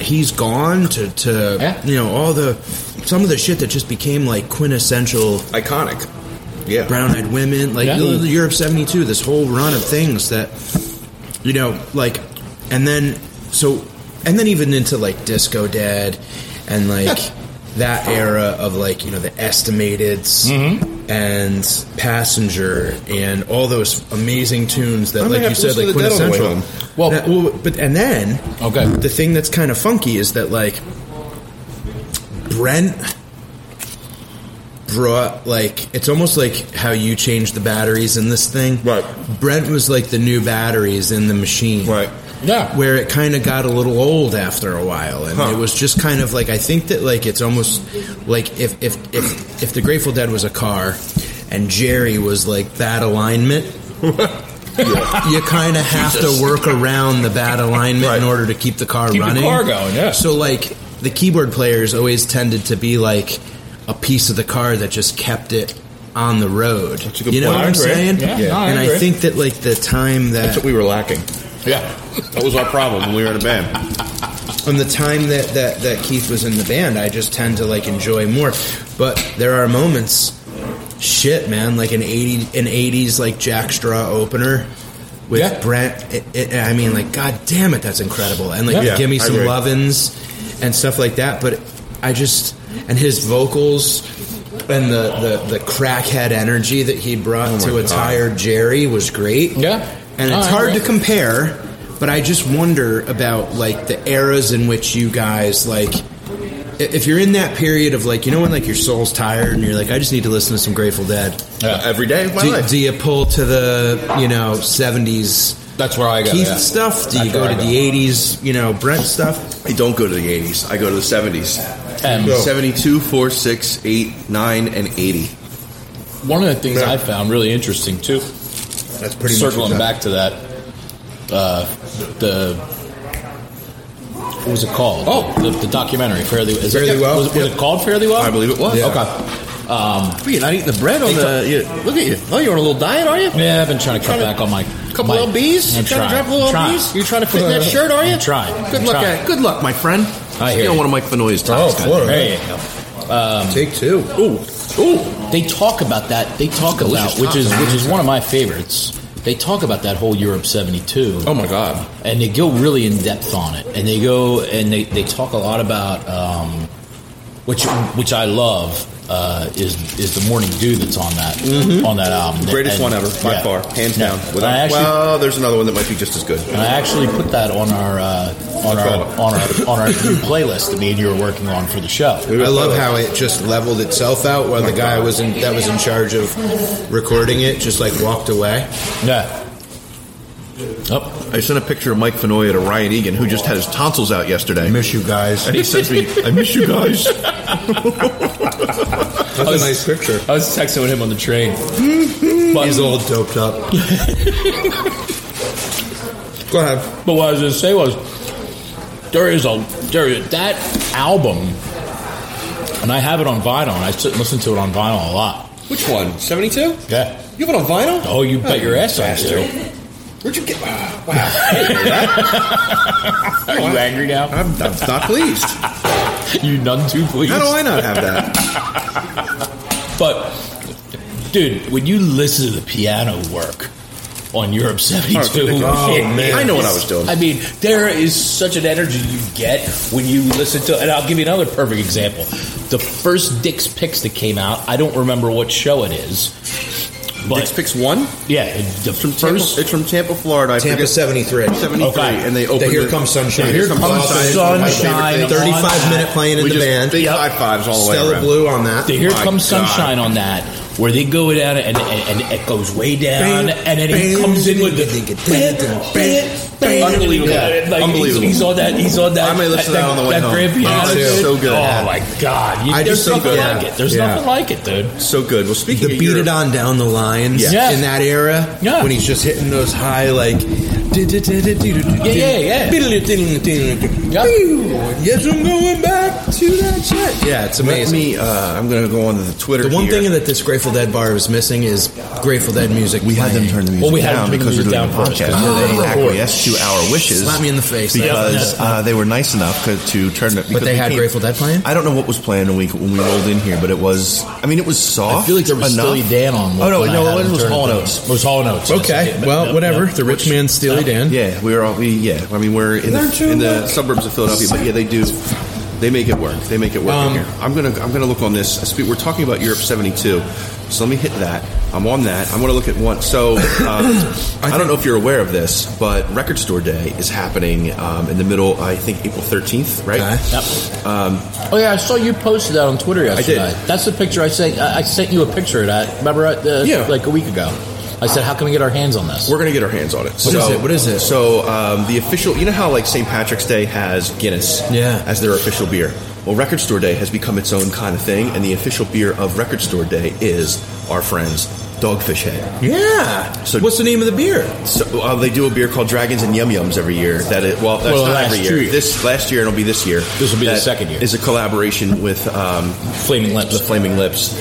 Speaker 5: he's gone to to
Speaker 6: Yeah.
Speaker 5: you know all the some of the shit that just became like quintessential
Speaker 9: Iconic. Yeah.
Speaker 5: brown eyed women like
Speaker 6: Yeah.
Speaker 5: the- the Europe 72 this whole run of things that you know like and then so and then even into like disco dead and like that era of like you know the estimateds
Speaker 9: Mm-hmm.
Speaker 5: and passenger and all those amazing tunes that
Speaker 9: I'm gonna
Speaker 5: like
Speaker 9: have
Speaker 5: you
Speaker 9: to
Speaker 5: said
Speaker 9: listen
Speaker 5: like
Speaker 9: to the Dead on the way
Speaker 5: quintessential
Speaker 9: home.
Speaker 6: Well-
Speaker 5: That- well but and then
Speaker 6: Okay.
Speaker 5: the thing that's kind of funky is that like Brent brought like it's almost like how you change the batteries in this thing.
Speaker 9: Right.
Speaker 5: Brent was like the new batteries in the machine.
Speaker 9: Right.
Speaker 6: Yeah.
Speaker 5: Where it kind of got a little old after a while, and
Speaker 9: Huh.
Speaker 5: it was just kind of like I think that like it's almost like if if if if the Grateful Dead was a car, and Jerry was like that alignment. You kind of have to work around the bad alignment in order to keep the car
Speaker 6: Keep the
Speaker 5: running.
Speaker 6: car going, yeah.
Speaker 5: So like the keyboard players always tended to be like a piece of the car that just kept it on the road.
Speaker 9: a good
Speaker 5: you know
Speaker 9: point.
Speaker 5: what
Speaker 9: I
Speaker 5: I'm
Speaker 9: agree.
Speaker 5: saying?
Speaker 9: Yeah, Yeah. no, I
Speaker 5: and I
Speaker 6: agree.
Speaker 5: think that like the time
Speaker 9: That's
Speaker 5: that
Speaker 9: what we were lacking.
Speaker 6: Yeah.
Speaker 9: That was our problem when we were in a band.
Speaker 5: from the time that, that that Keith was in the band, I just tend to like enjoy more. But there are moments, shit, man, like an eighty an eighties like Jack Straw opener with
Speaker 6: Yeah.
Speaker 5: Brent. It, it, I mean, like, god damn it, that's incredible. And like,
Speaker 9: Yeah.
Speaker 5: give me
Speaker 9: I
Speaker 5: some
Speaker 9: agree.
Speaker 5: lovin's and stuff like that. But I just and his vocals. And the, the, the crackhead energy that he
Speaker 9: Oh
Speaker 5: brought to a tired Jerry was great.
Speaker 6: Yeah.
Speaker 5: And
Speaker 6: No,
Speaker 5: it's
Speaker 6: I
Speaker 5: hard
Speaker 6: agree.
Speaker 5: to compare, but I just wonder about like the eras in which you guys like i- if you're in that period of like you know when like your soul's tired and you're like I just need to listen to some Grateful Dead.
Speaker 9: Every day of my
Speaker 5: Do,
Speaker 9: life.
Speaker 5: do you pull to the you know seventies
Speaker 6: That's where I go.
Speaker 5: Keith
Speaker 6: yeah.
Speaker 5: stuff? Do
Speaker 6: That's
Speaker 5: you go
Speaker 6: where I
Speaker 5: to the eighties you know Brent stuff?
Speaker 9: I don't go to the 80s. I go to the 70s.
Speaker 6: And
Speaker 9: 72, 4, 6, 8, 9, and 80.
Speaker 6: one of the things I found really interesting too,
Speaker 9: That's pretty
Speaker 6: circling
Speaker 9: much
Speaker 6: back to that, uh, the what was it called? Oh, the, the documentary Fairly, is
Speaker 5: Fairly
Speaker 6: it,
Speaker 5: Well.
Speaker 6: Was, it- was it called Fairly Well?
Speaker 9: I believe it was. Yeah.
Speaker 6: Okay. Um,
Speaker 4: You're not eating the bread on the. You, look at you. Oh, you're on a little diet, are you?
Speaker 6: yeah, I've been trying to cut back on my
Speaker 4: Couple
Speaker 6: my,
Speaker 4: LBs?
Speaker 6: I'm
Speaker 4: You trying to drop a little
Speaker 6: I'm
Speaker 4: LBs? You trying to fit in that shirt, are you?
Speaker 6: I'm trying.
Speaker 4: Good
Speaker 6: I'm
Speaker 4: luck,
Speaker 6: trying.
Speaker 4: at, good luck, my friend.
Speaker 6: I hear
Speaker 4: You're
Speaker 6: you.
Speaker 4: one of Mike Benoit's times.
Speaker 5: of course.
Speaker 6: There you go.
Speaker 5: Take two.
Speaker 6: Ooh, ooh! They talk about that. They talk
Speaker 4: Delicious
Speaker 6: about which is
Speaker 4: taco.
Speaker 6: which is one of my favorites. They talk about that whole Europe '72.
Speaker 4: Oh my God!
Speaker 6: and they go really in depth on it, and they go and they, they talk a lot about um, which which I love uh, is is the Morning Dew that's on that on that album.
Speaker 4: Mm-hmm. Greatest
Speaker 6: And-
Speaker 4: one ever, by
Speaker 6: yeah.
Speaker 4: far, hands
Speaker 6: Yeah.
Speaker 4: down.
Speaker 6: And
Speaker 4: Without,
Speaker 6: I actually-
Speaker 4: well, there's another one that might be just as good.
Speaker 6: And I actually put that on our uh, on our on our on our new playlist that me and you were working on for the show.
Speaker 5: I love how it just leveled itself out while the guy was in, that was in charge of recording it just like walked away.
Speaker 6: Yeah. Oh.
Speaker 4: I sent a picture of Mike Fenoya to Ryan Egan, who just had his tonsils out yesterday. miss
Speaker 5: you guys.
Speaker 4: And he sends me, I miss you guys.
Speaker 6: That's a nice picture. I was texting with him on the train.
Speaker 4: Mm-hmm.
Speaker 6: But,
Speaker 5: He's all doped up. Go ahead.
Speaker 6: But what I was going to say was, there is a there is, that album, and I have it on vinyl. And I sit and listen to it on vinyl a lot.
Speaker 12: Which one? 72?
Speaker 6: Yeah.
Speaker 12: You have it on vinyl?
Speaker 6: Oh, you bet your ass I do.
Speaker 12: Where'd you get wow.
Speaker 6: Are you angry now?
Speaker 4: I'm, I'm not pleased.
Speaker 6: you none too pleased.
Speaker 4: How do I not have that?
Speaker 6: But, dude, when you listen to the piano work on Europe 72,
Speaker 4: Oh, man. I know what I was doing.
Speaker 6: I mean, there is such an energy you get when you listen to, and I'll give you another perfect example. The first Dick's Picks that came out, I don't remember what show it is. But
Speaker 4: Dick's Picks 1?
Speaker 6: Yeah, it- the first.
Speaker 4: it's from Tampa, Florida. I
Speaker 5: Tampa
Speaker 4: forget-
Speaker 5: 73.
Speaker 4: 73.
Speaker 6: Okay.
Speaker 4: And they
Speaker 5: The
Speaker 4: opened
Speaker 5: Here
Speaker 4: the-
Speaker 5: Comes Sunshine.
Speaker 4: Here Comes Sunshine.
Speaker 6: Sunshine. on
Speaker 5: 35 minute
Speaker 6: that.
Speaker 5: playing in
Speaker 4: We
Speaker 5: the
Speaker 4: just
Speaker 5: band.
Speaker 4: big high fives all the way
Speaker 5: Stella
Speaker 4: around.
Speaker 5: Blue on that.
Speaker 6: The Here
Speaker 4: My
Speaker 6: Comes
Speaker 4: God.
Speaker 6: Sunshine on that, where they go down and, and, and it goes way down,
Speaker 5: Bam,
Speaker 6: and then he
Speaker 5: bam,
Speaker 6: comes in with the
Speaker 5: bam, bam, bam.
Speaker 6: unbelievable,
Speaker 4: Yeah,
Speaker 6: Like,
Speaker 4: unbelievable.
Speaker 6: He's, he's on that. He's on that.
Speaker 4: I may listen to that on the way home.
Speaker 6: grand piano
Speaker 4: Me too.
Speaker 6: shit.
Speaker 4: So good.
Speaker 6: Oh my god! You,
Speaker 5: I
Speaker 6: there's
Speaker 5: just think
Speaker 6: nothing
Speaker 5: that-
Speaker 6: like it. There's
Speaker 5: yeah.
Speaker 6: nothing like it, dude.
Speaker 4: So good. Well, speaking
Speaker 5: the
Speaker 4: of
Speaker 5: beat
Speaker 4: Europe-
Speaker 5: it on down the lines
Speaker 6: Yeah.
Speaker 5: in that era
Speaker 6: Yeah.
Speaker 5: when he's just hitting those high like
Speaker 6: yeah, yeah.
Speaker 5: yes I'm going back to that shit yeah it's
Speaker 4: Let
Speaker 5: amazing
Speaker 4: me. Uh, I'm going to go on to the Twitter.
Speaker 5: the one
Speaker 4: here.
Speaker 5: thing that this Grateful Dead bar was missing is Grateful Dead music
Speaker 4: we had them turn the music
Speaker 6: Well, we had
Speaker 4: down
Speaker 6: them turn the
Speaker 4: because
Speaker 6: music
Speaker 4: we're doing
Speaker 6: down
Speaker 4: a
Speaker 6: first,
Speaker 4: podcast.
Speaker 6: 'cause we
Speaker 4: they
Speaker 6: were recording.
Speaker 4: acquiesced to our wishes.
Speaker 5: Slap me in the face.
Speaker 4: because uh, they were nice enough co- to turn it. because
Speaker 5: they
Speaker 4: we
Speaker 5: had
Speaker 4: came-
Speaker 5: Grateful Dead playing?
Speaker 4: I don't know what was playing a week when we rolled in here, but it was. I mean, it was soft.
Speaker 6: I feel like there was
Speaker 4: enough.
Speaker 6: Steely Dan on.
Speaker 4: Oh no,
Speaker 6: when I
Speaker 4: no,
Speaker 6: had
Speaker 4: it
Speaker 6: him
Speaker 4: was
Speaker 6: turn
Speaker 4: Hall
Speaker 6: it.
Speaker 4: Notes.
Speaker 6: It was Hall Notes.
Speaker 5: okay
Speaker 6: Yeah,
Speaker 5: well
Speaker 6: yeah,
Speaker 5: whatever
Speaker 6: yeah.
Speaker 5: the rich man Steely Dan
Speaker 4: Yeah, we were all. We, yeah, I mean, we're in the, in the suburbs of Philadelphia, but yeah, they do. They make it work. They make it work. in
Speaker 5: Um,
Speaker 4: here. I'm gonna. I'm gonna look on this. I speak- We're talking about Europe '72, so let me hit that. I'm on that. I'm gonna look at one. So um, I, don't know if you're aware of this, but Record Store Day is happening um, in the middle. I think April 13th, right?
Speaker 6: Yep. oh yeah, I saw you posted that on Twitter yesterday.
Speaker 4: did.
Speaker 6: That's the picture I sent. I I sent you a picture of that. Remember, uh,
Speaker 4: Yeah.
Speaker 6: like a week ago. I said, "How can we get our hands on this?"
Speaker 4: We're gonna get our hands on it. What
Speaker 5: is it? What is it?
Speaker 4: So um, the official, you know how like St. Patrick's Day has Guinness,
Speaker 5: Yeah.
Speaker 4: as their official beer. Well, Record Store Day has become its own kind of thing, and the official beer of Record Store Day is our friends Dogfish Head.
Speaker 5: yeah
Speaker 4: So-
Speaker 5: what's the name of the beer
Speaker 4: So uh, they do a beer called Dragons and Yum Yums every year. That it, well, that's
Speaker 6: Well,
Speaker 4: not
Speaker 6: last
Speaker 4: every year.
Speaker 6: year.
Speaker 4: This last year, and it'll be this year.
Speaker 6: This will be the
Speaker 4: That
Speaker 6: second year.
Speaker 4: Is a collaboration with um,
Speaker 6: Flaming Lips.
Speaker 4: The Flaming Lips.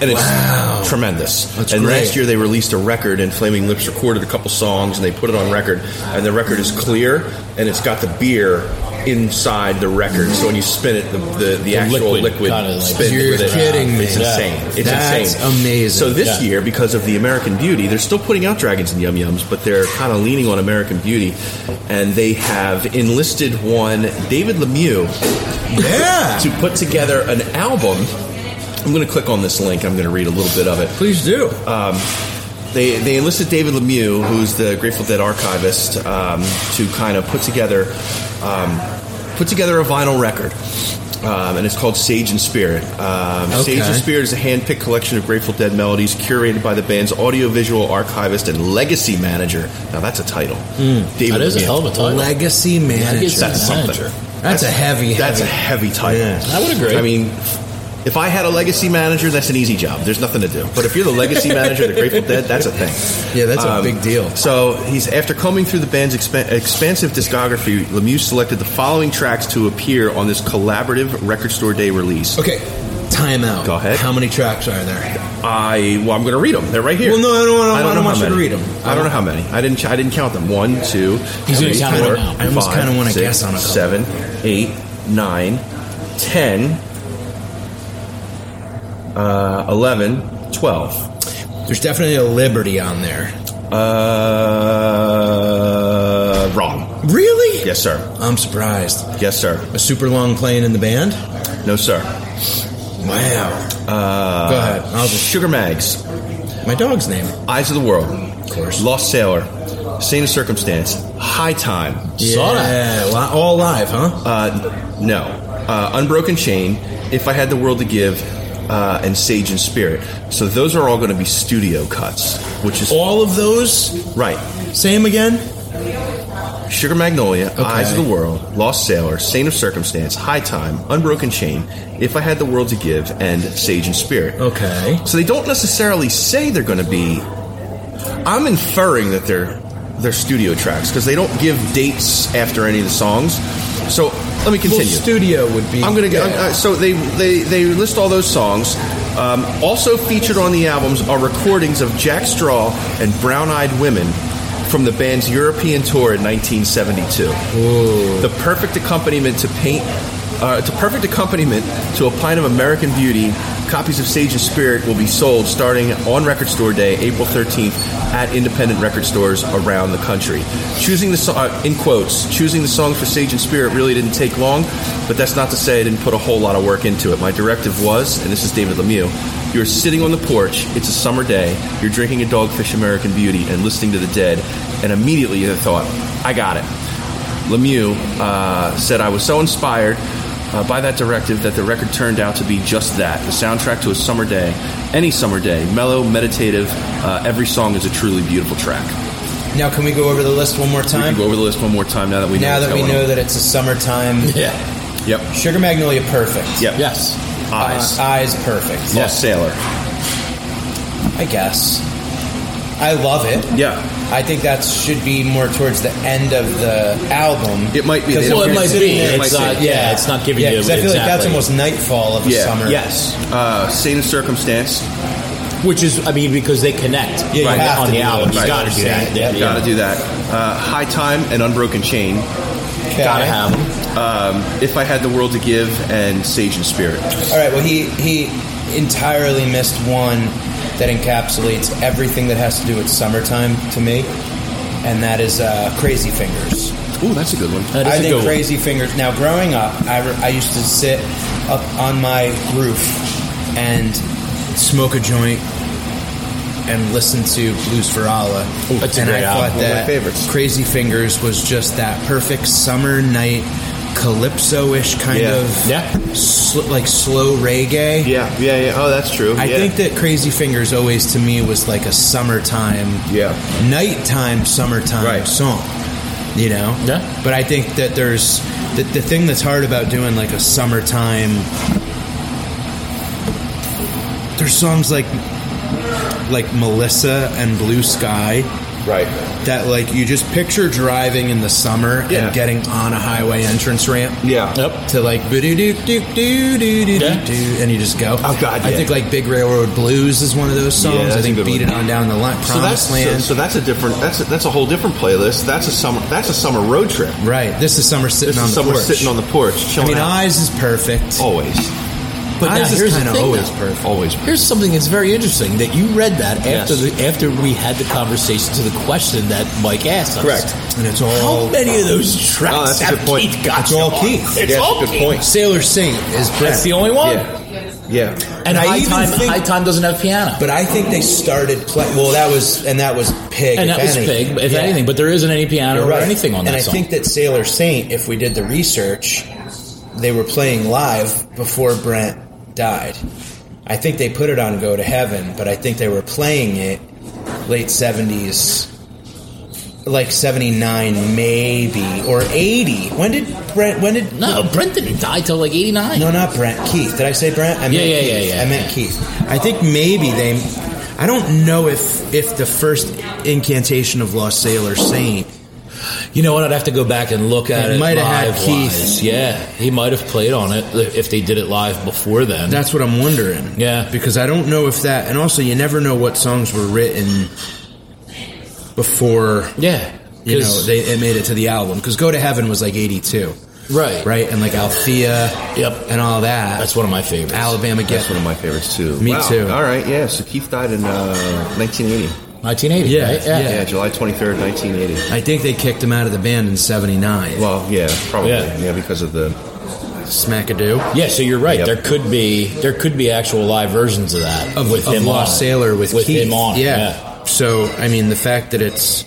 Speaker 4: And it's tremendous.
Speaker 5: That's
Speaker 4: and
Speaker 5: great.
Speaker 4: last year they released a record, and Flaming Lips recorded a couple songs, and they put it on record. And the record is clear, and it's got the beer inside the record. So when you spin it, the the, the, actual
Speaker 6: liquid
Speaker 4: liquid,
Speaker 6: kinda like-
Speaker 4: spins
Speaker 5: You're
Speaker 4: with it.
Speaker 5: kidding me.
Speaker 4: It's insane. It's
Speaker 5: That's
Speaker 4: insane.
Speaker 5: amazing.
Speaker 4: So this
Speaker 6: Yeah.
Speaker 4: year, because of the American Beauty, they're still putting out Dragons and Yum Yums, but they're kind of leaning on American Beauty, and they have enlisted one David Lemieux
Speaker 5: yeah
Speaker 4: to put together an album. I'm going to click on this link. I'm going to read a little bit of it.
Speaker 5: please do
Speaker 4: They, they enlisted David Lemieux, who's the Grateful Dead archivist, um, to kind of put together um, put together a vinyl record. Um, and it's called Sage and Spirit. Um, Sage and
Speaker 5: Okay.
Speaker 4: Spirit is a hand-picked collection of Grateful Dead melodies curated by the band's audiovisual archivist and legacy manager. Now that's a title, David.
Speaker 6: Hmm. That is a
Speaker 4: Lemieux.
Speaker 6: hell of a title.
Speaker 5: Legacy Manager
Speaker 4: That's
Speaker 6: Manager.
Speaker 4: something.
Speaker 5: that's a heavy
Speaker 4: That's a heavy title.
Speaker 5: Yeah.
Speaker 6: I would agree.
Speaker 4: I mean, if I had a legacy manager, that's an easy job. There's nothing to do. But if you're the legacy manager of the Grateful Dead, that's a thing. Um,
Speaker 5: Yeah, that's a big deal.
Speaker 4: So he's after combing through the band's expan expansive discography, Lemieux selected the following tracks to appear on this collaborative record store day release.
Speaker 5: okay time out
Speaker 4: Go ahead.
Speaker 5: how many tracks are there
Speaker 4: I well, I'm going to read them. They're right here.
Speaker 5: Well, no, I don't wanna- I don't
Speaker 4: know
Speaker 5: want
Speaker 4: how
Speaker 5: you to
Speaker 4: many.
Speaker 5: read 'em.
Speaker 4: I don't know how many. I didn't. ch- I didn't count them. One, two,
Speaker 6: He's gonna
Speaker 4: three,
Speaker 6: count 'em
Speaker 4: four,
Speaker 6: now.
Speaker 5: I almost
Speaker 4: five,
Speaker 5: kinda wanna
Speaker 4: six,
Speaker 5: guess on a couple.
Speaker 4: seven, eight, nine, 10, uh, 11, 12.
Speaker 5: there's definitely a Liberty on there
Speaker 4: Uh, wrong.
Speaker 5: really
Speaker 4: Yes, sir.
Speaker 5: I'm surprised
Speaker 4: Yes, sir.
Speaker 5: a super long playing in the band
Speaker 4: No, sir. Wow. Uh,
Speaker 5: Go ahead.
Speaker 4: Sugar Mags.
Speaker 5: My dog's name.
Speaker 4: Eyes of the World. Of course. Lost Sailor. Same Circumstance. High Time.
Speaker 5: Saw that. Yeah, li- all live, huh?
Speaker 4: Uh, no. Uh, Unbroken Chain. If I Had the World to Give. Uh, and Sage and Spirit. So those are all going to be studio cuts, which is
Speaker 5: all of those.
Speaker 4: Right.
Speaker 5: Same again.
Speaker 4: Sugar Magnolia, Eyes of the World, Lost Sailor, Saint of Circumstance, High Time, Unbroken Chain, If I Had the World to Give, and Sage and Spirit.
Speaker 5: Okay.
Speaker 4: So they don't necessarily say they're going to be. I'm inferring that they're they're studio tracks because they don't give dates after any of the songs. So let me continue.
Speaker 5: studio would be.
Speaker 4: I'm gonna go. uh, so they they they list all those songs. Um, also featured on the albums are recordings of Jack Straw and Brown Eyed Women from the band's European tour in 1972. The perfect accompaniment to paint. Uh, to perfect accompaniment to a pint of American Beauty, copies of Sage and Spirit will be sold starting on Record Store Day, April 13th, at independent record stores around the country. Choosing the song, uh, in quotes, choosing the song for Sage and Spirit really didn't take long, but that's not to say I didn't put a whole lot of work into it. My directive was, and this is David Lemieux, you're sitting on the porch, it's a summer day, you're drinking a Dogfish American Beauty and listening to the dead, and immediately you thought, I got it. Lemieux uh, said, I was so inspired uh, by that directive that the record turned out to be just that the soundtrack to a summer day, any summer day, mellow, meditative. Uh, every song is a truly beautiful track.
Speaker 5: Now, can we go over the list one more
Speaker 4: We can
Speaker 5: time?
Speaker 4: go over the list one more time now that we know
Speaker 5: now
Speaker 4: what's
Speaker 5: that we
Speaker 4: going
Speaker 5: know
Speaker 4: on.
Speaker 5: that it's a summertime.
Speaker 4: Yeah. Yep.
Speaker 5: Sugar Magnolia, perfect.
Speaker 4: Yep.
Speaker 5: Yes.
Speaker 4: Eyes.
Speaker 5: Uh, eyes, perfect.
Speaker 4: Lost Sailor.
Speaker 5: I guess. I love it.
Speaker 4: Yeah.
Speaker 5: I think that should be more towards the end of the album.
Speaker 4: It might be.
Speaker 5: Because
Speaker 6: Well,
Speaker 5: if
Speaker 6: it
Speaker 5: you're
Speaker 6: might
Speaker 5: sitting
Speaker 6: be.
Speaker 5: there,
Speaker 6: It's
Speaker 5: like,
Speaker 6: not- yeah, it's not giving
Speaker 5: yeah,
Speaker 6: you
Speaker 5: 'cause I feel like that's
Speaker 6: exactly-
Speaker 5: almost nightfall of the
Speaker 4: Yeah.
Speaker 5: summer.
Speaker 6: Yes.
Speaker 4: Uh, Sane and Circumstance.
Speaker 6: Which is, I mean, because they connect
Speaker 5: you
Speaker 6: right,
Speaker 5: have
Speaker 6: on
Speaker 5: to
Speaker 6: the
Speaker 5: do
Speaker 6: album.
Speaker 5: it.
Speaker 6: Oh, You
Speaker 5: Right.
Speaker 6: gotta do that.
Speaker 5: Yeah.
Speaker 4: You gotta do that. Uh, High Time and Unbroken Chain.
Speaker 5: Okay.
Speaker 6: Gotta have them.
Speaker 4: Um, if I Had the World to Give and Sage and Spirit.
Speaker 5: All right. Well, he he entirely missed one that encapsulates everything that has to do with summertime to me, and that is uh, Crazy Fingers.
Speaker 4: Ooh, that's a good one.
Speaker 6: That is
Speaker 5: I
Speaker 6: a
Speaker 5: think
Speaker 6: good
Speaker 5: Crazy Fingers. Now, growing up, I, re- I used to sit up on my roof and smoke a joint and listen to Blues for Allah.
Speaker 6: That's a
Speaker 5: and
Speaker 6: great
Speaker 5: I
Speaker 6: album.
Speaker 5: thought
Speaker 6: One of my
Speaker 5: that
Speaker 6: favorites.
Speaker 5: Crazy Fingers was just that perfect summer night calypso-ish kind
Speaker 4: Yeah.
Speaker 5: of
Speaker 6: Yeah.
Speaker 5: sl- like slow reggae.
Speaker 4: Yeah, yeah, yeah. Oh, that's true.
Speaker 5: I
Speaker 4: yeah.
Speaker 5: think that Crazy Fingers always to me was like a summertime,
Speaker 4: Yeah.
Speaker 5: nighttime summertime
Speaker 4: Right.
Speaker 5: song. You know,
Speaker 6: Yeah.
Speaker 5: But I think that there's the, the thing that's hard about doing like a summertime. There's songs like like Melissa and Blue Sky
Speaker 4: Right.
Speaker 5: that like you just picture driving in the summer
Speaker 4: Yeah.
Speaker 5: and getting on a highway entrance ramp.
Speaker 4: Yeah.
Speaker 6: Yep.
Speaker 5: To like do do do do do do do
Speaker 6: Yeah.
Speaker 5: do, and you just go.
Speaker 4: Oh, God,
Speaker 5: I
Speaker 4: yeah.
Speaker 5: think like Big Railroad Blues is one of those songs.
Speaker 4: Yeah, that's
Speaker 5: I
Speaker 4: a
Speaker 5: think
Speaker 4: good
Speaker 5: Beat
Speaker 4: one.
Speaker 5: It On Down the Line,
Speaker 4: So that's
Speaker 5: Promised
Speaker 4: so,
Speaker 5: Land.
Speaker 4: so that's a different that's a, that's a whole different playlist. That's a summer that's a summer road trip.
Speaker 5: right. This is summer sitting
Speaker 4: This
Speaker 5: on
Speaker 4: is
Speaker 5: the
Speaker 4: summer
Speaker 5: porch.
Speaker 4: sitting on the porch, Oh.
Speaker 5: I
Speaker 4: chilling
Speaker 5: mean,
Speaker 4: out.
Speaker 5: Eyes is perfect.
Speaker 4: always,
Speaker 6: But
Speaker 5: Eyes
Speaker 6: now,
Speaker 5: is
Speaker 6: here's the
Speaker 5: kind of
Speaker 6: thing,
Speaker 5: always
Speaker 6: though.
Speaker 5: perfect.
Speaker 4: always.
Speaker 6: Here's something that's very interesting that you read that after
Speaker 4: Yes.
Speaker 6: the, after we had the conversation to the question that Mike asked us.
Speaker 4: Correct.
Speaker 5: And it's all
Speaker 6: How many of those tracks
Speaker 4: Oh, that's a
Speaker 6: have
Speaker 4: good point.
Speaker 6: Keith Gotch
Speaker 5: It's all
Speaker 6: on?
Speaker 5: Keith.
Speaker 6: It's
Speaker 4: Yeah,
Speaker 6: all
Speaker 4: good
Speaker 6: Keith.
Speaker 4: point.
Speaker 5: Sailor Sing is
Speaker 6: That's
Speaker 5: perfect.
Speaker 6: the only one.
Speaker 4: Yeah, yeah.
Speaker 6: And
Speaker 5: I
Speaker 6: high
Speaker 5: even
Speaker 6: time,
Speaker 5: think-
Speaker 6: high time doesn't have piano.
Speaker 5: but I think they started play. Well, that was and that was Pig.
Speaker 6: and
Speaker 5: if
Speaker 6: that was
Speaker 5: anything.
Speaker 6: big, if
Speaker 5: Yeah.
Speaker 6: anything. But there isn't any piano
Speaker 5: You're
Speaker 6: or anything on
Speaker 5: and
Speaker 6: that
Speaker 5: I
Speaker 6: song.
Speaker 5: think that Sailor Saint, if we did the research, they were playing live before Brent died. I think they put it on Go to Heaven, but I think they were playing it late seventies, like seventy nine maybe or eighty. When did Brent? When did
Speaker 6: no, Brent didn't die till like '89.
Speaker 5: no, not Brent. Keith. Did I say Brent? I meant
Speaker 6: Yeah, yeah,
Speaker 5: Keith.
Speaker 6: yeah, yeah,
Speaker 5: I meant
Speaker 6: yeah.
Speaker 5: Keith. I think maybe they. I don't know if if the first incantation of Lost Sailor Saint
Speaker 6: You know what? I'd have to go back and look at
Speaker 5: It
Speaker 6: it.
Speaker 5: might have had
Speaker 6: live-wise.
Speaker 5: Keith.
Speaker 6: Yeah, he might have played on it if they did it live before then.
Speaker 5: That's what I'm wondering.
Speaker 6: Yeah.
Speaker 5: Because I don't know if that, and also you never know what songs were written before,
Speaker 6: yeah,
Speaker 5: you know,
Speaker 6: 'cause-
Speaker 5: they it made it to the album. Because Go to Heaven was like 82,
Speaker 6: right, right.
Speaker 5: right? And like Althea
Speaker 6: Yep.
Speaker 5: and all that.
Speaker 6: That's one of my favorites.
Speaker 5: Alabama
Speaker 4: That's
Speaker 5: Get.
Speaker 4: one of my favorites too.
Speaker 5: Me
Speaker 4: Wow.
Speaker 5: too.
Speaker 4: All right, yeah. So Keith died in uh, 1980.
Speaker 6: 1980.
Speaker 5: Yeah,
Speaker 6: right?
Speaker 5: yeah.
Speaker 4: Yeah, July 23rd, 1980.
Speaker 5: I think they kicked him out of the band in 79.
Speaker 4: Well, yeah, probably.
Speaker 6: Yeah.
Speaker 4: Yeah, because of the
Speaker 5: Smackadoo.
Speaker 6: Yeah, so you're right. There could be there could be actual live versions of that
Speaker 5: of,
Speaker 6: with
Speaker 5: of
Speaker 6: him
Speaker 5: Lost
Speaker 6: on it.
Speaker 5: Sailor with,
Speaker 6: with
Speaker 5: Keith.
Speaker 6: him on. it,
Speaker 5: Yeah. So I mean, the fact that it's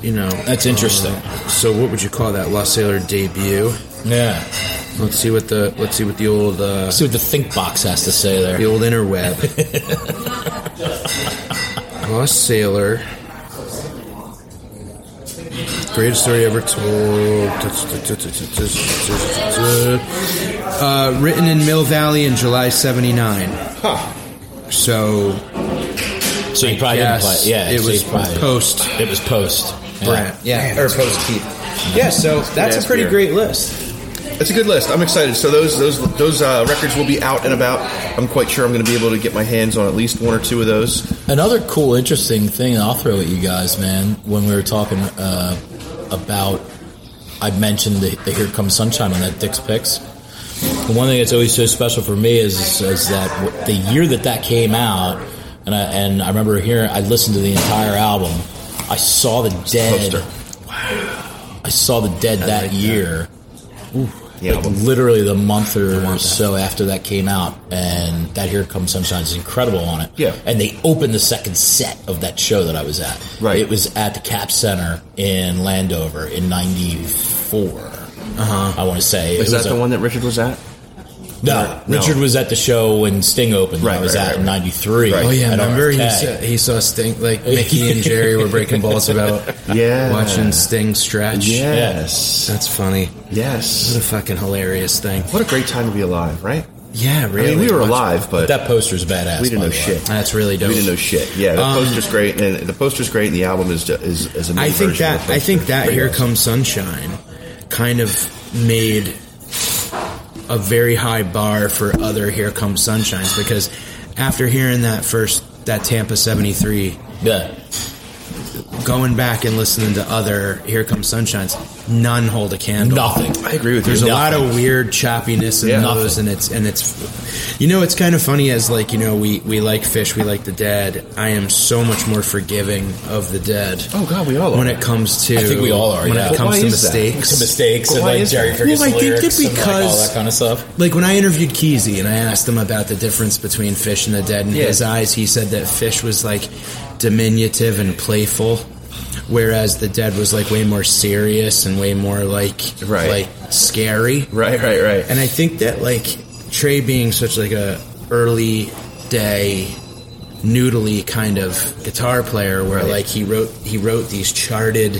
Speaker 5: you know
Speaker 6: that's interesting.
Speaker 5: so what would you call that Lost Sailor debut?
Speaker 6: Yeah.
Speaker 5: Let's see what the let's see what the old uh,
Speaker 6: see what the think box has to say there.
Speaker 5: The old interweb. Lost Oh, Sailor. Greatest story ever told. Uh, written in Mill Valley in July '79.
Speaker 6: Huh.
Speaker 5: So,
Speaker 6: So you probably
Speaker 5: Yes,
Speaker 6: didn't play. Yeah,
Speaker 5: it
Speaker 6: so
Speaker 5: was
Speaker 6: you probably-
Speaker 5: post.
Speaker 6: It was post.
Speaker 5: Brent, yeah, or post Keith. Yeah, so that's a pretty great list.
Speaker 9: That's a good list. I'm excited. So those those those uh, records will be out and about. I'm quite sure I'm going to be able to get my hands on at least one or two of those.
Speaker 6: Another cool, interesting thing I'll throw at you guys, man. When we were talking uh, about, I mentioned the, the "Here Comes Sunshine" on that Dick's Picks. The one thing that's always so special for me is is that w- the year that that came out, and I and I remember hearing, I listened to the entire album. I saw the dead.
Speaker 9: poster.
Speaker 6: I saw the dead that year.
Speaker 9: Yeah,
Speaker 6: like literally the month or so after that came out, and that "Here Comes Sunshine" is incredible on it.
Speaker 9: Yeah.
Speaker 6: and they opened the second set of that show that I was at.
Speaker 9: Right.
Speaker 6: it was at the Cap Center in Landover in '94. Uh-huh. I want to say
Speaker 9: Is
Speaker 6: It was
Speaker 9: that the
Speaker 6: a-
Speaker 9: one that Richard was at?
Speaker 6: No,
Speaker 9: No.
Speaker 6: Richard was at the show when Sting opened.
Speaker 9: Right,
Speaker 6: I was
Speaker 9: right,
Speaker 6: at
Speaker 9: right,
Speaker 6: in
Speaker 9: right.
Speaker 6: '93.
Speaker 9: Right.
Speaker 5: Oh yeah,
Speaker 6: at
Speaker 5: remember he
Speaker 6: RFK.
Speaker 5: saw, he saw Sting like Mickey and Jerry were breaking balls about
Speaker 9: Yeah.
Speaker 5: watching Sting stretch.
Speaker 9: Yes.
Speaker 5: That's funny. What a
Speaker 9: Yes.
Speaker 5: fucking hilarious thing.
Speaker 9: What a great time to be alive, right?
Speaker 5: Yeah, really.
Speaker 9: I mean, we were
Speaker 5: Watch-
Speaker 9: alive, but
Speaker 6: That poster's badass.
Speaker 9: we didn't
Speaker 6: by
Speaker 9: know
Speaker 6: the way.
Speaker 9: shit.
Speaker 5: That's really dope.
Speaker 9: We didn't know shit. Yeah, the
Speaker 5: Um,
Speaker 9: poster's great, and the poster's great, and the album is is, is a. new
Speaker 5: I think
Speaker 9: version of
Speaker 5: that
Speaker 9: the
Speaker 5: I think
Speaker 9: poster.
Speaker 5: that
Speaker 9: Pretty
Speaker 5: here
Speaker 9: awesome.
Speaker 5: comes sunshine, kind of made a very high bar for other here comes sunshines because after hearing that first that Tampa seventy three,
Speaker 6: Yeah,
Speaker 5: going back and listening to other here comes sunshines, none hold a candle.
Speaker 6: nothing.
Speaker 9: I agree with you.
Speaker 5: There's a lot
Speaker 6: Nothing.
Speaker 5: of weird choppiness in
Speaker 9: Yeah.
Speaker 5: those, and it's and it's, you know, it's kind of funny as like you know we we like fish, we like the dead. I am so much more forgiving of the dead.
Speaker 9: Oh God, we all are.
Speaker 5: when it comes to
Speaker 6: I think we all are,
Speaker 5: when
Speaker 6: yeah.
Speaker 5: it
Speaker 6: But
Speaker 5: comes
Speaker 9: why
Speaker 5: to
Speaker 9: is that?
Speaker 5: mistakes.
Speaker 6: To mistakes and
Speaker 9: Why
Speaker 6: like
Speaker 9: is
Speaker 6: Jerry
Speaker 9: that?
Speaker 6: forgets
Speaker 5: Well, I
Speaker 6: the
Speaker 5: think that
Speaker 6: lyrics and, like, all
Speaker 5: because-
Speaker 6: that kind of stuff.
Speaker 5: Like when I interviewed Kesey and I asked him about the difference between fish and the dead, in his eyes, he said that fish was like diminutive and playful, whereas the dead was like way more serious and way more like
Speaker 9: Right.
Speaker 5: like scary.
Speaker 9: Right, right, right.
Speaker 5: And I think that like Trey being such like a early day noodly kind of guitar player where like he wrote he wrote these charted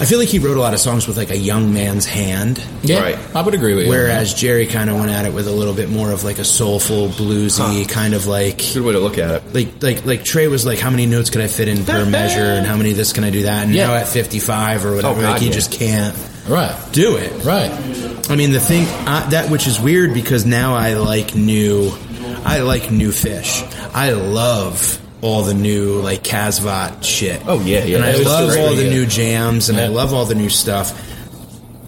Speaker 5: I feel like he wrote a lot of songs with like a young man's hand.
Speaker 6: Yeah,
Speaker 9: Right.
Speaker 6: I would agree with you.
Speaker 5: Whereas Jerry kind of went at it with a little bit more of like a soulful, bluesy kind of like
Speaker 9: Good way to look at it.
Speaker 5: like like like Trey was like, how many notes could I fit in per measure, and how many this can I do that, and
Speaker 6: Yeah.
Speaker 5: now at fifty five or whatever,
Speaker 9: Oh, God,
Speaker 5: like he
Speaker 9: yeah.
Speaker 5: just can't
Speaker 6: right,
Speaker 5: do it.
Speaker 6: right.
Speaker 5: I mean, the thing uh, that which is weird because now I like new, I like new fish. I love all the new like Casvat shit.
Speaker 9: Oh, yeah, yeah.
Speaker 5: And I
Speaker 9: It's
Speaker 5: love
Speaker 9: great,
Speaker 5: all the
Speaker 9: yeah.
Speaker 5: new jams, and I love all the new stuff.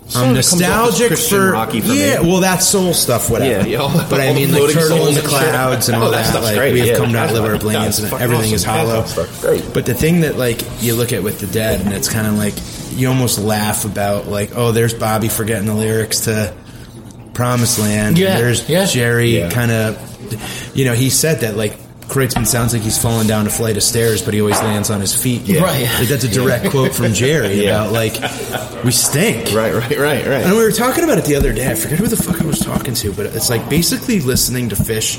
Speaker 9: Sort
Speaker 5: I'm
Speaker 9: of comes off as
Speaker 5: nostalgic
Speaker 9: Christian
Speaker 5: for,
Speaker 9: Rocky for me.
Speaker 5: yeah. Well, that's soul stuff, whatever.
Speaker 9: Yeah, yeah.
Speaker 5: But I mean,
Speaker 9: All
Speaker 5: like
Speaker 9: the
Speaker 5: Turtle in
Speaker 9: floating
Speaker 5: the
Speaker 9: souls and shit.
Speaker 5: clouds and
Speaker 9: Oh,
Speaker 5: all
Speaker 9: that
Speaker 5: that.
Speaker 9: stuff's
Speaker 5: like
Speaker 9: great,
Speaker 5: we have
Speaker 9: yeah.
Speaker 5: come to
Speaker 9: That's
Speaker 5: live our
Speaker 9: fucking-
Speaker 5: plans,
Speaker 9: that's
Speaker 5: and
Speaker 9: fucking
Speaker 5: everything
Speaker 9: awesome.
Speaker 5: is hollow.
Speaker 9: That stuff's great.
Speaker 5: But the thing that like you look at with the dead, and it's kind of like you almost laugh about like, oh, there's Bobby forgetting the lyrics to Promised Land.
Speaker 6: Yeah,
Speaker 5: There's
Speaker 6: yeah.
Speaker 5: Jerry
Speaker 9: Yeah.
Speaker 5: kind of, you know, he said that like Kreutzmann sounds like he's falling down a flight of stairs, but he always lands on his feet.
Speaker 9: Yeah.
Speaker 6: Right.
Speaker 5: Like, that's a direct quote from Jerry
Speaker 9: Yeah.
Speaker 5: about like, we stink.
Speaker 9: Right, right, right, right.
Speaker 5: And we were talking about it the other day. I forget who the fuck I was talking to, but it's like basically listening to Fish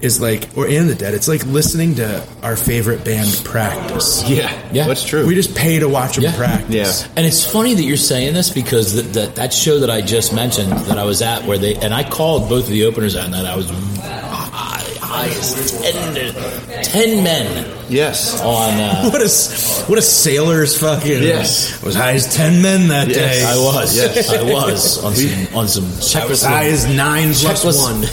Speaker 5: is like, or and the Dead. It's like listening to our favorite band practice.
Speaker 9: yeah,
Speaker 6: Yeah.
Speaker 9: that's true.
Speaker 5: We just pay to watch them
Speaker 6: Yeah.
Speaker 5: practice.
Speaker 9: Yeah.
Speaker 6: And it's funny that you're saying this because th- that that show that I just mentioned that I was at where they and I called both of the openers out and that I was high, high as ten, ten men
Speaker 9: yes,
Speaker 6: on. Uh,
Speaker 5: What a s- what a sailor's fucking
Speaker 9: Yes.
Speaker 5: I was high as ten men that
Speaker 9: Yes.
Speaker 5: day.
Speaker 6: I was,
Speaker 9: Yes.
Speaker 6: I was on some on some
Speaker 5: I was high as nine plus
Speaker 6: Czechos-
Speaker 5: one.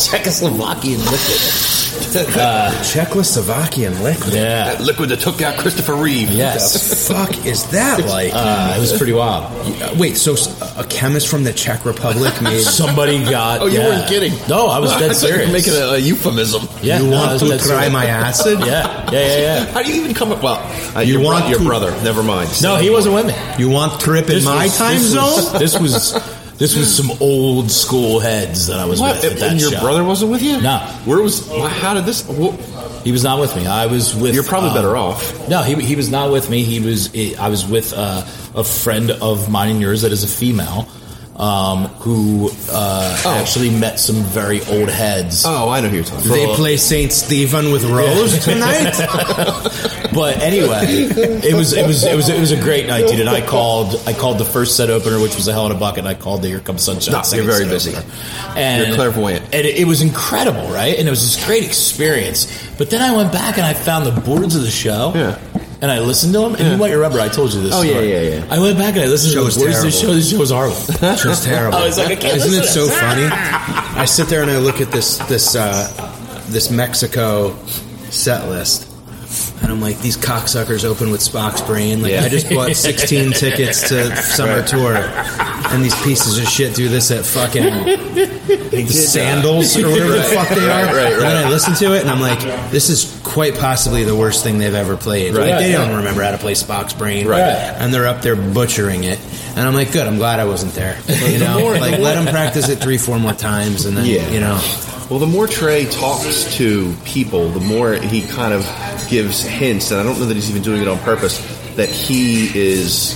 Speaker 6: Czechoslovakian liquid. Uh,
Speaker 5: Czechoslovakian liquid.
Speaker 6: yeah,
Speaker 9: that liquid that took out Christopher Reeve.
Speaker 6: yes,
Speaker 5: Fuck is that like?
Speaker 6: uh, it was pretty wild.
Speaker 5: Uh, Wait, so s- a chemist from the Czech Republic made
Speaker 6: Somebody got.
Speaker 9: Oh, you
Speaker 6: yeah.
Speaker 9: weren't kidding.
Speaker 6: No, I was dead serious.
Speaker 9: Making a, a euphemism.
Speaker 6: yeah,
Speaker 5: you
Speaker 6: no, I
Speaker 5: want
Speaker 6: was
Speaker 5: to
Speaker 6: dead
Speaker 5: try
Speaker 6: serious.
Speaker 5: my acid?
Speaker 6: Yeah, yeah, yeah, yeah.
Speaker 9: How do you even come up? Well, uh,
Speaker 5: You
Speaker 9: your bro-
Speaker 5: want
Speaker 9: your
Speaker 5: to-
Speaker 9: brother. Never mind.
Speaker 6: No, he wasn't with me.
Speaker 5: You want trip in my
Speaker 6: was-
Speaker 5: time
Speaker 6: this
Speaker 5: zone?
Speaker 6: was- this was This was some old school heads that I was
Speaker 4: What?
Speaker 6: with. At that
Speaker 4: And your
Speaker 6: show.
Speaker 4: brother wasn't with you?
Speaker 6: No. Where was? How did this? he was not with me. I was with. You're
Speaker 4: probably better off.
Speaker 6: No, he, he was not with me. He was. I was with uh, a friend of mine and yours that is a female. Um, who uh, actually met some very old heads?
Speaker 4: Oh, I know who you're talking.
Speaker 5: They play Saint Stephen with Rose tonight.
Speaker 6: But anyway, it was it was it was it was a great night, dude. And I called I called the first set opener, which was a hell in a bucket. And I called the Here Comes Sunshine.
Speaker 4: No,
Speaker 6: second
Speaker 4: you're very
Speaker 6: set
Speaker 4: busy.
Speaker 6: opener. And
Speaker 4: You're clairvoyant.
Speaker 6: and it, it was incredible, right? And it was this great experience. But then I went back and I found the boards of the show. Yeah. And I listened to them, and you might remember I told you this.
Speaker 4: Oh, yeah,
Speaker 6: story.
Speaker 4: yeah, yeah.
Speaker 6: I went back and I listened
Speaker 5: Show
Speaker 6: to
Speaker 5: was
Speaker 6: the boards of the show.
Speaker 5: terrible.
Speaker 6: The show was horrible.
Speaker 5: Just terrible.
Speaker 6: I was like, I can't
Speaker 5: Isn't
Speaker 6: listen
Speaker 5: it so
Speaker 6: to this.
Speaker 5: funny? I sit there and I look at this this uh, this Mexico set list, and I'm like, these cocksuckers open with Spock's brain. Like,
Speaker 4: Yeah.
Speaker 5: I just bought 16 tickets to summer
Speaker 4: Right.
Speaker 5: tour, and these pieces of shit do this at fucking the sandals or whatever the
Speaker 4: Right,
Speaker 5: fuck they are.
Speaker 4: uh, right, right,
Speaker 5: And then
Speaker 4: right.
Speaker 5: I listen to it and I'm like, this is quite possibly the worst thing they've ever played.
Speaker 4: Right.
Speaker 5: Like, they don't remember how to play Spock's brain.
Speaker 4: Right.
Speaker 5: And they're up there butchering it. And I'm like, good, I'm glad I wasn't there. You know, like let them practice it three, four more times and then,
Speaker 4: Yeah.
Speaker 5: you know.
Speaker 4: Well, the more Trey talks to people, the more he kind of gives hints, and I don't know that he's even doing it on purpose. That he is,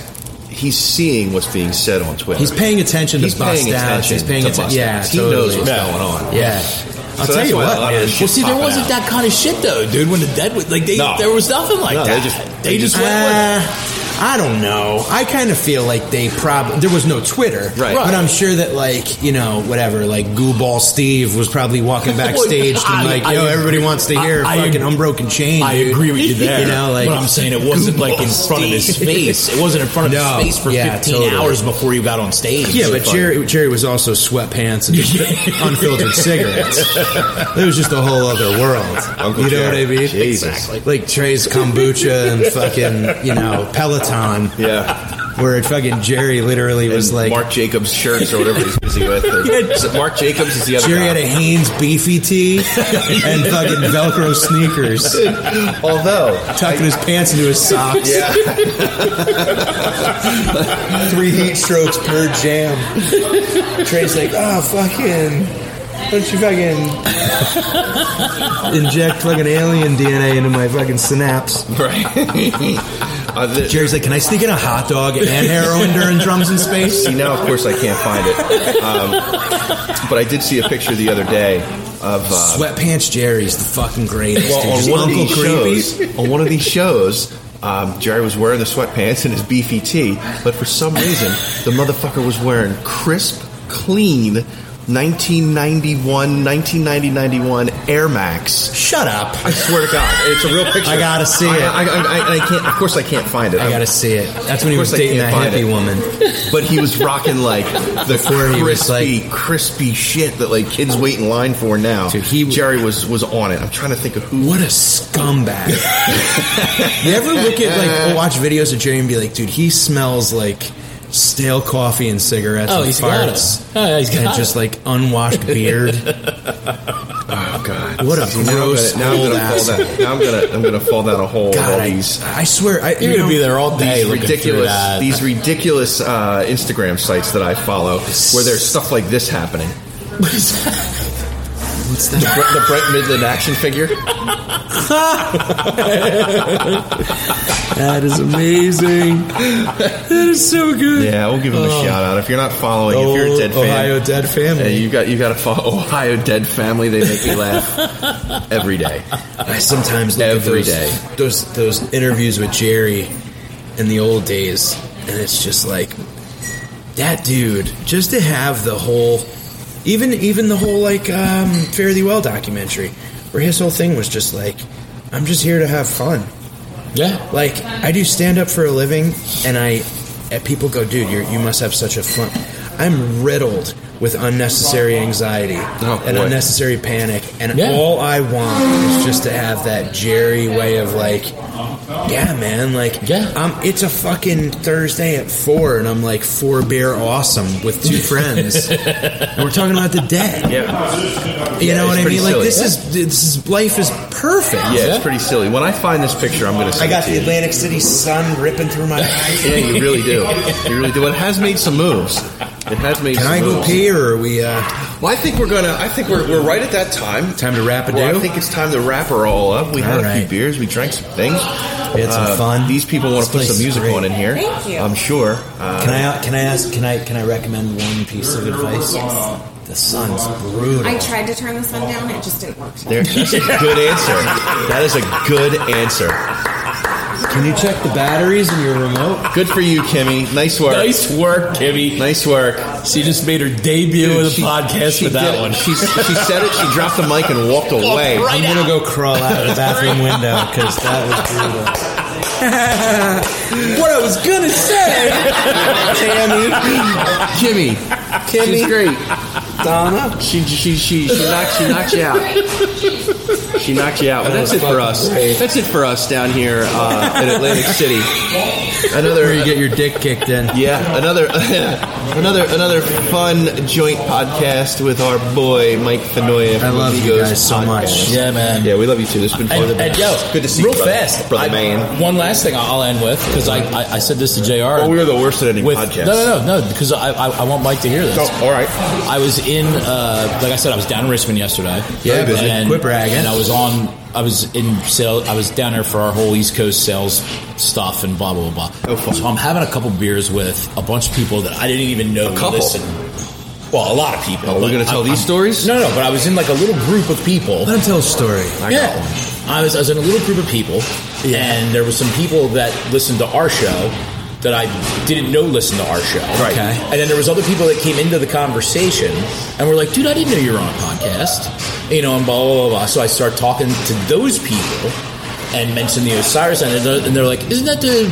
Speaker 4: he's seeing what's being said on Twitter.
Speaker 5: Hea's paying attention to
Speaker 4: He's
Speaker 5: bust
Speaker 4: paying
Speaker 5: outs.
Speaker 4: attention
Speaker 5: He's paying
Speaker 4: to
Speaker 5: atten-
Speaker 4: bust
Speaker 5: yeah,
Speaker 4: outs. He
Speaker 5: totally.
Speaker 4: knows what's
Speaker 5: Yeah.
Speaker 4: going on.
Speaker 5: Yeah. I'll
Speaker 4: So
Speaker 5: tell
Speaker 4: that's
Speaker 5: you
Speaker 4: why a
Speaker 5: what,
Speaker 4: lot of
Speaker 5: man.
Speaker 4: this
Speaker 6: Well,
Speaker 4: shit's
Speaker 6: see, there
Speaker 4: popping
Speaker 6: wasn't
Speaker 4: out.
Speaker 6: that kind of shit though, dude. When the dead would like they,
Speaker 4: No.
Speaker 6: there was nothing like
Speaker 4: No, they
Speaker 6: that.
Speaker 4: just-
Speaker 6: they just went with it.
Speaker 5: Uh, I don't know. I kind of feel like they probably there was no Twitter,
Speaker 4: Right.
Speaker 5: But I'm sure that like you know whatever, like Gooball Steve was probably walking backstage and like,
Speaker 6: I-
Speaker 5: yo,
Speaker 6: I-
Speaker 5: everybody wants to
Speaker 6: I-
Speaker 5: hear
Speaker 6: I-
Speaker 5: fucking Unbroken Chain.
Speaker 6: I
Speaker 5: dude.
Speaker 6: agree with you there.
Speaker 5: You know, like
Speaker 6: but I'm saying it wasn't like in front of his
Speaker 5: Steve.
Speaker 6: face. It wasn't in front of
Speaker 5: No.
Speaker 6: his face for
Speaker 5: Yeah,
Speaker 6: 15
Speaker 5: totally.
Speaker 6: hours before you got on stage.
Speaker 5: Yeah, but Jerry, Jerry was also sweatpants and just unfiltered cigarettes. It was just a whole other world.
Speaker 4: Uncle
Speaker 5: you know
Speaker 4: Jerry.
Speaker 5: what I mean?
Speaker 4: Jesus.
Speaker 5: Like Trey's kombucha and fucking you know Peloton.
Speaker 4: Yeah.
Speaker 5: Where fucking Jerry literally was
Speaker 4: And
Speaker 5: like
Speaker 4: Mark Jacobs shirts or whatever he's busy with. Or, is it Mark Jacobs is the other
Speaker 5: Jerry
Speaker 4: guy.
Speaker 5: had a Hanes beefy tee and fucking Velcro sneakers,
Speaker 4: Although,
Speaker 5: tucking his pants into his socks. Three heat strokes per jam. Trey's like, oh, fucking. Why don't you fucking inject fucking alien DNA into my fucking synapse?
Speaker 4: right. Uh, the-
Speaker 5: Jerry's like, can I sneak in a hot dog and heroin during drums in space?
Speaker 4: See, now of course I can't find it. Um, but I did see a picture the other day of. Uh,
Speaker 5: Sweatpants Jerry's the fucking greatest.
Speaker 4: Well,
Speaker 5: dude.
Speaker 4: on
Speaker 5: Just
Speaker 4: one, of
Speaker 5: Uncle
Speaker 4: these
Speaker 5: Creepy.
Speaker 4: shows, on one of these shows, um, Jerry was wearing the sweatpants and his beefy tee, but for some reason, the motherfucker was wearing crisp, clean 1991, 1990, 91 Air Max.
Speaker 5: Shut up.
Speaker 4: I swear to God, it's a real picture.
Speaker 5: I gotta see
Speaker 4: I-
Speaker 5: it.
Speaker 4: I, I- I- I can't. Of course, I can't find it.
Speaker 5: I gotta see it. That's when he
Speaker 4: Of
Speaker 5: was
Speaker 4: course I
Speaker 5: dating that
Speaker 4: can't find
Speaker 5: hippie
Speaker 4: it.
Speaker 5: woman.
Speaker 4: But he was rocking like the
Speaker 5: Before
Speaker 4: crispy,
Speaker 5: he was,
Speaker 4: crispy shit that like kids wait in line for now.
Speaker 5: Dude, he-
Speaker 4: Jerry was was on it. I'm trying to think of who.
Speaker 5: What a scumbag. you ever look at like watch videos of Jerry and be like, dude, he smells like stale coffee and cigarettes
Speaker 6: Oh,
Speaker 5: and
Speaker 6: he's got
Speaker 5: farts.
Speaker 6: it. Oh, he's got
Speaker 5: and
Speaker 6: it.
Speaker 5: just like unwashed beard.
Speaker 4: Oh God!
Speaker 5: What a
Speaker 4: Now I'm gonna-
Speaker 5: gross
Speaker 4: Now I'm
Speaker 5: old
Speaker 4: gonna,
Speaker 5: ass.
Speaker 4: fall down. Now I'm gonna I'm gonna fall down a hole. with
Speaker 5: God,
Speaker 4: all
Speaker 5: I,
Speaker 4: these
Speaker 5: I swear, I,
Speaker 6: You're
Speaker 5: you
Speaker 6: gonna
Speaker 5: know,
Speaker 6: be there all
Speaker 4: these
Speaker 6: day. looking through
Speaker 4: ridiculous
Speaker 6: that.
Speaker 4: these ridiculous uh, Instagram sites that I follow where there's stuff like this happening.
Speaker 5: What's that?
Speaker 4: Bre- the Brett Midland action figure.
Speaker 5: That is amazing. that is so good.
Speaker 4: Yeah, we'll give him a shout out if you're not following. if you're a dead fan,
Speaker 5: Oh. Ohio dead
Speaker 4: Yeah,
Speaker 5: family.
Speaker 4: you got you got to follow Ohio Dead Family. They make me laugh every day.
Speaker 5: I sometimes look
Speaker 4: Every
Speaker 5: at those,
Speaker 4: day.
Speaker 5: those those interviews with Jerry in the old days, and it's just like that dude. Just to have the whole, even even the whole like um, Fare Thee Well documentary, where his whole thing was just like, I'm just here to have fun.
Speaker 6: yeah.
Speaker 5: Like I do stand up for a living, and I and people go, dude, you you must have such a fun. I'm riddled with unnecessary anxiety and
Speaker 4: Oh, boy.
Speaker 5: unnecessary panic, and
Speaker 6: Yeah.
Speaker 5: all I want is just to have that Jerry way of like, yeah, man, like,
Speaker 6: Yeah.
Speaker 5: I'm, it's a fucking Thursday at four, and I'm like four beer awesome with two friends, and we're talking about the dead. You know
Speaker 4: it's
Speaker 5: what I
Speaker 4: pretty
Speaker 5: mean? Like
Speaker 4: silly.
Speaker 5: this is this is life is perfect.
Speaker 4: Yeah, it's pretty silly. When I find this picture, I'm going to.
Speaker 5: I got
Speaker 4: it
Speaker 5: the
Speaker 4: to you.
Speaker 5: Atlantic City sun ripping through my eyes.
Speaker 4: Yeah, you really do. You really do. It has made some moves. It has made.
Speaker 5: Can
Speaker 4: some
Speaker 5: I go
Speaker 4: moves.
Speaker 5: pee, or are we? Uh,
Speaker 4: Well, I think we're gonna. I think we're, we're right at that time.
Speaker 5: Time to wrap it
Speaker 4: Well, I
Speaker 5: down?
Speaker 4: think it's time to wrap her all up. We had
Speaker 5: All
Speaker 4: a few
Speaker 5: right.
Speaker 4: beers. We drank some things. Uh,
Speaker 5: We had some fun.
Speaker 4: These people want
Speaker 5: This
Speaker 4: to put
Speaker 5: place
Speaker 4: some
Speaker 5: is
Speaker 4: music
Speaker 5: great.
Speaker 4: on in here.
Speaker 7: Thank you.
Speaker 4: I'm sure. Uh,
Speaker 5: can I? Can I ask? Can I? Can I recommend one piece of advice?
Speaker 7: Yes.
Speaker 5: The sun's brutal.
Speaker 7: I tried to turn this one down, it just didn't work.
Speaker 4: There, that's a good answer. That is a good answer.
Speaker 5: Can you check the batteries in your remote?
Speaker 4: Good for you, Kimmy. Nice work.
Speaker 6: Nice work, Kimmy.
Speaker 4: Nice work.
Speaker 6: She just made her debut
Speaker 4: Dude,
Speaker 6: with a
Speaker 4: she-
Speaker 6: podcast
Speaker 4: she
Speaker 6: with that
Speaker 4: did-
Speaker 6: one.
Speaker 4: She, she said it. She dropped the mic and walked away.
Speaker 5: I'm gonna go crawl out of the bathroom window because that was brutal.
Speaker 6: what I was gonna say.
Speaker 4: Kimmy, Kimmy, she's great. Donna, she she she she knocks she knocks you out. She knocks you out. But that's it for us. Oh, That's it for us down here uh, in Atlantic City. Another
Speaker 5: You get your dick kicked in.
Speaker 4: yeah, another another another fun joint podcast with our boy Mike Fenoya.
Speaker 5: I
Speaker 4: from
Speaker 5: love you
Speaker 4: Amigos
Speaker 5: guys so
Speaker 4: Podcast.
Speaker 5: much.
Speaker 6: Yeah, man.
Speaker 4: Yeah, we love you too. This has been fun.
Speaker 6: And, and yo,
Speaker 4: good to see
Speaker 6: real
Speaker 4: you, brother.
Speaker 6: fast,
Speaker 4: brother
Speaker 6: I-
Speaker 4: man.
Speaker 6: One last thing I'll end with because I, I I said this to Jr.
Speaker 4: Oh, we are the worst at any
Speaker 6: with
Speaker 4: podcast.
Speaker 6: no no no no because I, I I want Mike to hear this.
Speaker 4: Oh, all right.
Speaker 6: I was in uh, like I said I was down in Richmond yesterday.
Speaker 5: Yeah, busy.
Speaker 6: and,
Speaker 5: Quit bragging.
Speaker 6: And I was on I was in sale I was down there for our whole East Coast sales stuff and blah blah blah. blah.
Speaker 4: Oh, fun.
Speaker 6: so I'm having a couple beers with a bunch of people that I didn't even know.
Speaker 4: couple?
Speaker 6: Listen, well, a lot of people.
Speaker 4: Oh, we're
Speaker 6: but
Speaker 4: gonna tell
Speaker 6: I'm-
Speaker 4: these
Speaker 6: I'm-
Speaker 4: stories?
Speaker 6: No, no, but I was in like a little group of people
Speaker 5: Let him tell a story.
Speaker 6: yeah. I was I was in a little group of people, and there were some people that listened to our show that I didn't know listened to our show.
Speaker 4: Right.
Speaker 5: Okay.
Speaker 6: And then there was other people that came into the conversation and were like, "Dude, I didn't know you were on a podcast," you know, and blah blah blah. blah. So I start talking to those people and mention the Osiris, and they're, and they're like, "Isn't that the,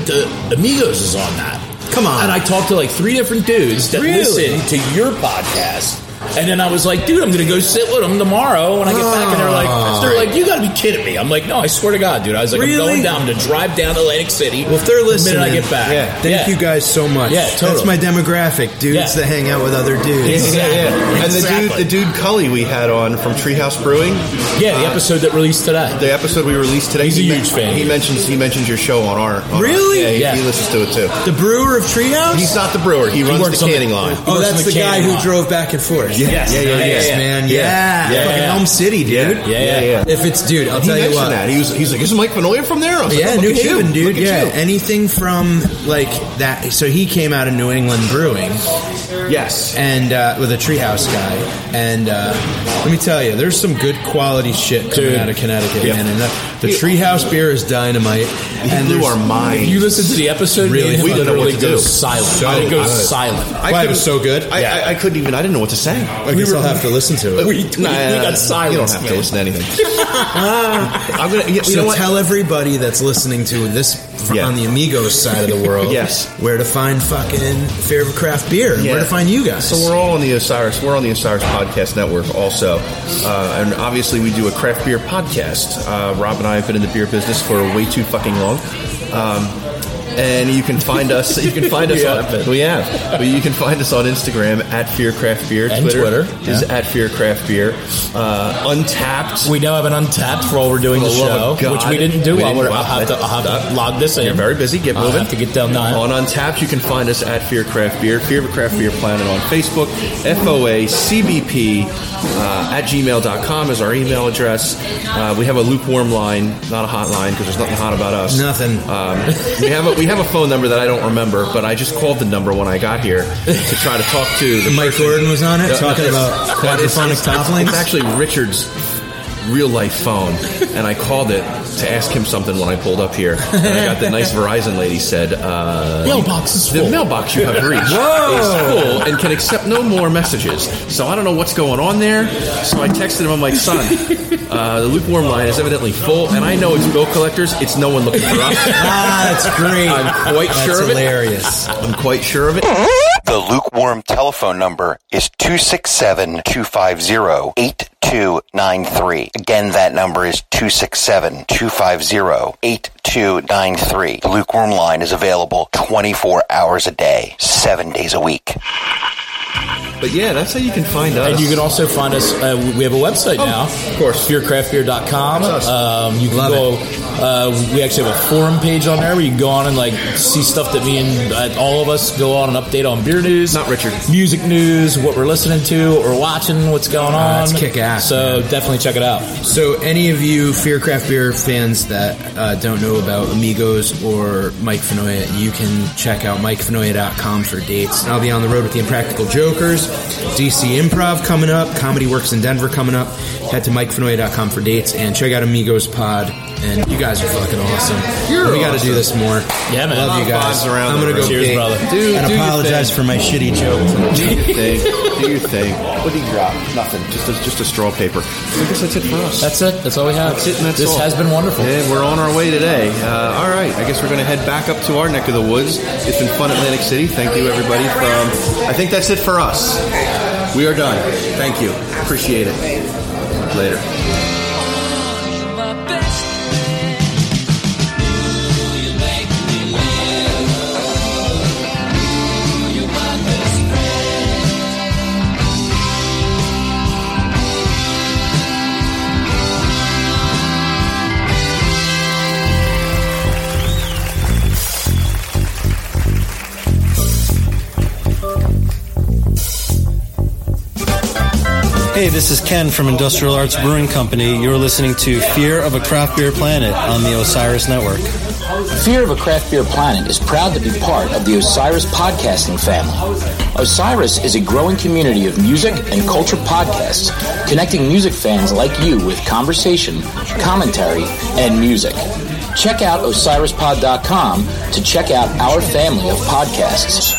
Speaker 6: the Amigos is on that?"
Speaker 5: Come on.
Speaker 4: Ah.
Speaker 6: And I talked to like three different dudes that
Speaker 5: Really?
Speaker 6: listen to your podcast. And then I was like, dude, I'm going to go sit with them tomorrow when I get back. And they're
Speaker 4: Ah.
Speaker 6: like, they're like, you got to be kidding me. I'm like, no, I swear to God, dude. I was like,
Speaker 5: Really?
Speaker 6: I'm going down to drive down to Atlantic City.
Speaker 5: Well, if they're listening,
Speaker 6: the minute I get back.
Speaker 4: yeah.
Speaker 5: Thank you guys so much.
Speaker 6: Yeah,
Speaker 5: That's
Speaker 6: totally.
Speaker 5: my demographic, dudes
Speaker 6: Yeah.
Speaker 5: that hang out with other
Speaker 4: Yeah,
Speaker 5: dudes.
Speaker 4: yeah, yeah. And
Speaker 6: Exactly.
Speaker 4: the dude, the dude Cully we had on from Treehouse Brewing,
Speaker 6: Yeah, the episode that released today.
Speaker 4: the episode we released today.
Speaker 6: He's a
Speaker 4: he
Speaker 6: huge fan.
Speaker 4: He mentions he mentions your show on our. on our-
Speaker 5: Really?
Speaker 4: yeah, he,
Speaker 6: Yeah.
Speaker 4: he listens to it too.
Speaker 5: The brewer of Treehouse.
Speaker 4: He's not the brewer. He runs
Speaker 6: works
Speaker 4: the
Speaker 6: on the-
Speaker 4: canning line.
Speaker 6: he
Speaker 5: oh,
Speaker 6: works
Speaker 5: that's
Speaker 6: in the
Speaker 5: the guy
Speaker 6: canning
Speaker 5: who
Speaker 6: lot.
Speaker 5: drove back and forth.
Speaker 4: Yes. Yeah, yeah, yeah,
Speaker 5: Nice,
Speaker 4: yeah.
Speaker 5: man.
Speaker 4: Yeah.
Speaker 5: Yeah.
Speaker 4: Yeah.
Speaker 5: Fucking
Speaker 6: Yeah.
Speaker 5: Elm City, dude.
Speaker 4: Yeah, yeah, yeah.
Speaker 5: If it's dude, I'll
Speaker 4: He
Speaker 5: tell you
Speaker 4: mentioned
Speaker 5: what.
Speaker 4: that. He was he's like, "Is Mike Fenoya from there?" I was
Speaker 5: Yeah,
Speaker 4: like, oh,
Speaker 5: New
Speaker 4: look at you.
Speaker 5: Haven, dude.
Speaker 4: Look at
Speaker 5: Yeah,
Speaker 4: you.
Speaker 5: anything from like that. So he came out of New England brewing,
Speaker 4: Yes.
Speaker 5: and uh, with a treehouse guy. And uh, let me tell you, there's some good quality shit coming out of Connecticut,
Speaker 4: Yeah.
Speaker 5: man. And the, the treehouse beer is dynamite.
Speaker 4: He
Speaker 5: and
Speaker 4: blew
Speaker 5: there's-
Speaker 4: our mind.
Speaker 6: If you listen to the episode,
Speaker 5: Really
Speaker 6: really,
Speaker 4: We didn't know what
Speaker 6: literally
Speaker 4: to
Speaker 6: goes
Speaker 4: do.
Speaker 6: silent.
Speaker 4: So
Speaker 6: it goes
Speaker 4: good.
Speaker 6: silent.
Speaker 4: I
Speaker 5: Why it
Speaker 4: couldn't-
Speaker 5: was so good?
Speaker 4: I, I, I couldn't even. I didn't know what to say.
Speaker 5: I guess I'll have to listen to it.
Speaker 6: We, we, we got
Speaker 4: You don't
Speaker 6: silence.
Speaker 4: have to
Speaker 6: man.
Speaker 4: listen to anything. I'm gonna. You, you
Speaker 5: so
Speaker 4: know what?
Speaker 5: tell everybody that's listening to this fr-
Speaker 4: Yeah.
Speaker 5: on the Amigos side of the world,
Speaker 4: Yes.
Speaker 5: where to find fucking fair craft beer and where
Speaker 4: Yeah.
Speaker 5: to find you guys.
Speaker 4: So we're all on the Osiris. We're on the Osiris Podcast Network also, uh, and obviously we do a craft beer podcast. Uh, Rob and I have been in the beer business for way too fucking long. Um, and you can find us. You can find us on. We have. But you can find us on Instagram at Fear Craft Beer.
Speaker 6: And
Speaker 4: Twitter,
Speaker 6: Twitter,
Speaker 4: is
Speaker 6: yeah.
Speaker 4: at Fear Craft Beer. Uh, untapped.
Speaker 6: We now have an untapped for while we're doing
Speaker 4: For
Speaker 6: the,
Speaker 4: the love
Speaker 6: show,
Speaker 4: of God.
Speaker 6: which we didn't do.
Speaker 4: We
Speaker 6: while
Speaker 4: didn't-
Speaker 6: we're,
Speaker 4: wow,
Speaker 6: I'll have to,
Speaker 4: that's-
Speaker 6: I'll have to log this in.
Speaker 4: You're very busy. Get moving.
Speaker 6: I'll have to get down nine.
Speaker 4: On Untapped, you can find us at Fear Craft Beer, Fear of a Craft Beer Planet on Facebook, FOA, CBP, uh, at gmail.com is our email address. Uh, we have a lukewarm line, not a hot line, because there's nothing hot about us.
Speaker 5: Nothing.
Speaker 4: Um, we, have a, we have a phone number that I don't remember, but I just called the number when I got here to try to talk to the
Speaker 5: Mike Gordon was on it
Speaker 4: Yeah,
Speaker 5: talking
Speaker 4: it's-
Speaker 5: about
Speaker 4: no, it's-
Speaker 5: quadraphonic
Speaker 4: it's- It's
Speaker 5: toplings.
Speaker 4: actually Richard's real life phone, and I called it to ask him something when I pulled up here. And I got the nice Verizon lady said, uh,
Speaker 6: Mailbox is
Speaker 4: the
Speaker 6: full.
Speaker 4: mailbox you have reached is full and can accept no more messages. So I don't know what's going on there. So I texted him. I'm like, son, uh, the lukewarm line is evidently full, and I know it's bill collectors. It's no one looking for us.
Speaker 5: Ah, that's great.
Speaker 4: I'm quite
Speaker 5: that's
Speaker 4: sure of it.
Speaker 5: hilarious.
Speaker 4: I'm quite sure of it.
Speaker 9: The lukewarm telephone number is 267 250 8293. Again, that number is 267 250 8293. The lukewarm line is available 24 hours a day, 7 days a week.
Speaker 4: But yeah, that's how you can find us.
Speaker 6: And you can also find us. Uh, we have a website now, of course, beercraftbeer.com. Um, you can go. Uh, we actually have a forum page on there where you can go on and like see stuff that me and uh, all of us go on and update on beer news, not Richard, music news, what we're listening to or watching, what's going on.
Speaker 5: it's kick-ass,
Speaker 6: So definitely check it out.
Speaker 5: So, any of you Fear Craft Beer fans that uh, don't know about Amigos or Mike Fenoya, you can check out MikeFenoya.com for dates. And I'll be on the road with the Impractical Jokers, DC Improv coming up, Comedy Works in Denver coming up. Head to MikeFenoya.com for dates and check out Amigos Pod. And you guys are fucking awesome.
Speaker 13: You're
Speaker 5: we got to
Speaker 13: awesome.
Speaker 5: do this more.
Speaker 6: Yeah, man.
Speaker 5: Love you guys. I'm gonna go
Speaker 13: Cheers,
Speaker 5: pee.
Speaker 13: brother.
Speaker 5: and apologize for my shitty joke.
Speaker 4: Do your thing. Do your thing. What do you drop? Nothing. Just a, just a straw paper. I guess that's it for us.
Speaker 6: That's it. That's all we have.
Speaker 4: That's it. And that's
Speaker 6: this
Speaker 4: all.
Speaker 6: has been wonderful.
Speaker 4: Yeah, we're on our way today. Uh, all right. I guess we're going to head back up to our neck of the woods. It's been fun, Atlantic City. Thank you, everybody. From I think that's it for us. We are done. Thank you. Appreciate it. Later.
Speaker 14: Hey, this is Ken from Industrial Arts Brewing Company. You're listening to Fear of a Craft Beer Planet on the Osiris Network.
Speaker 10: Fear of a Craft Beer Planet is proud to be part of the Osiris podcasting family. Osiris is a growing community of music and culture podcasts, connecting music fans like you with conversation, commentary, and music. Check out osirispod.com to check out our family of podcasts.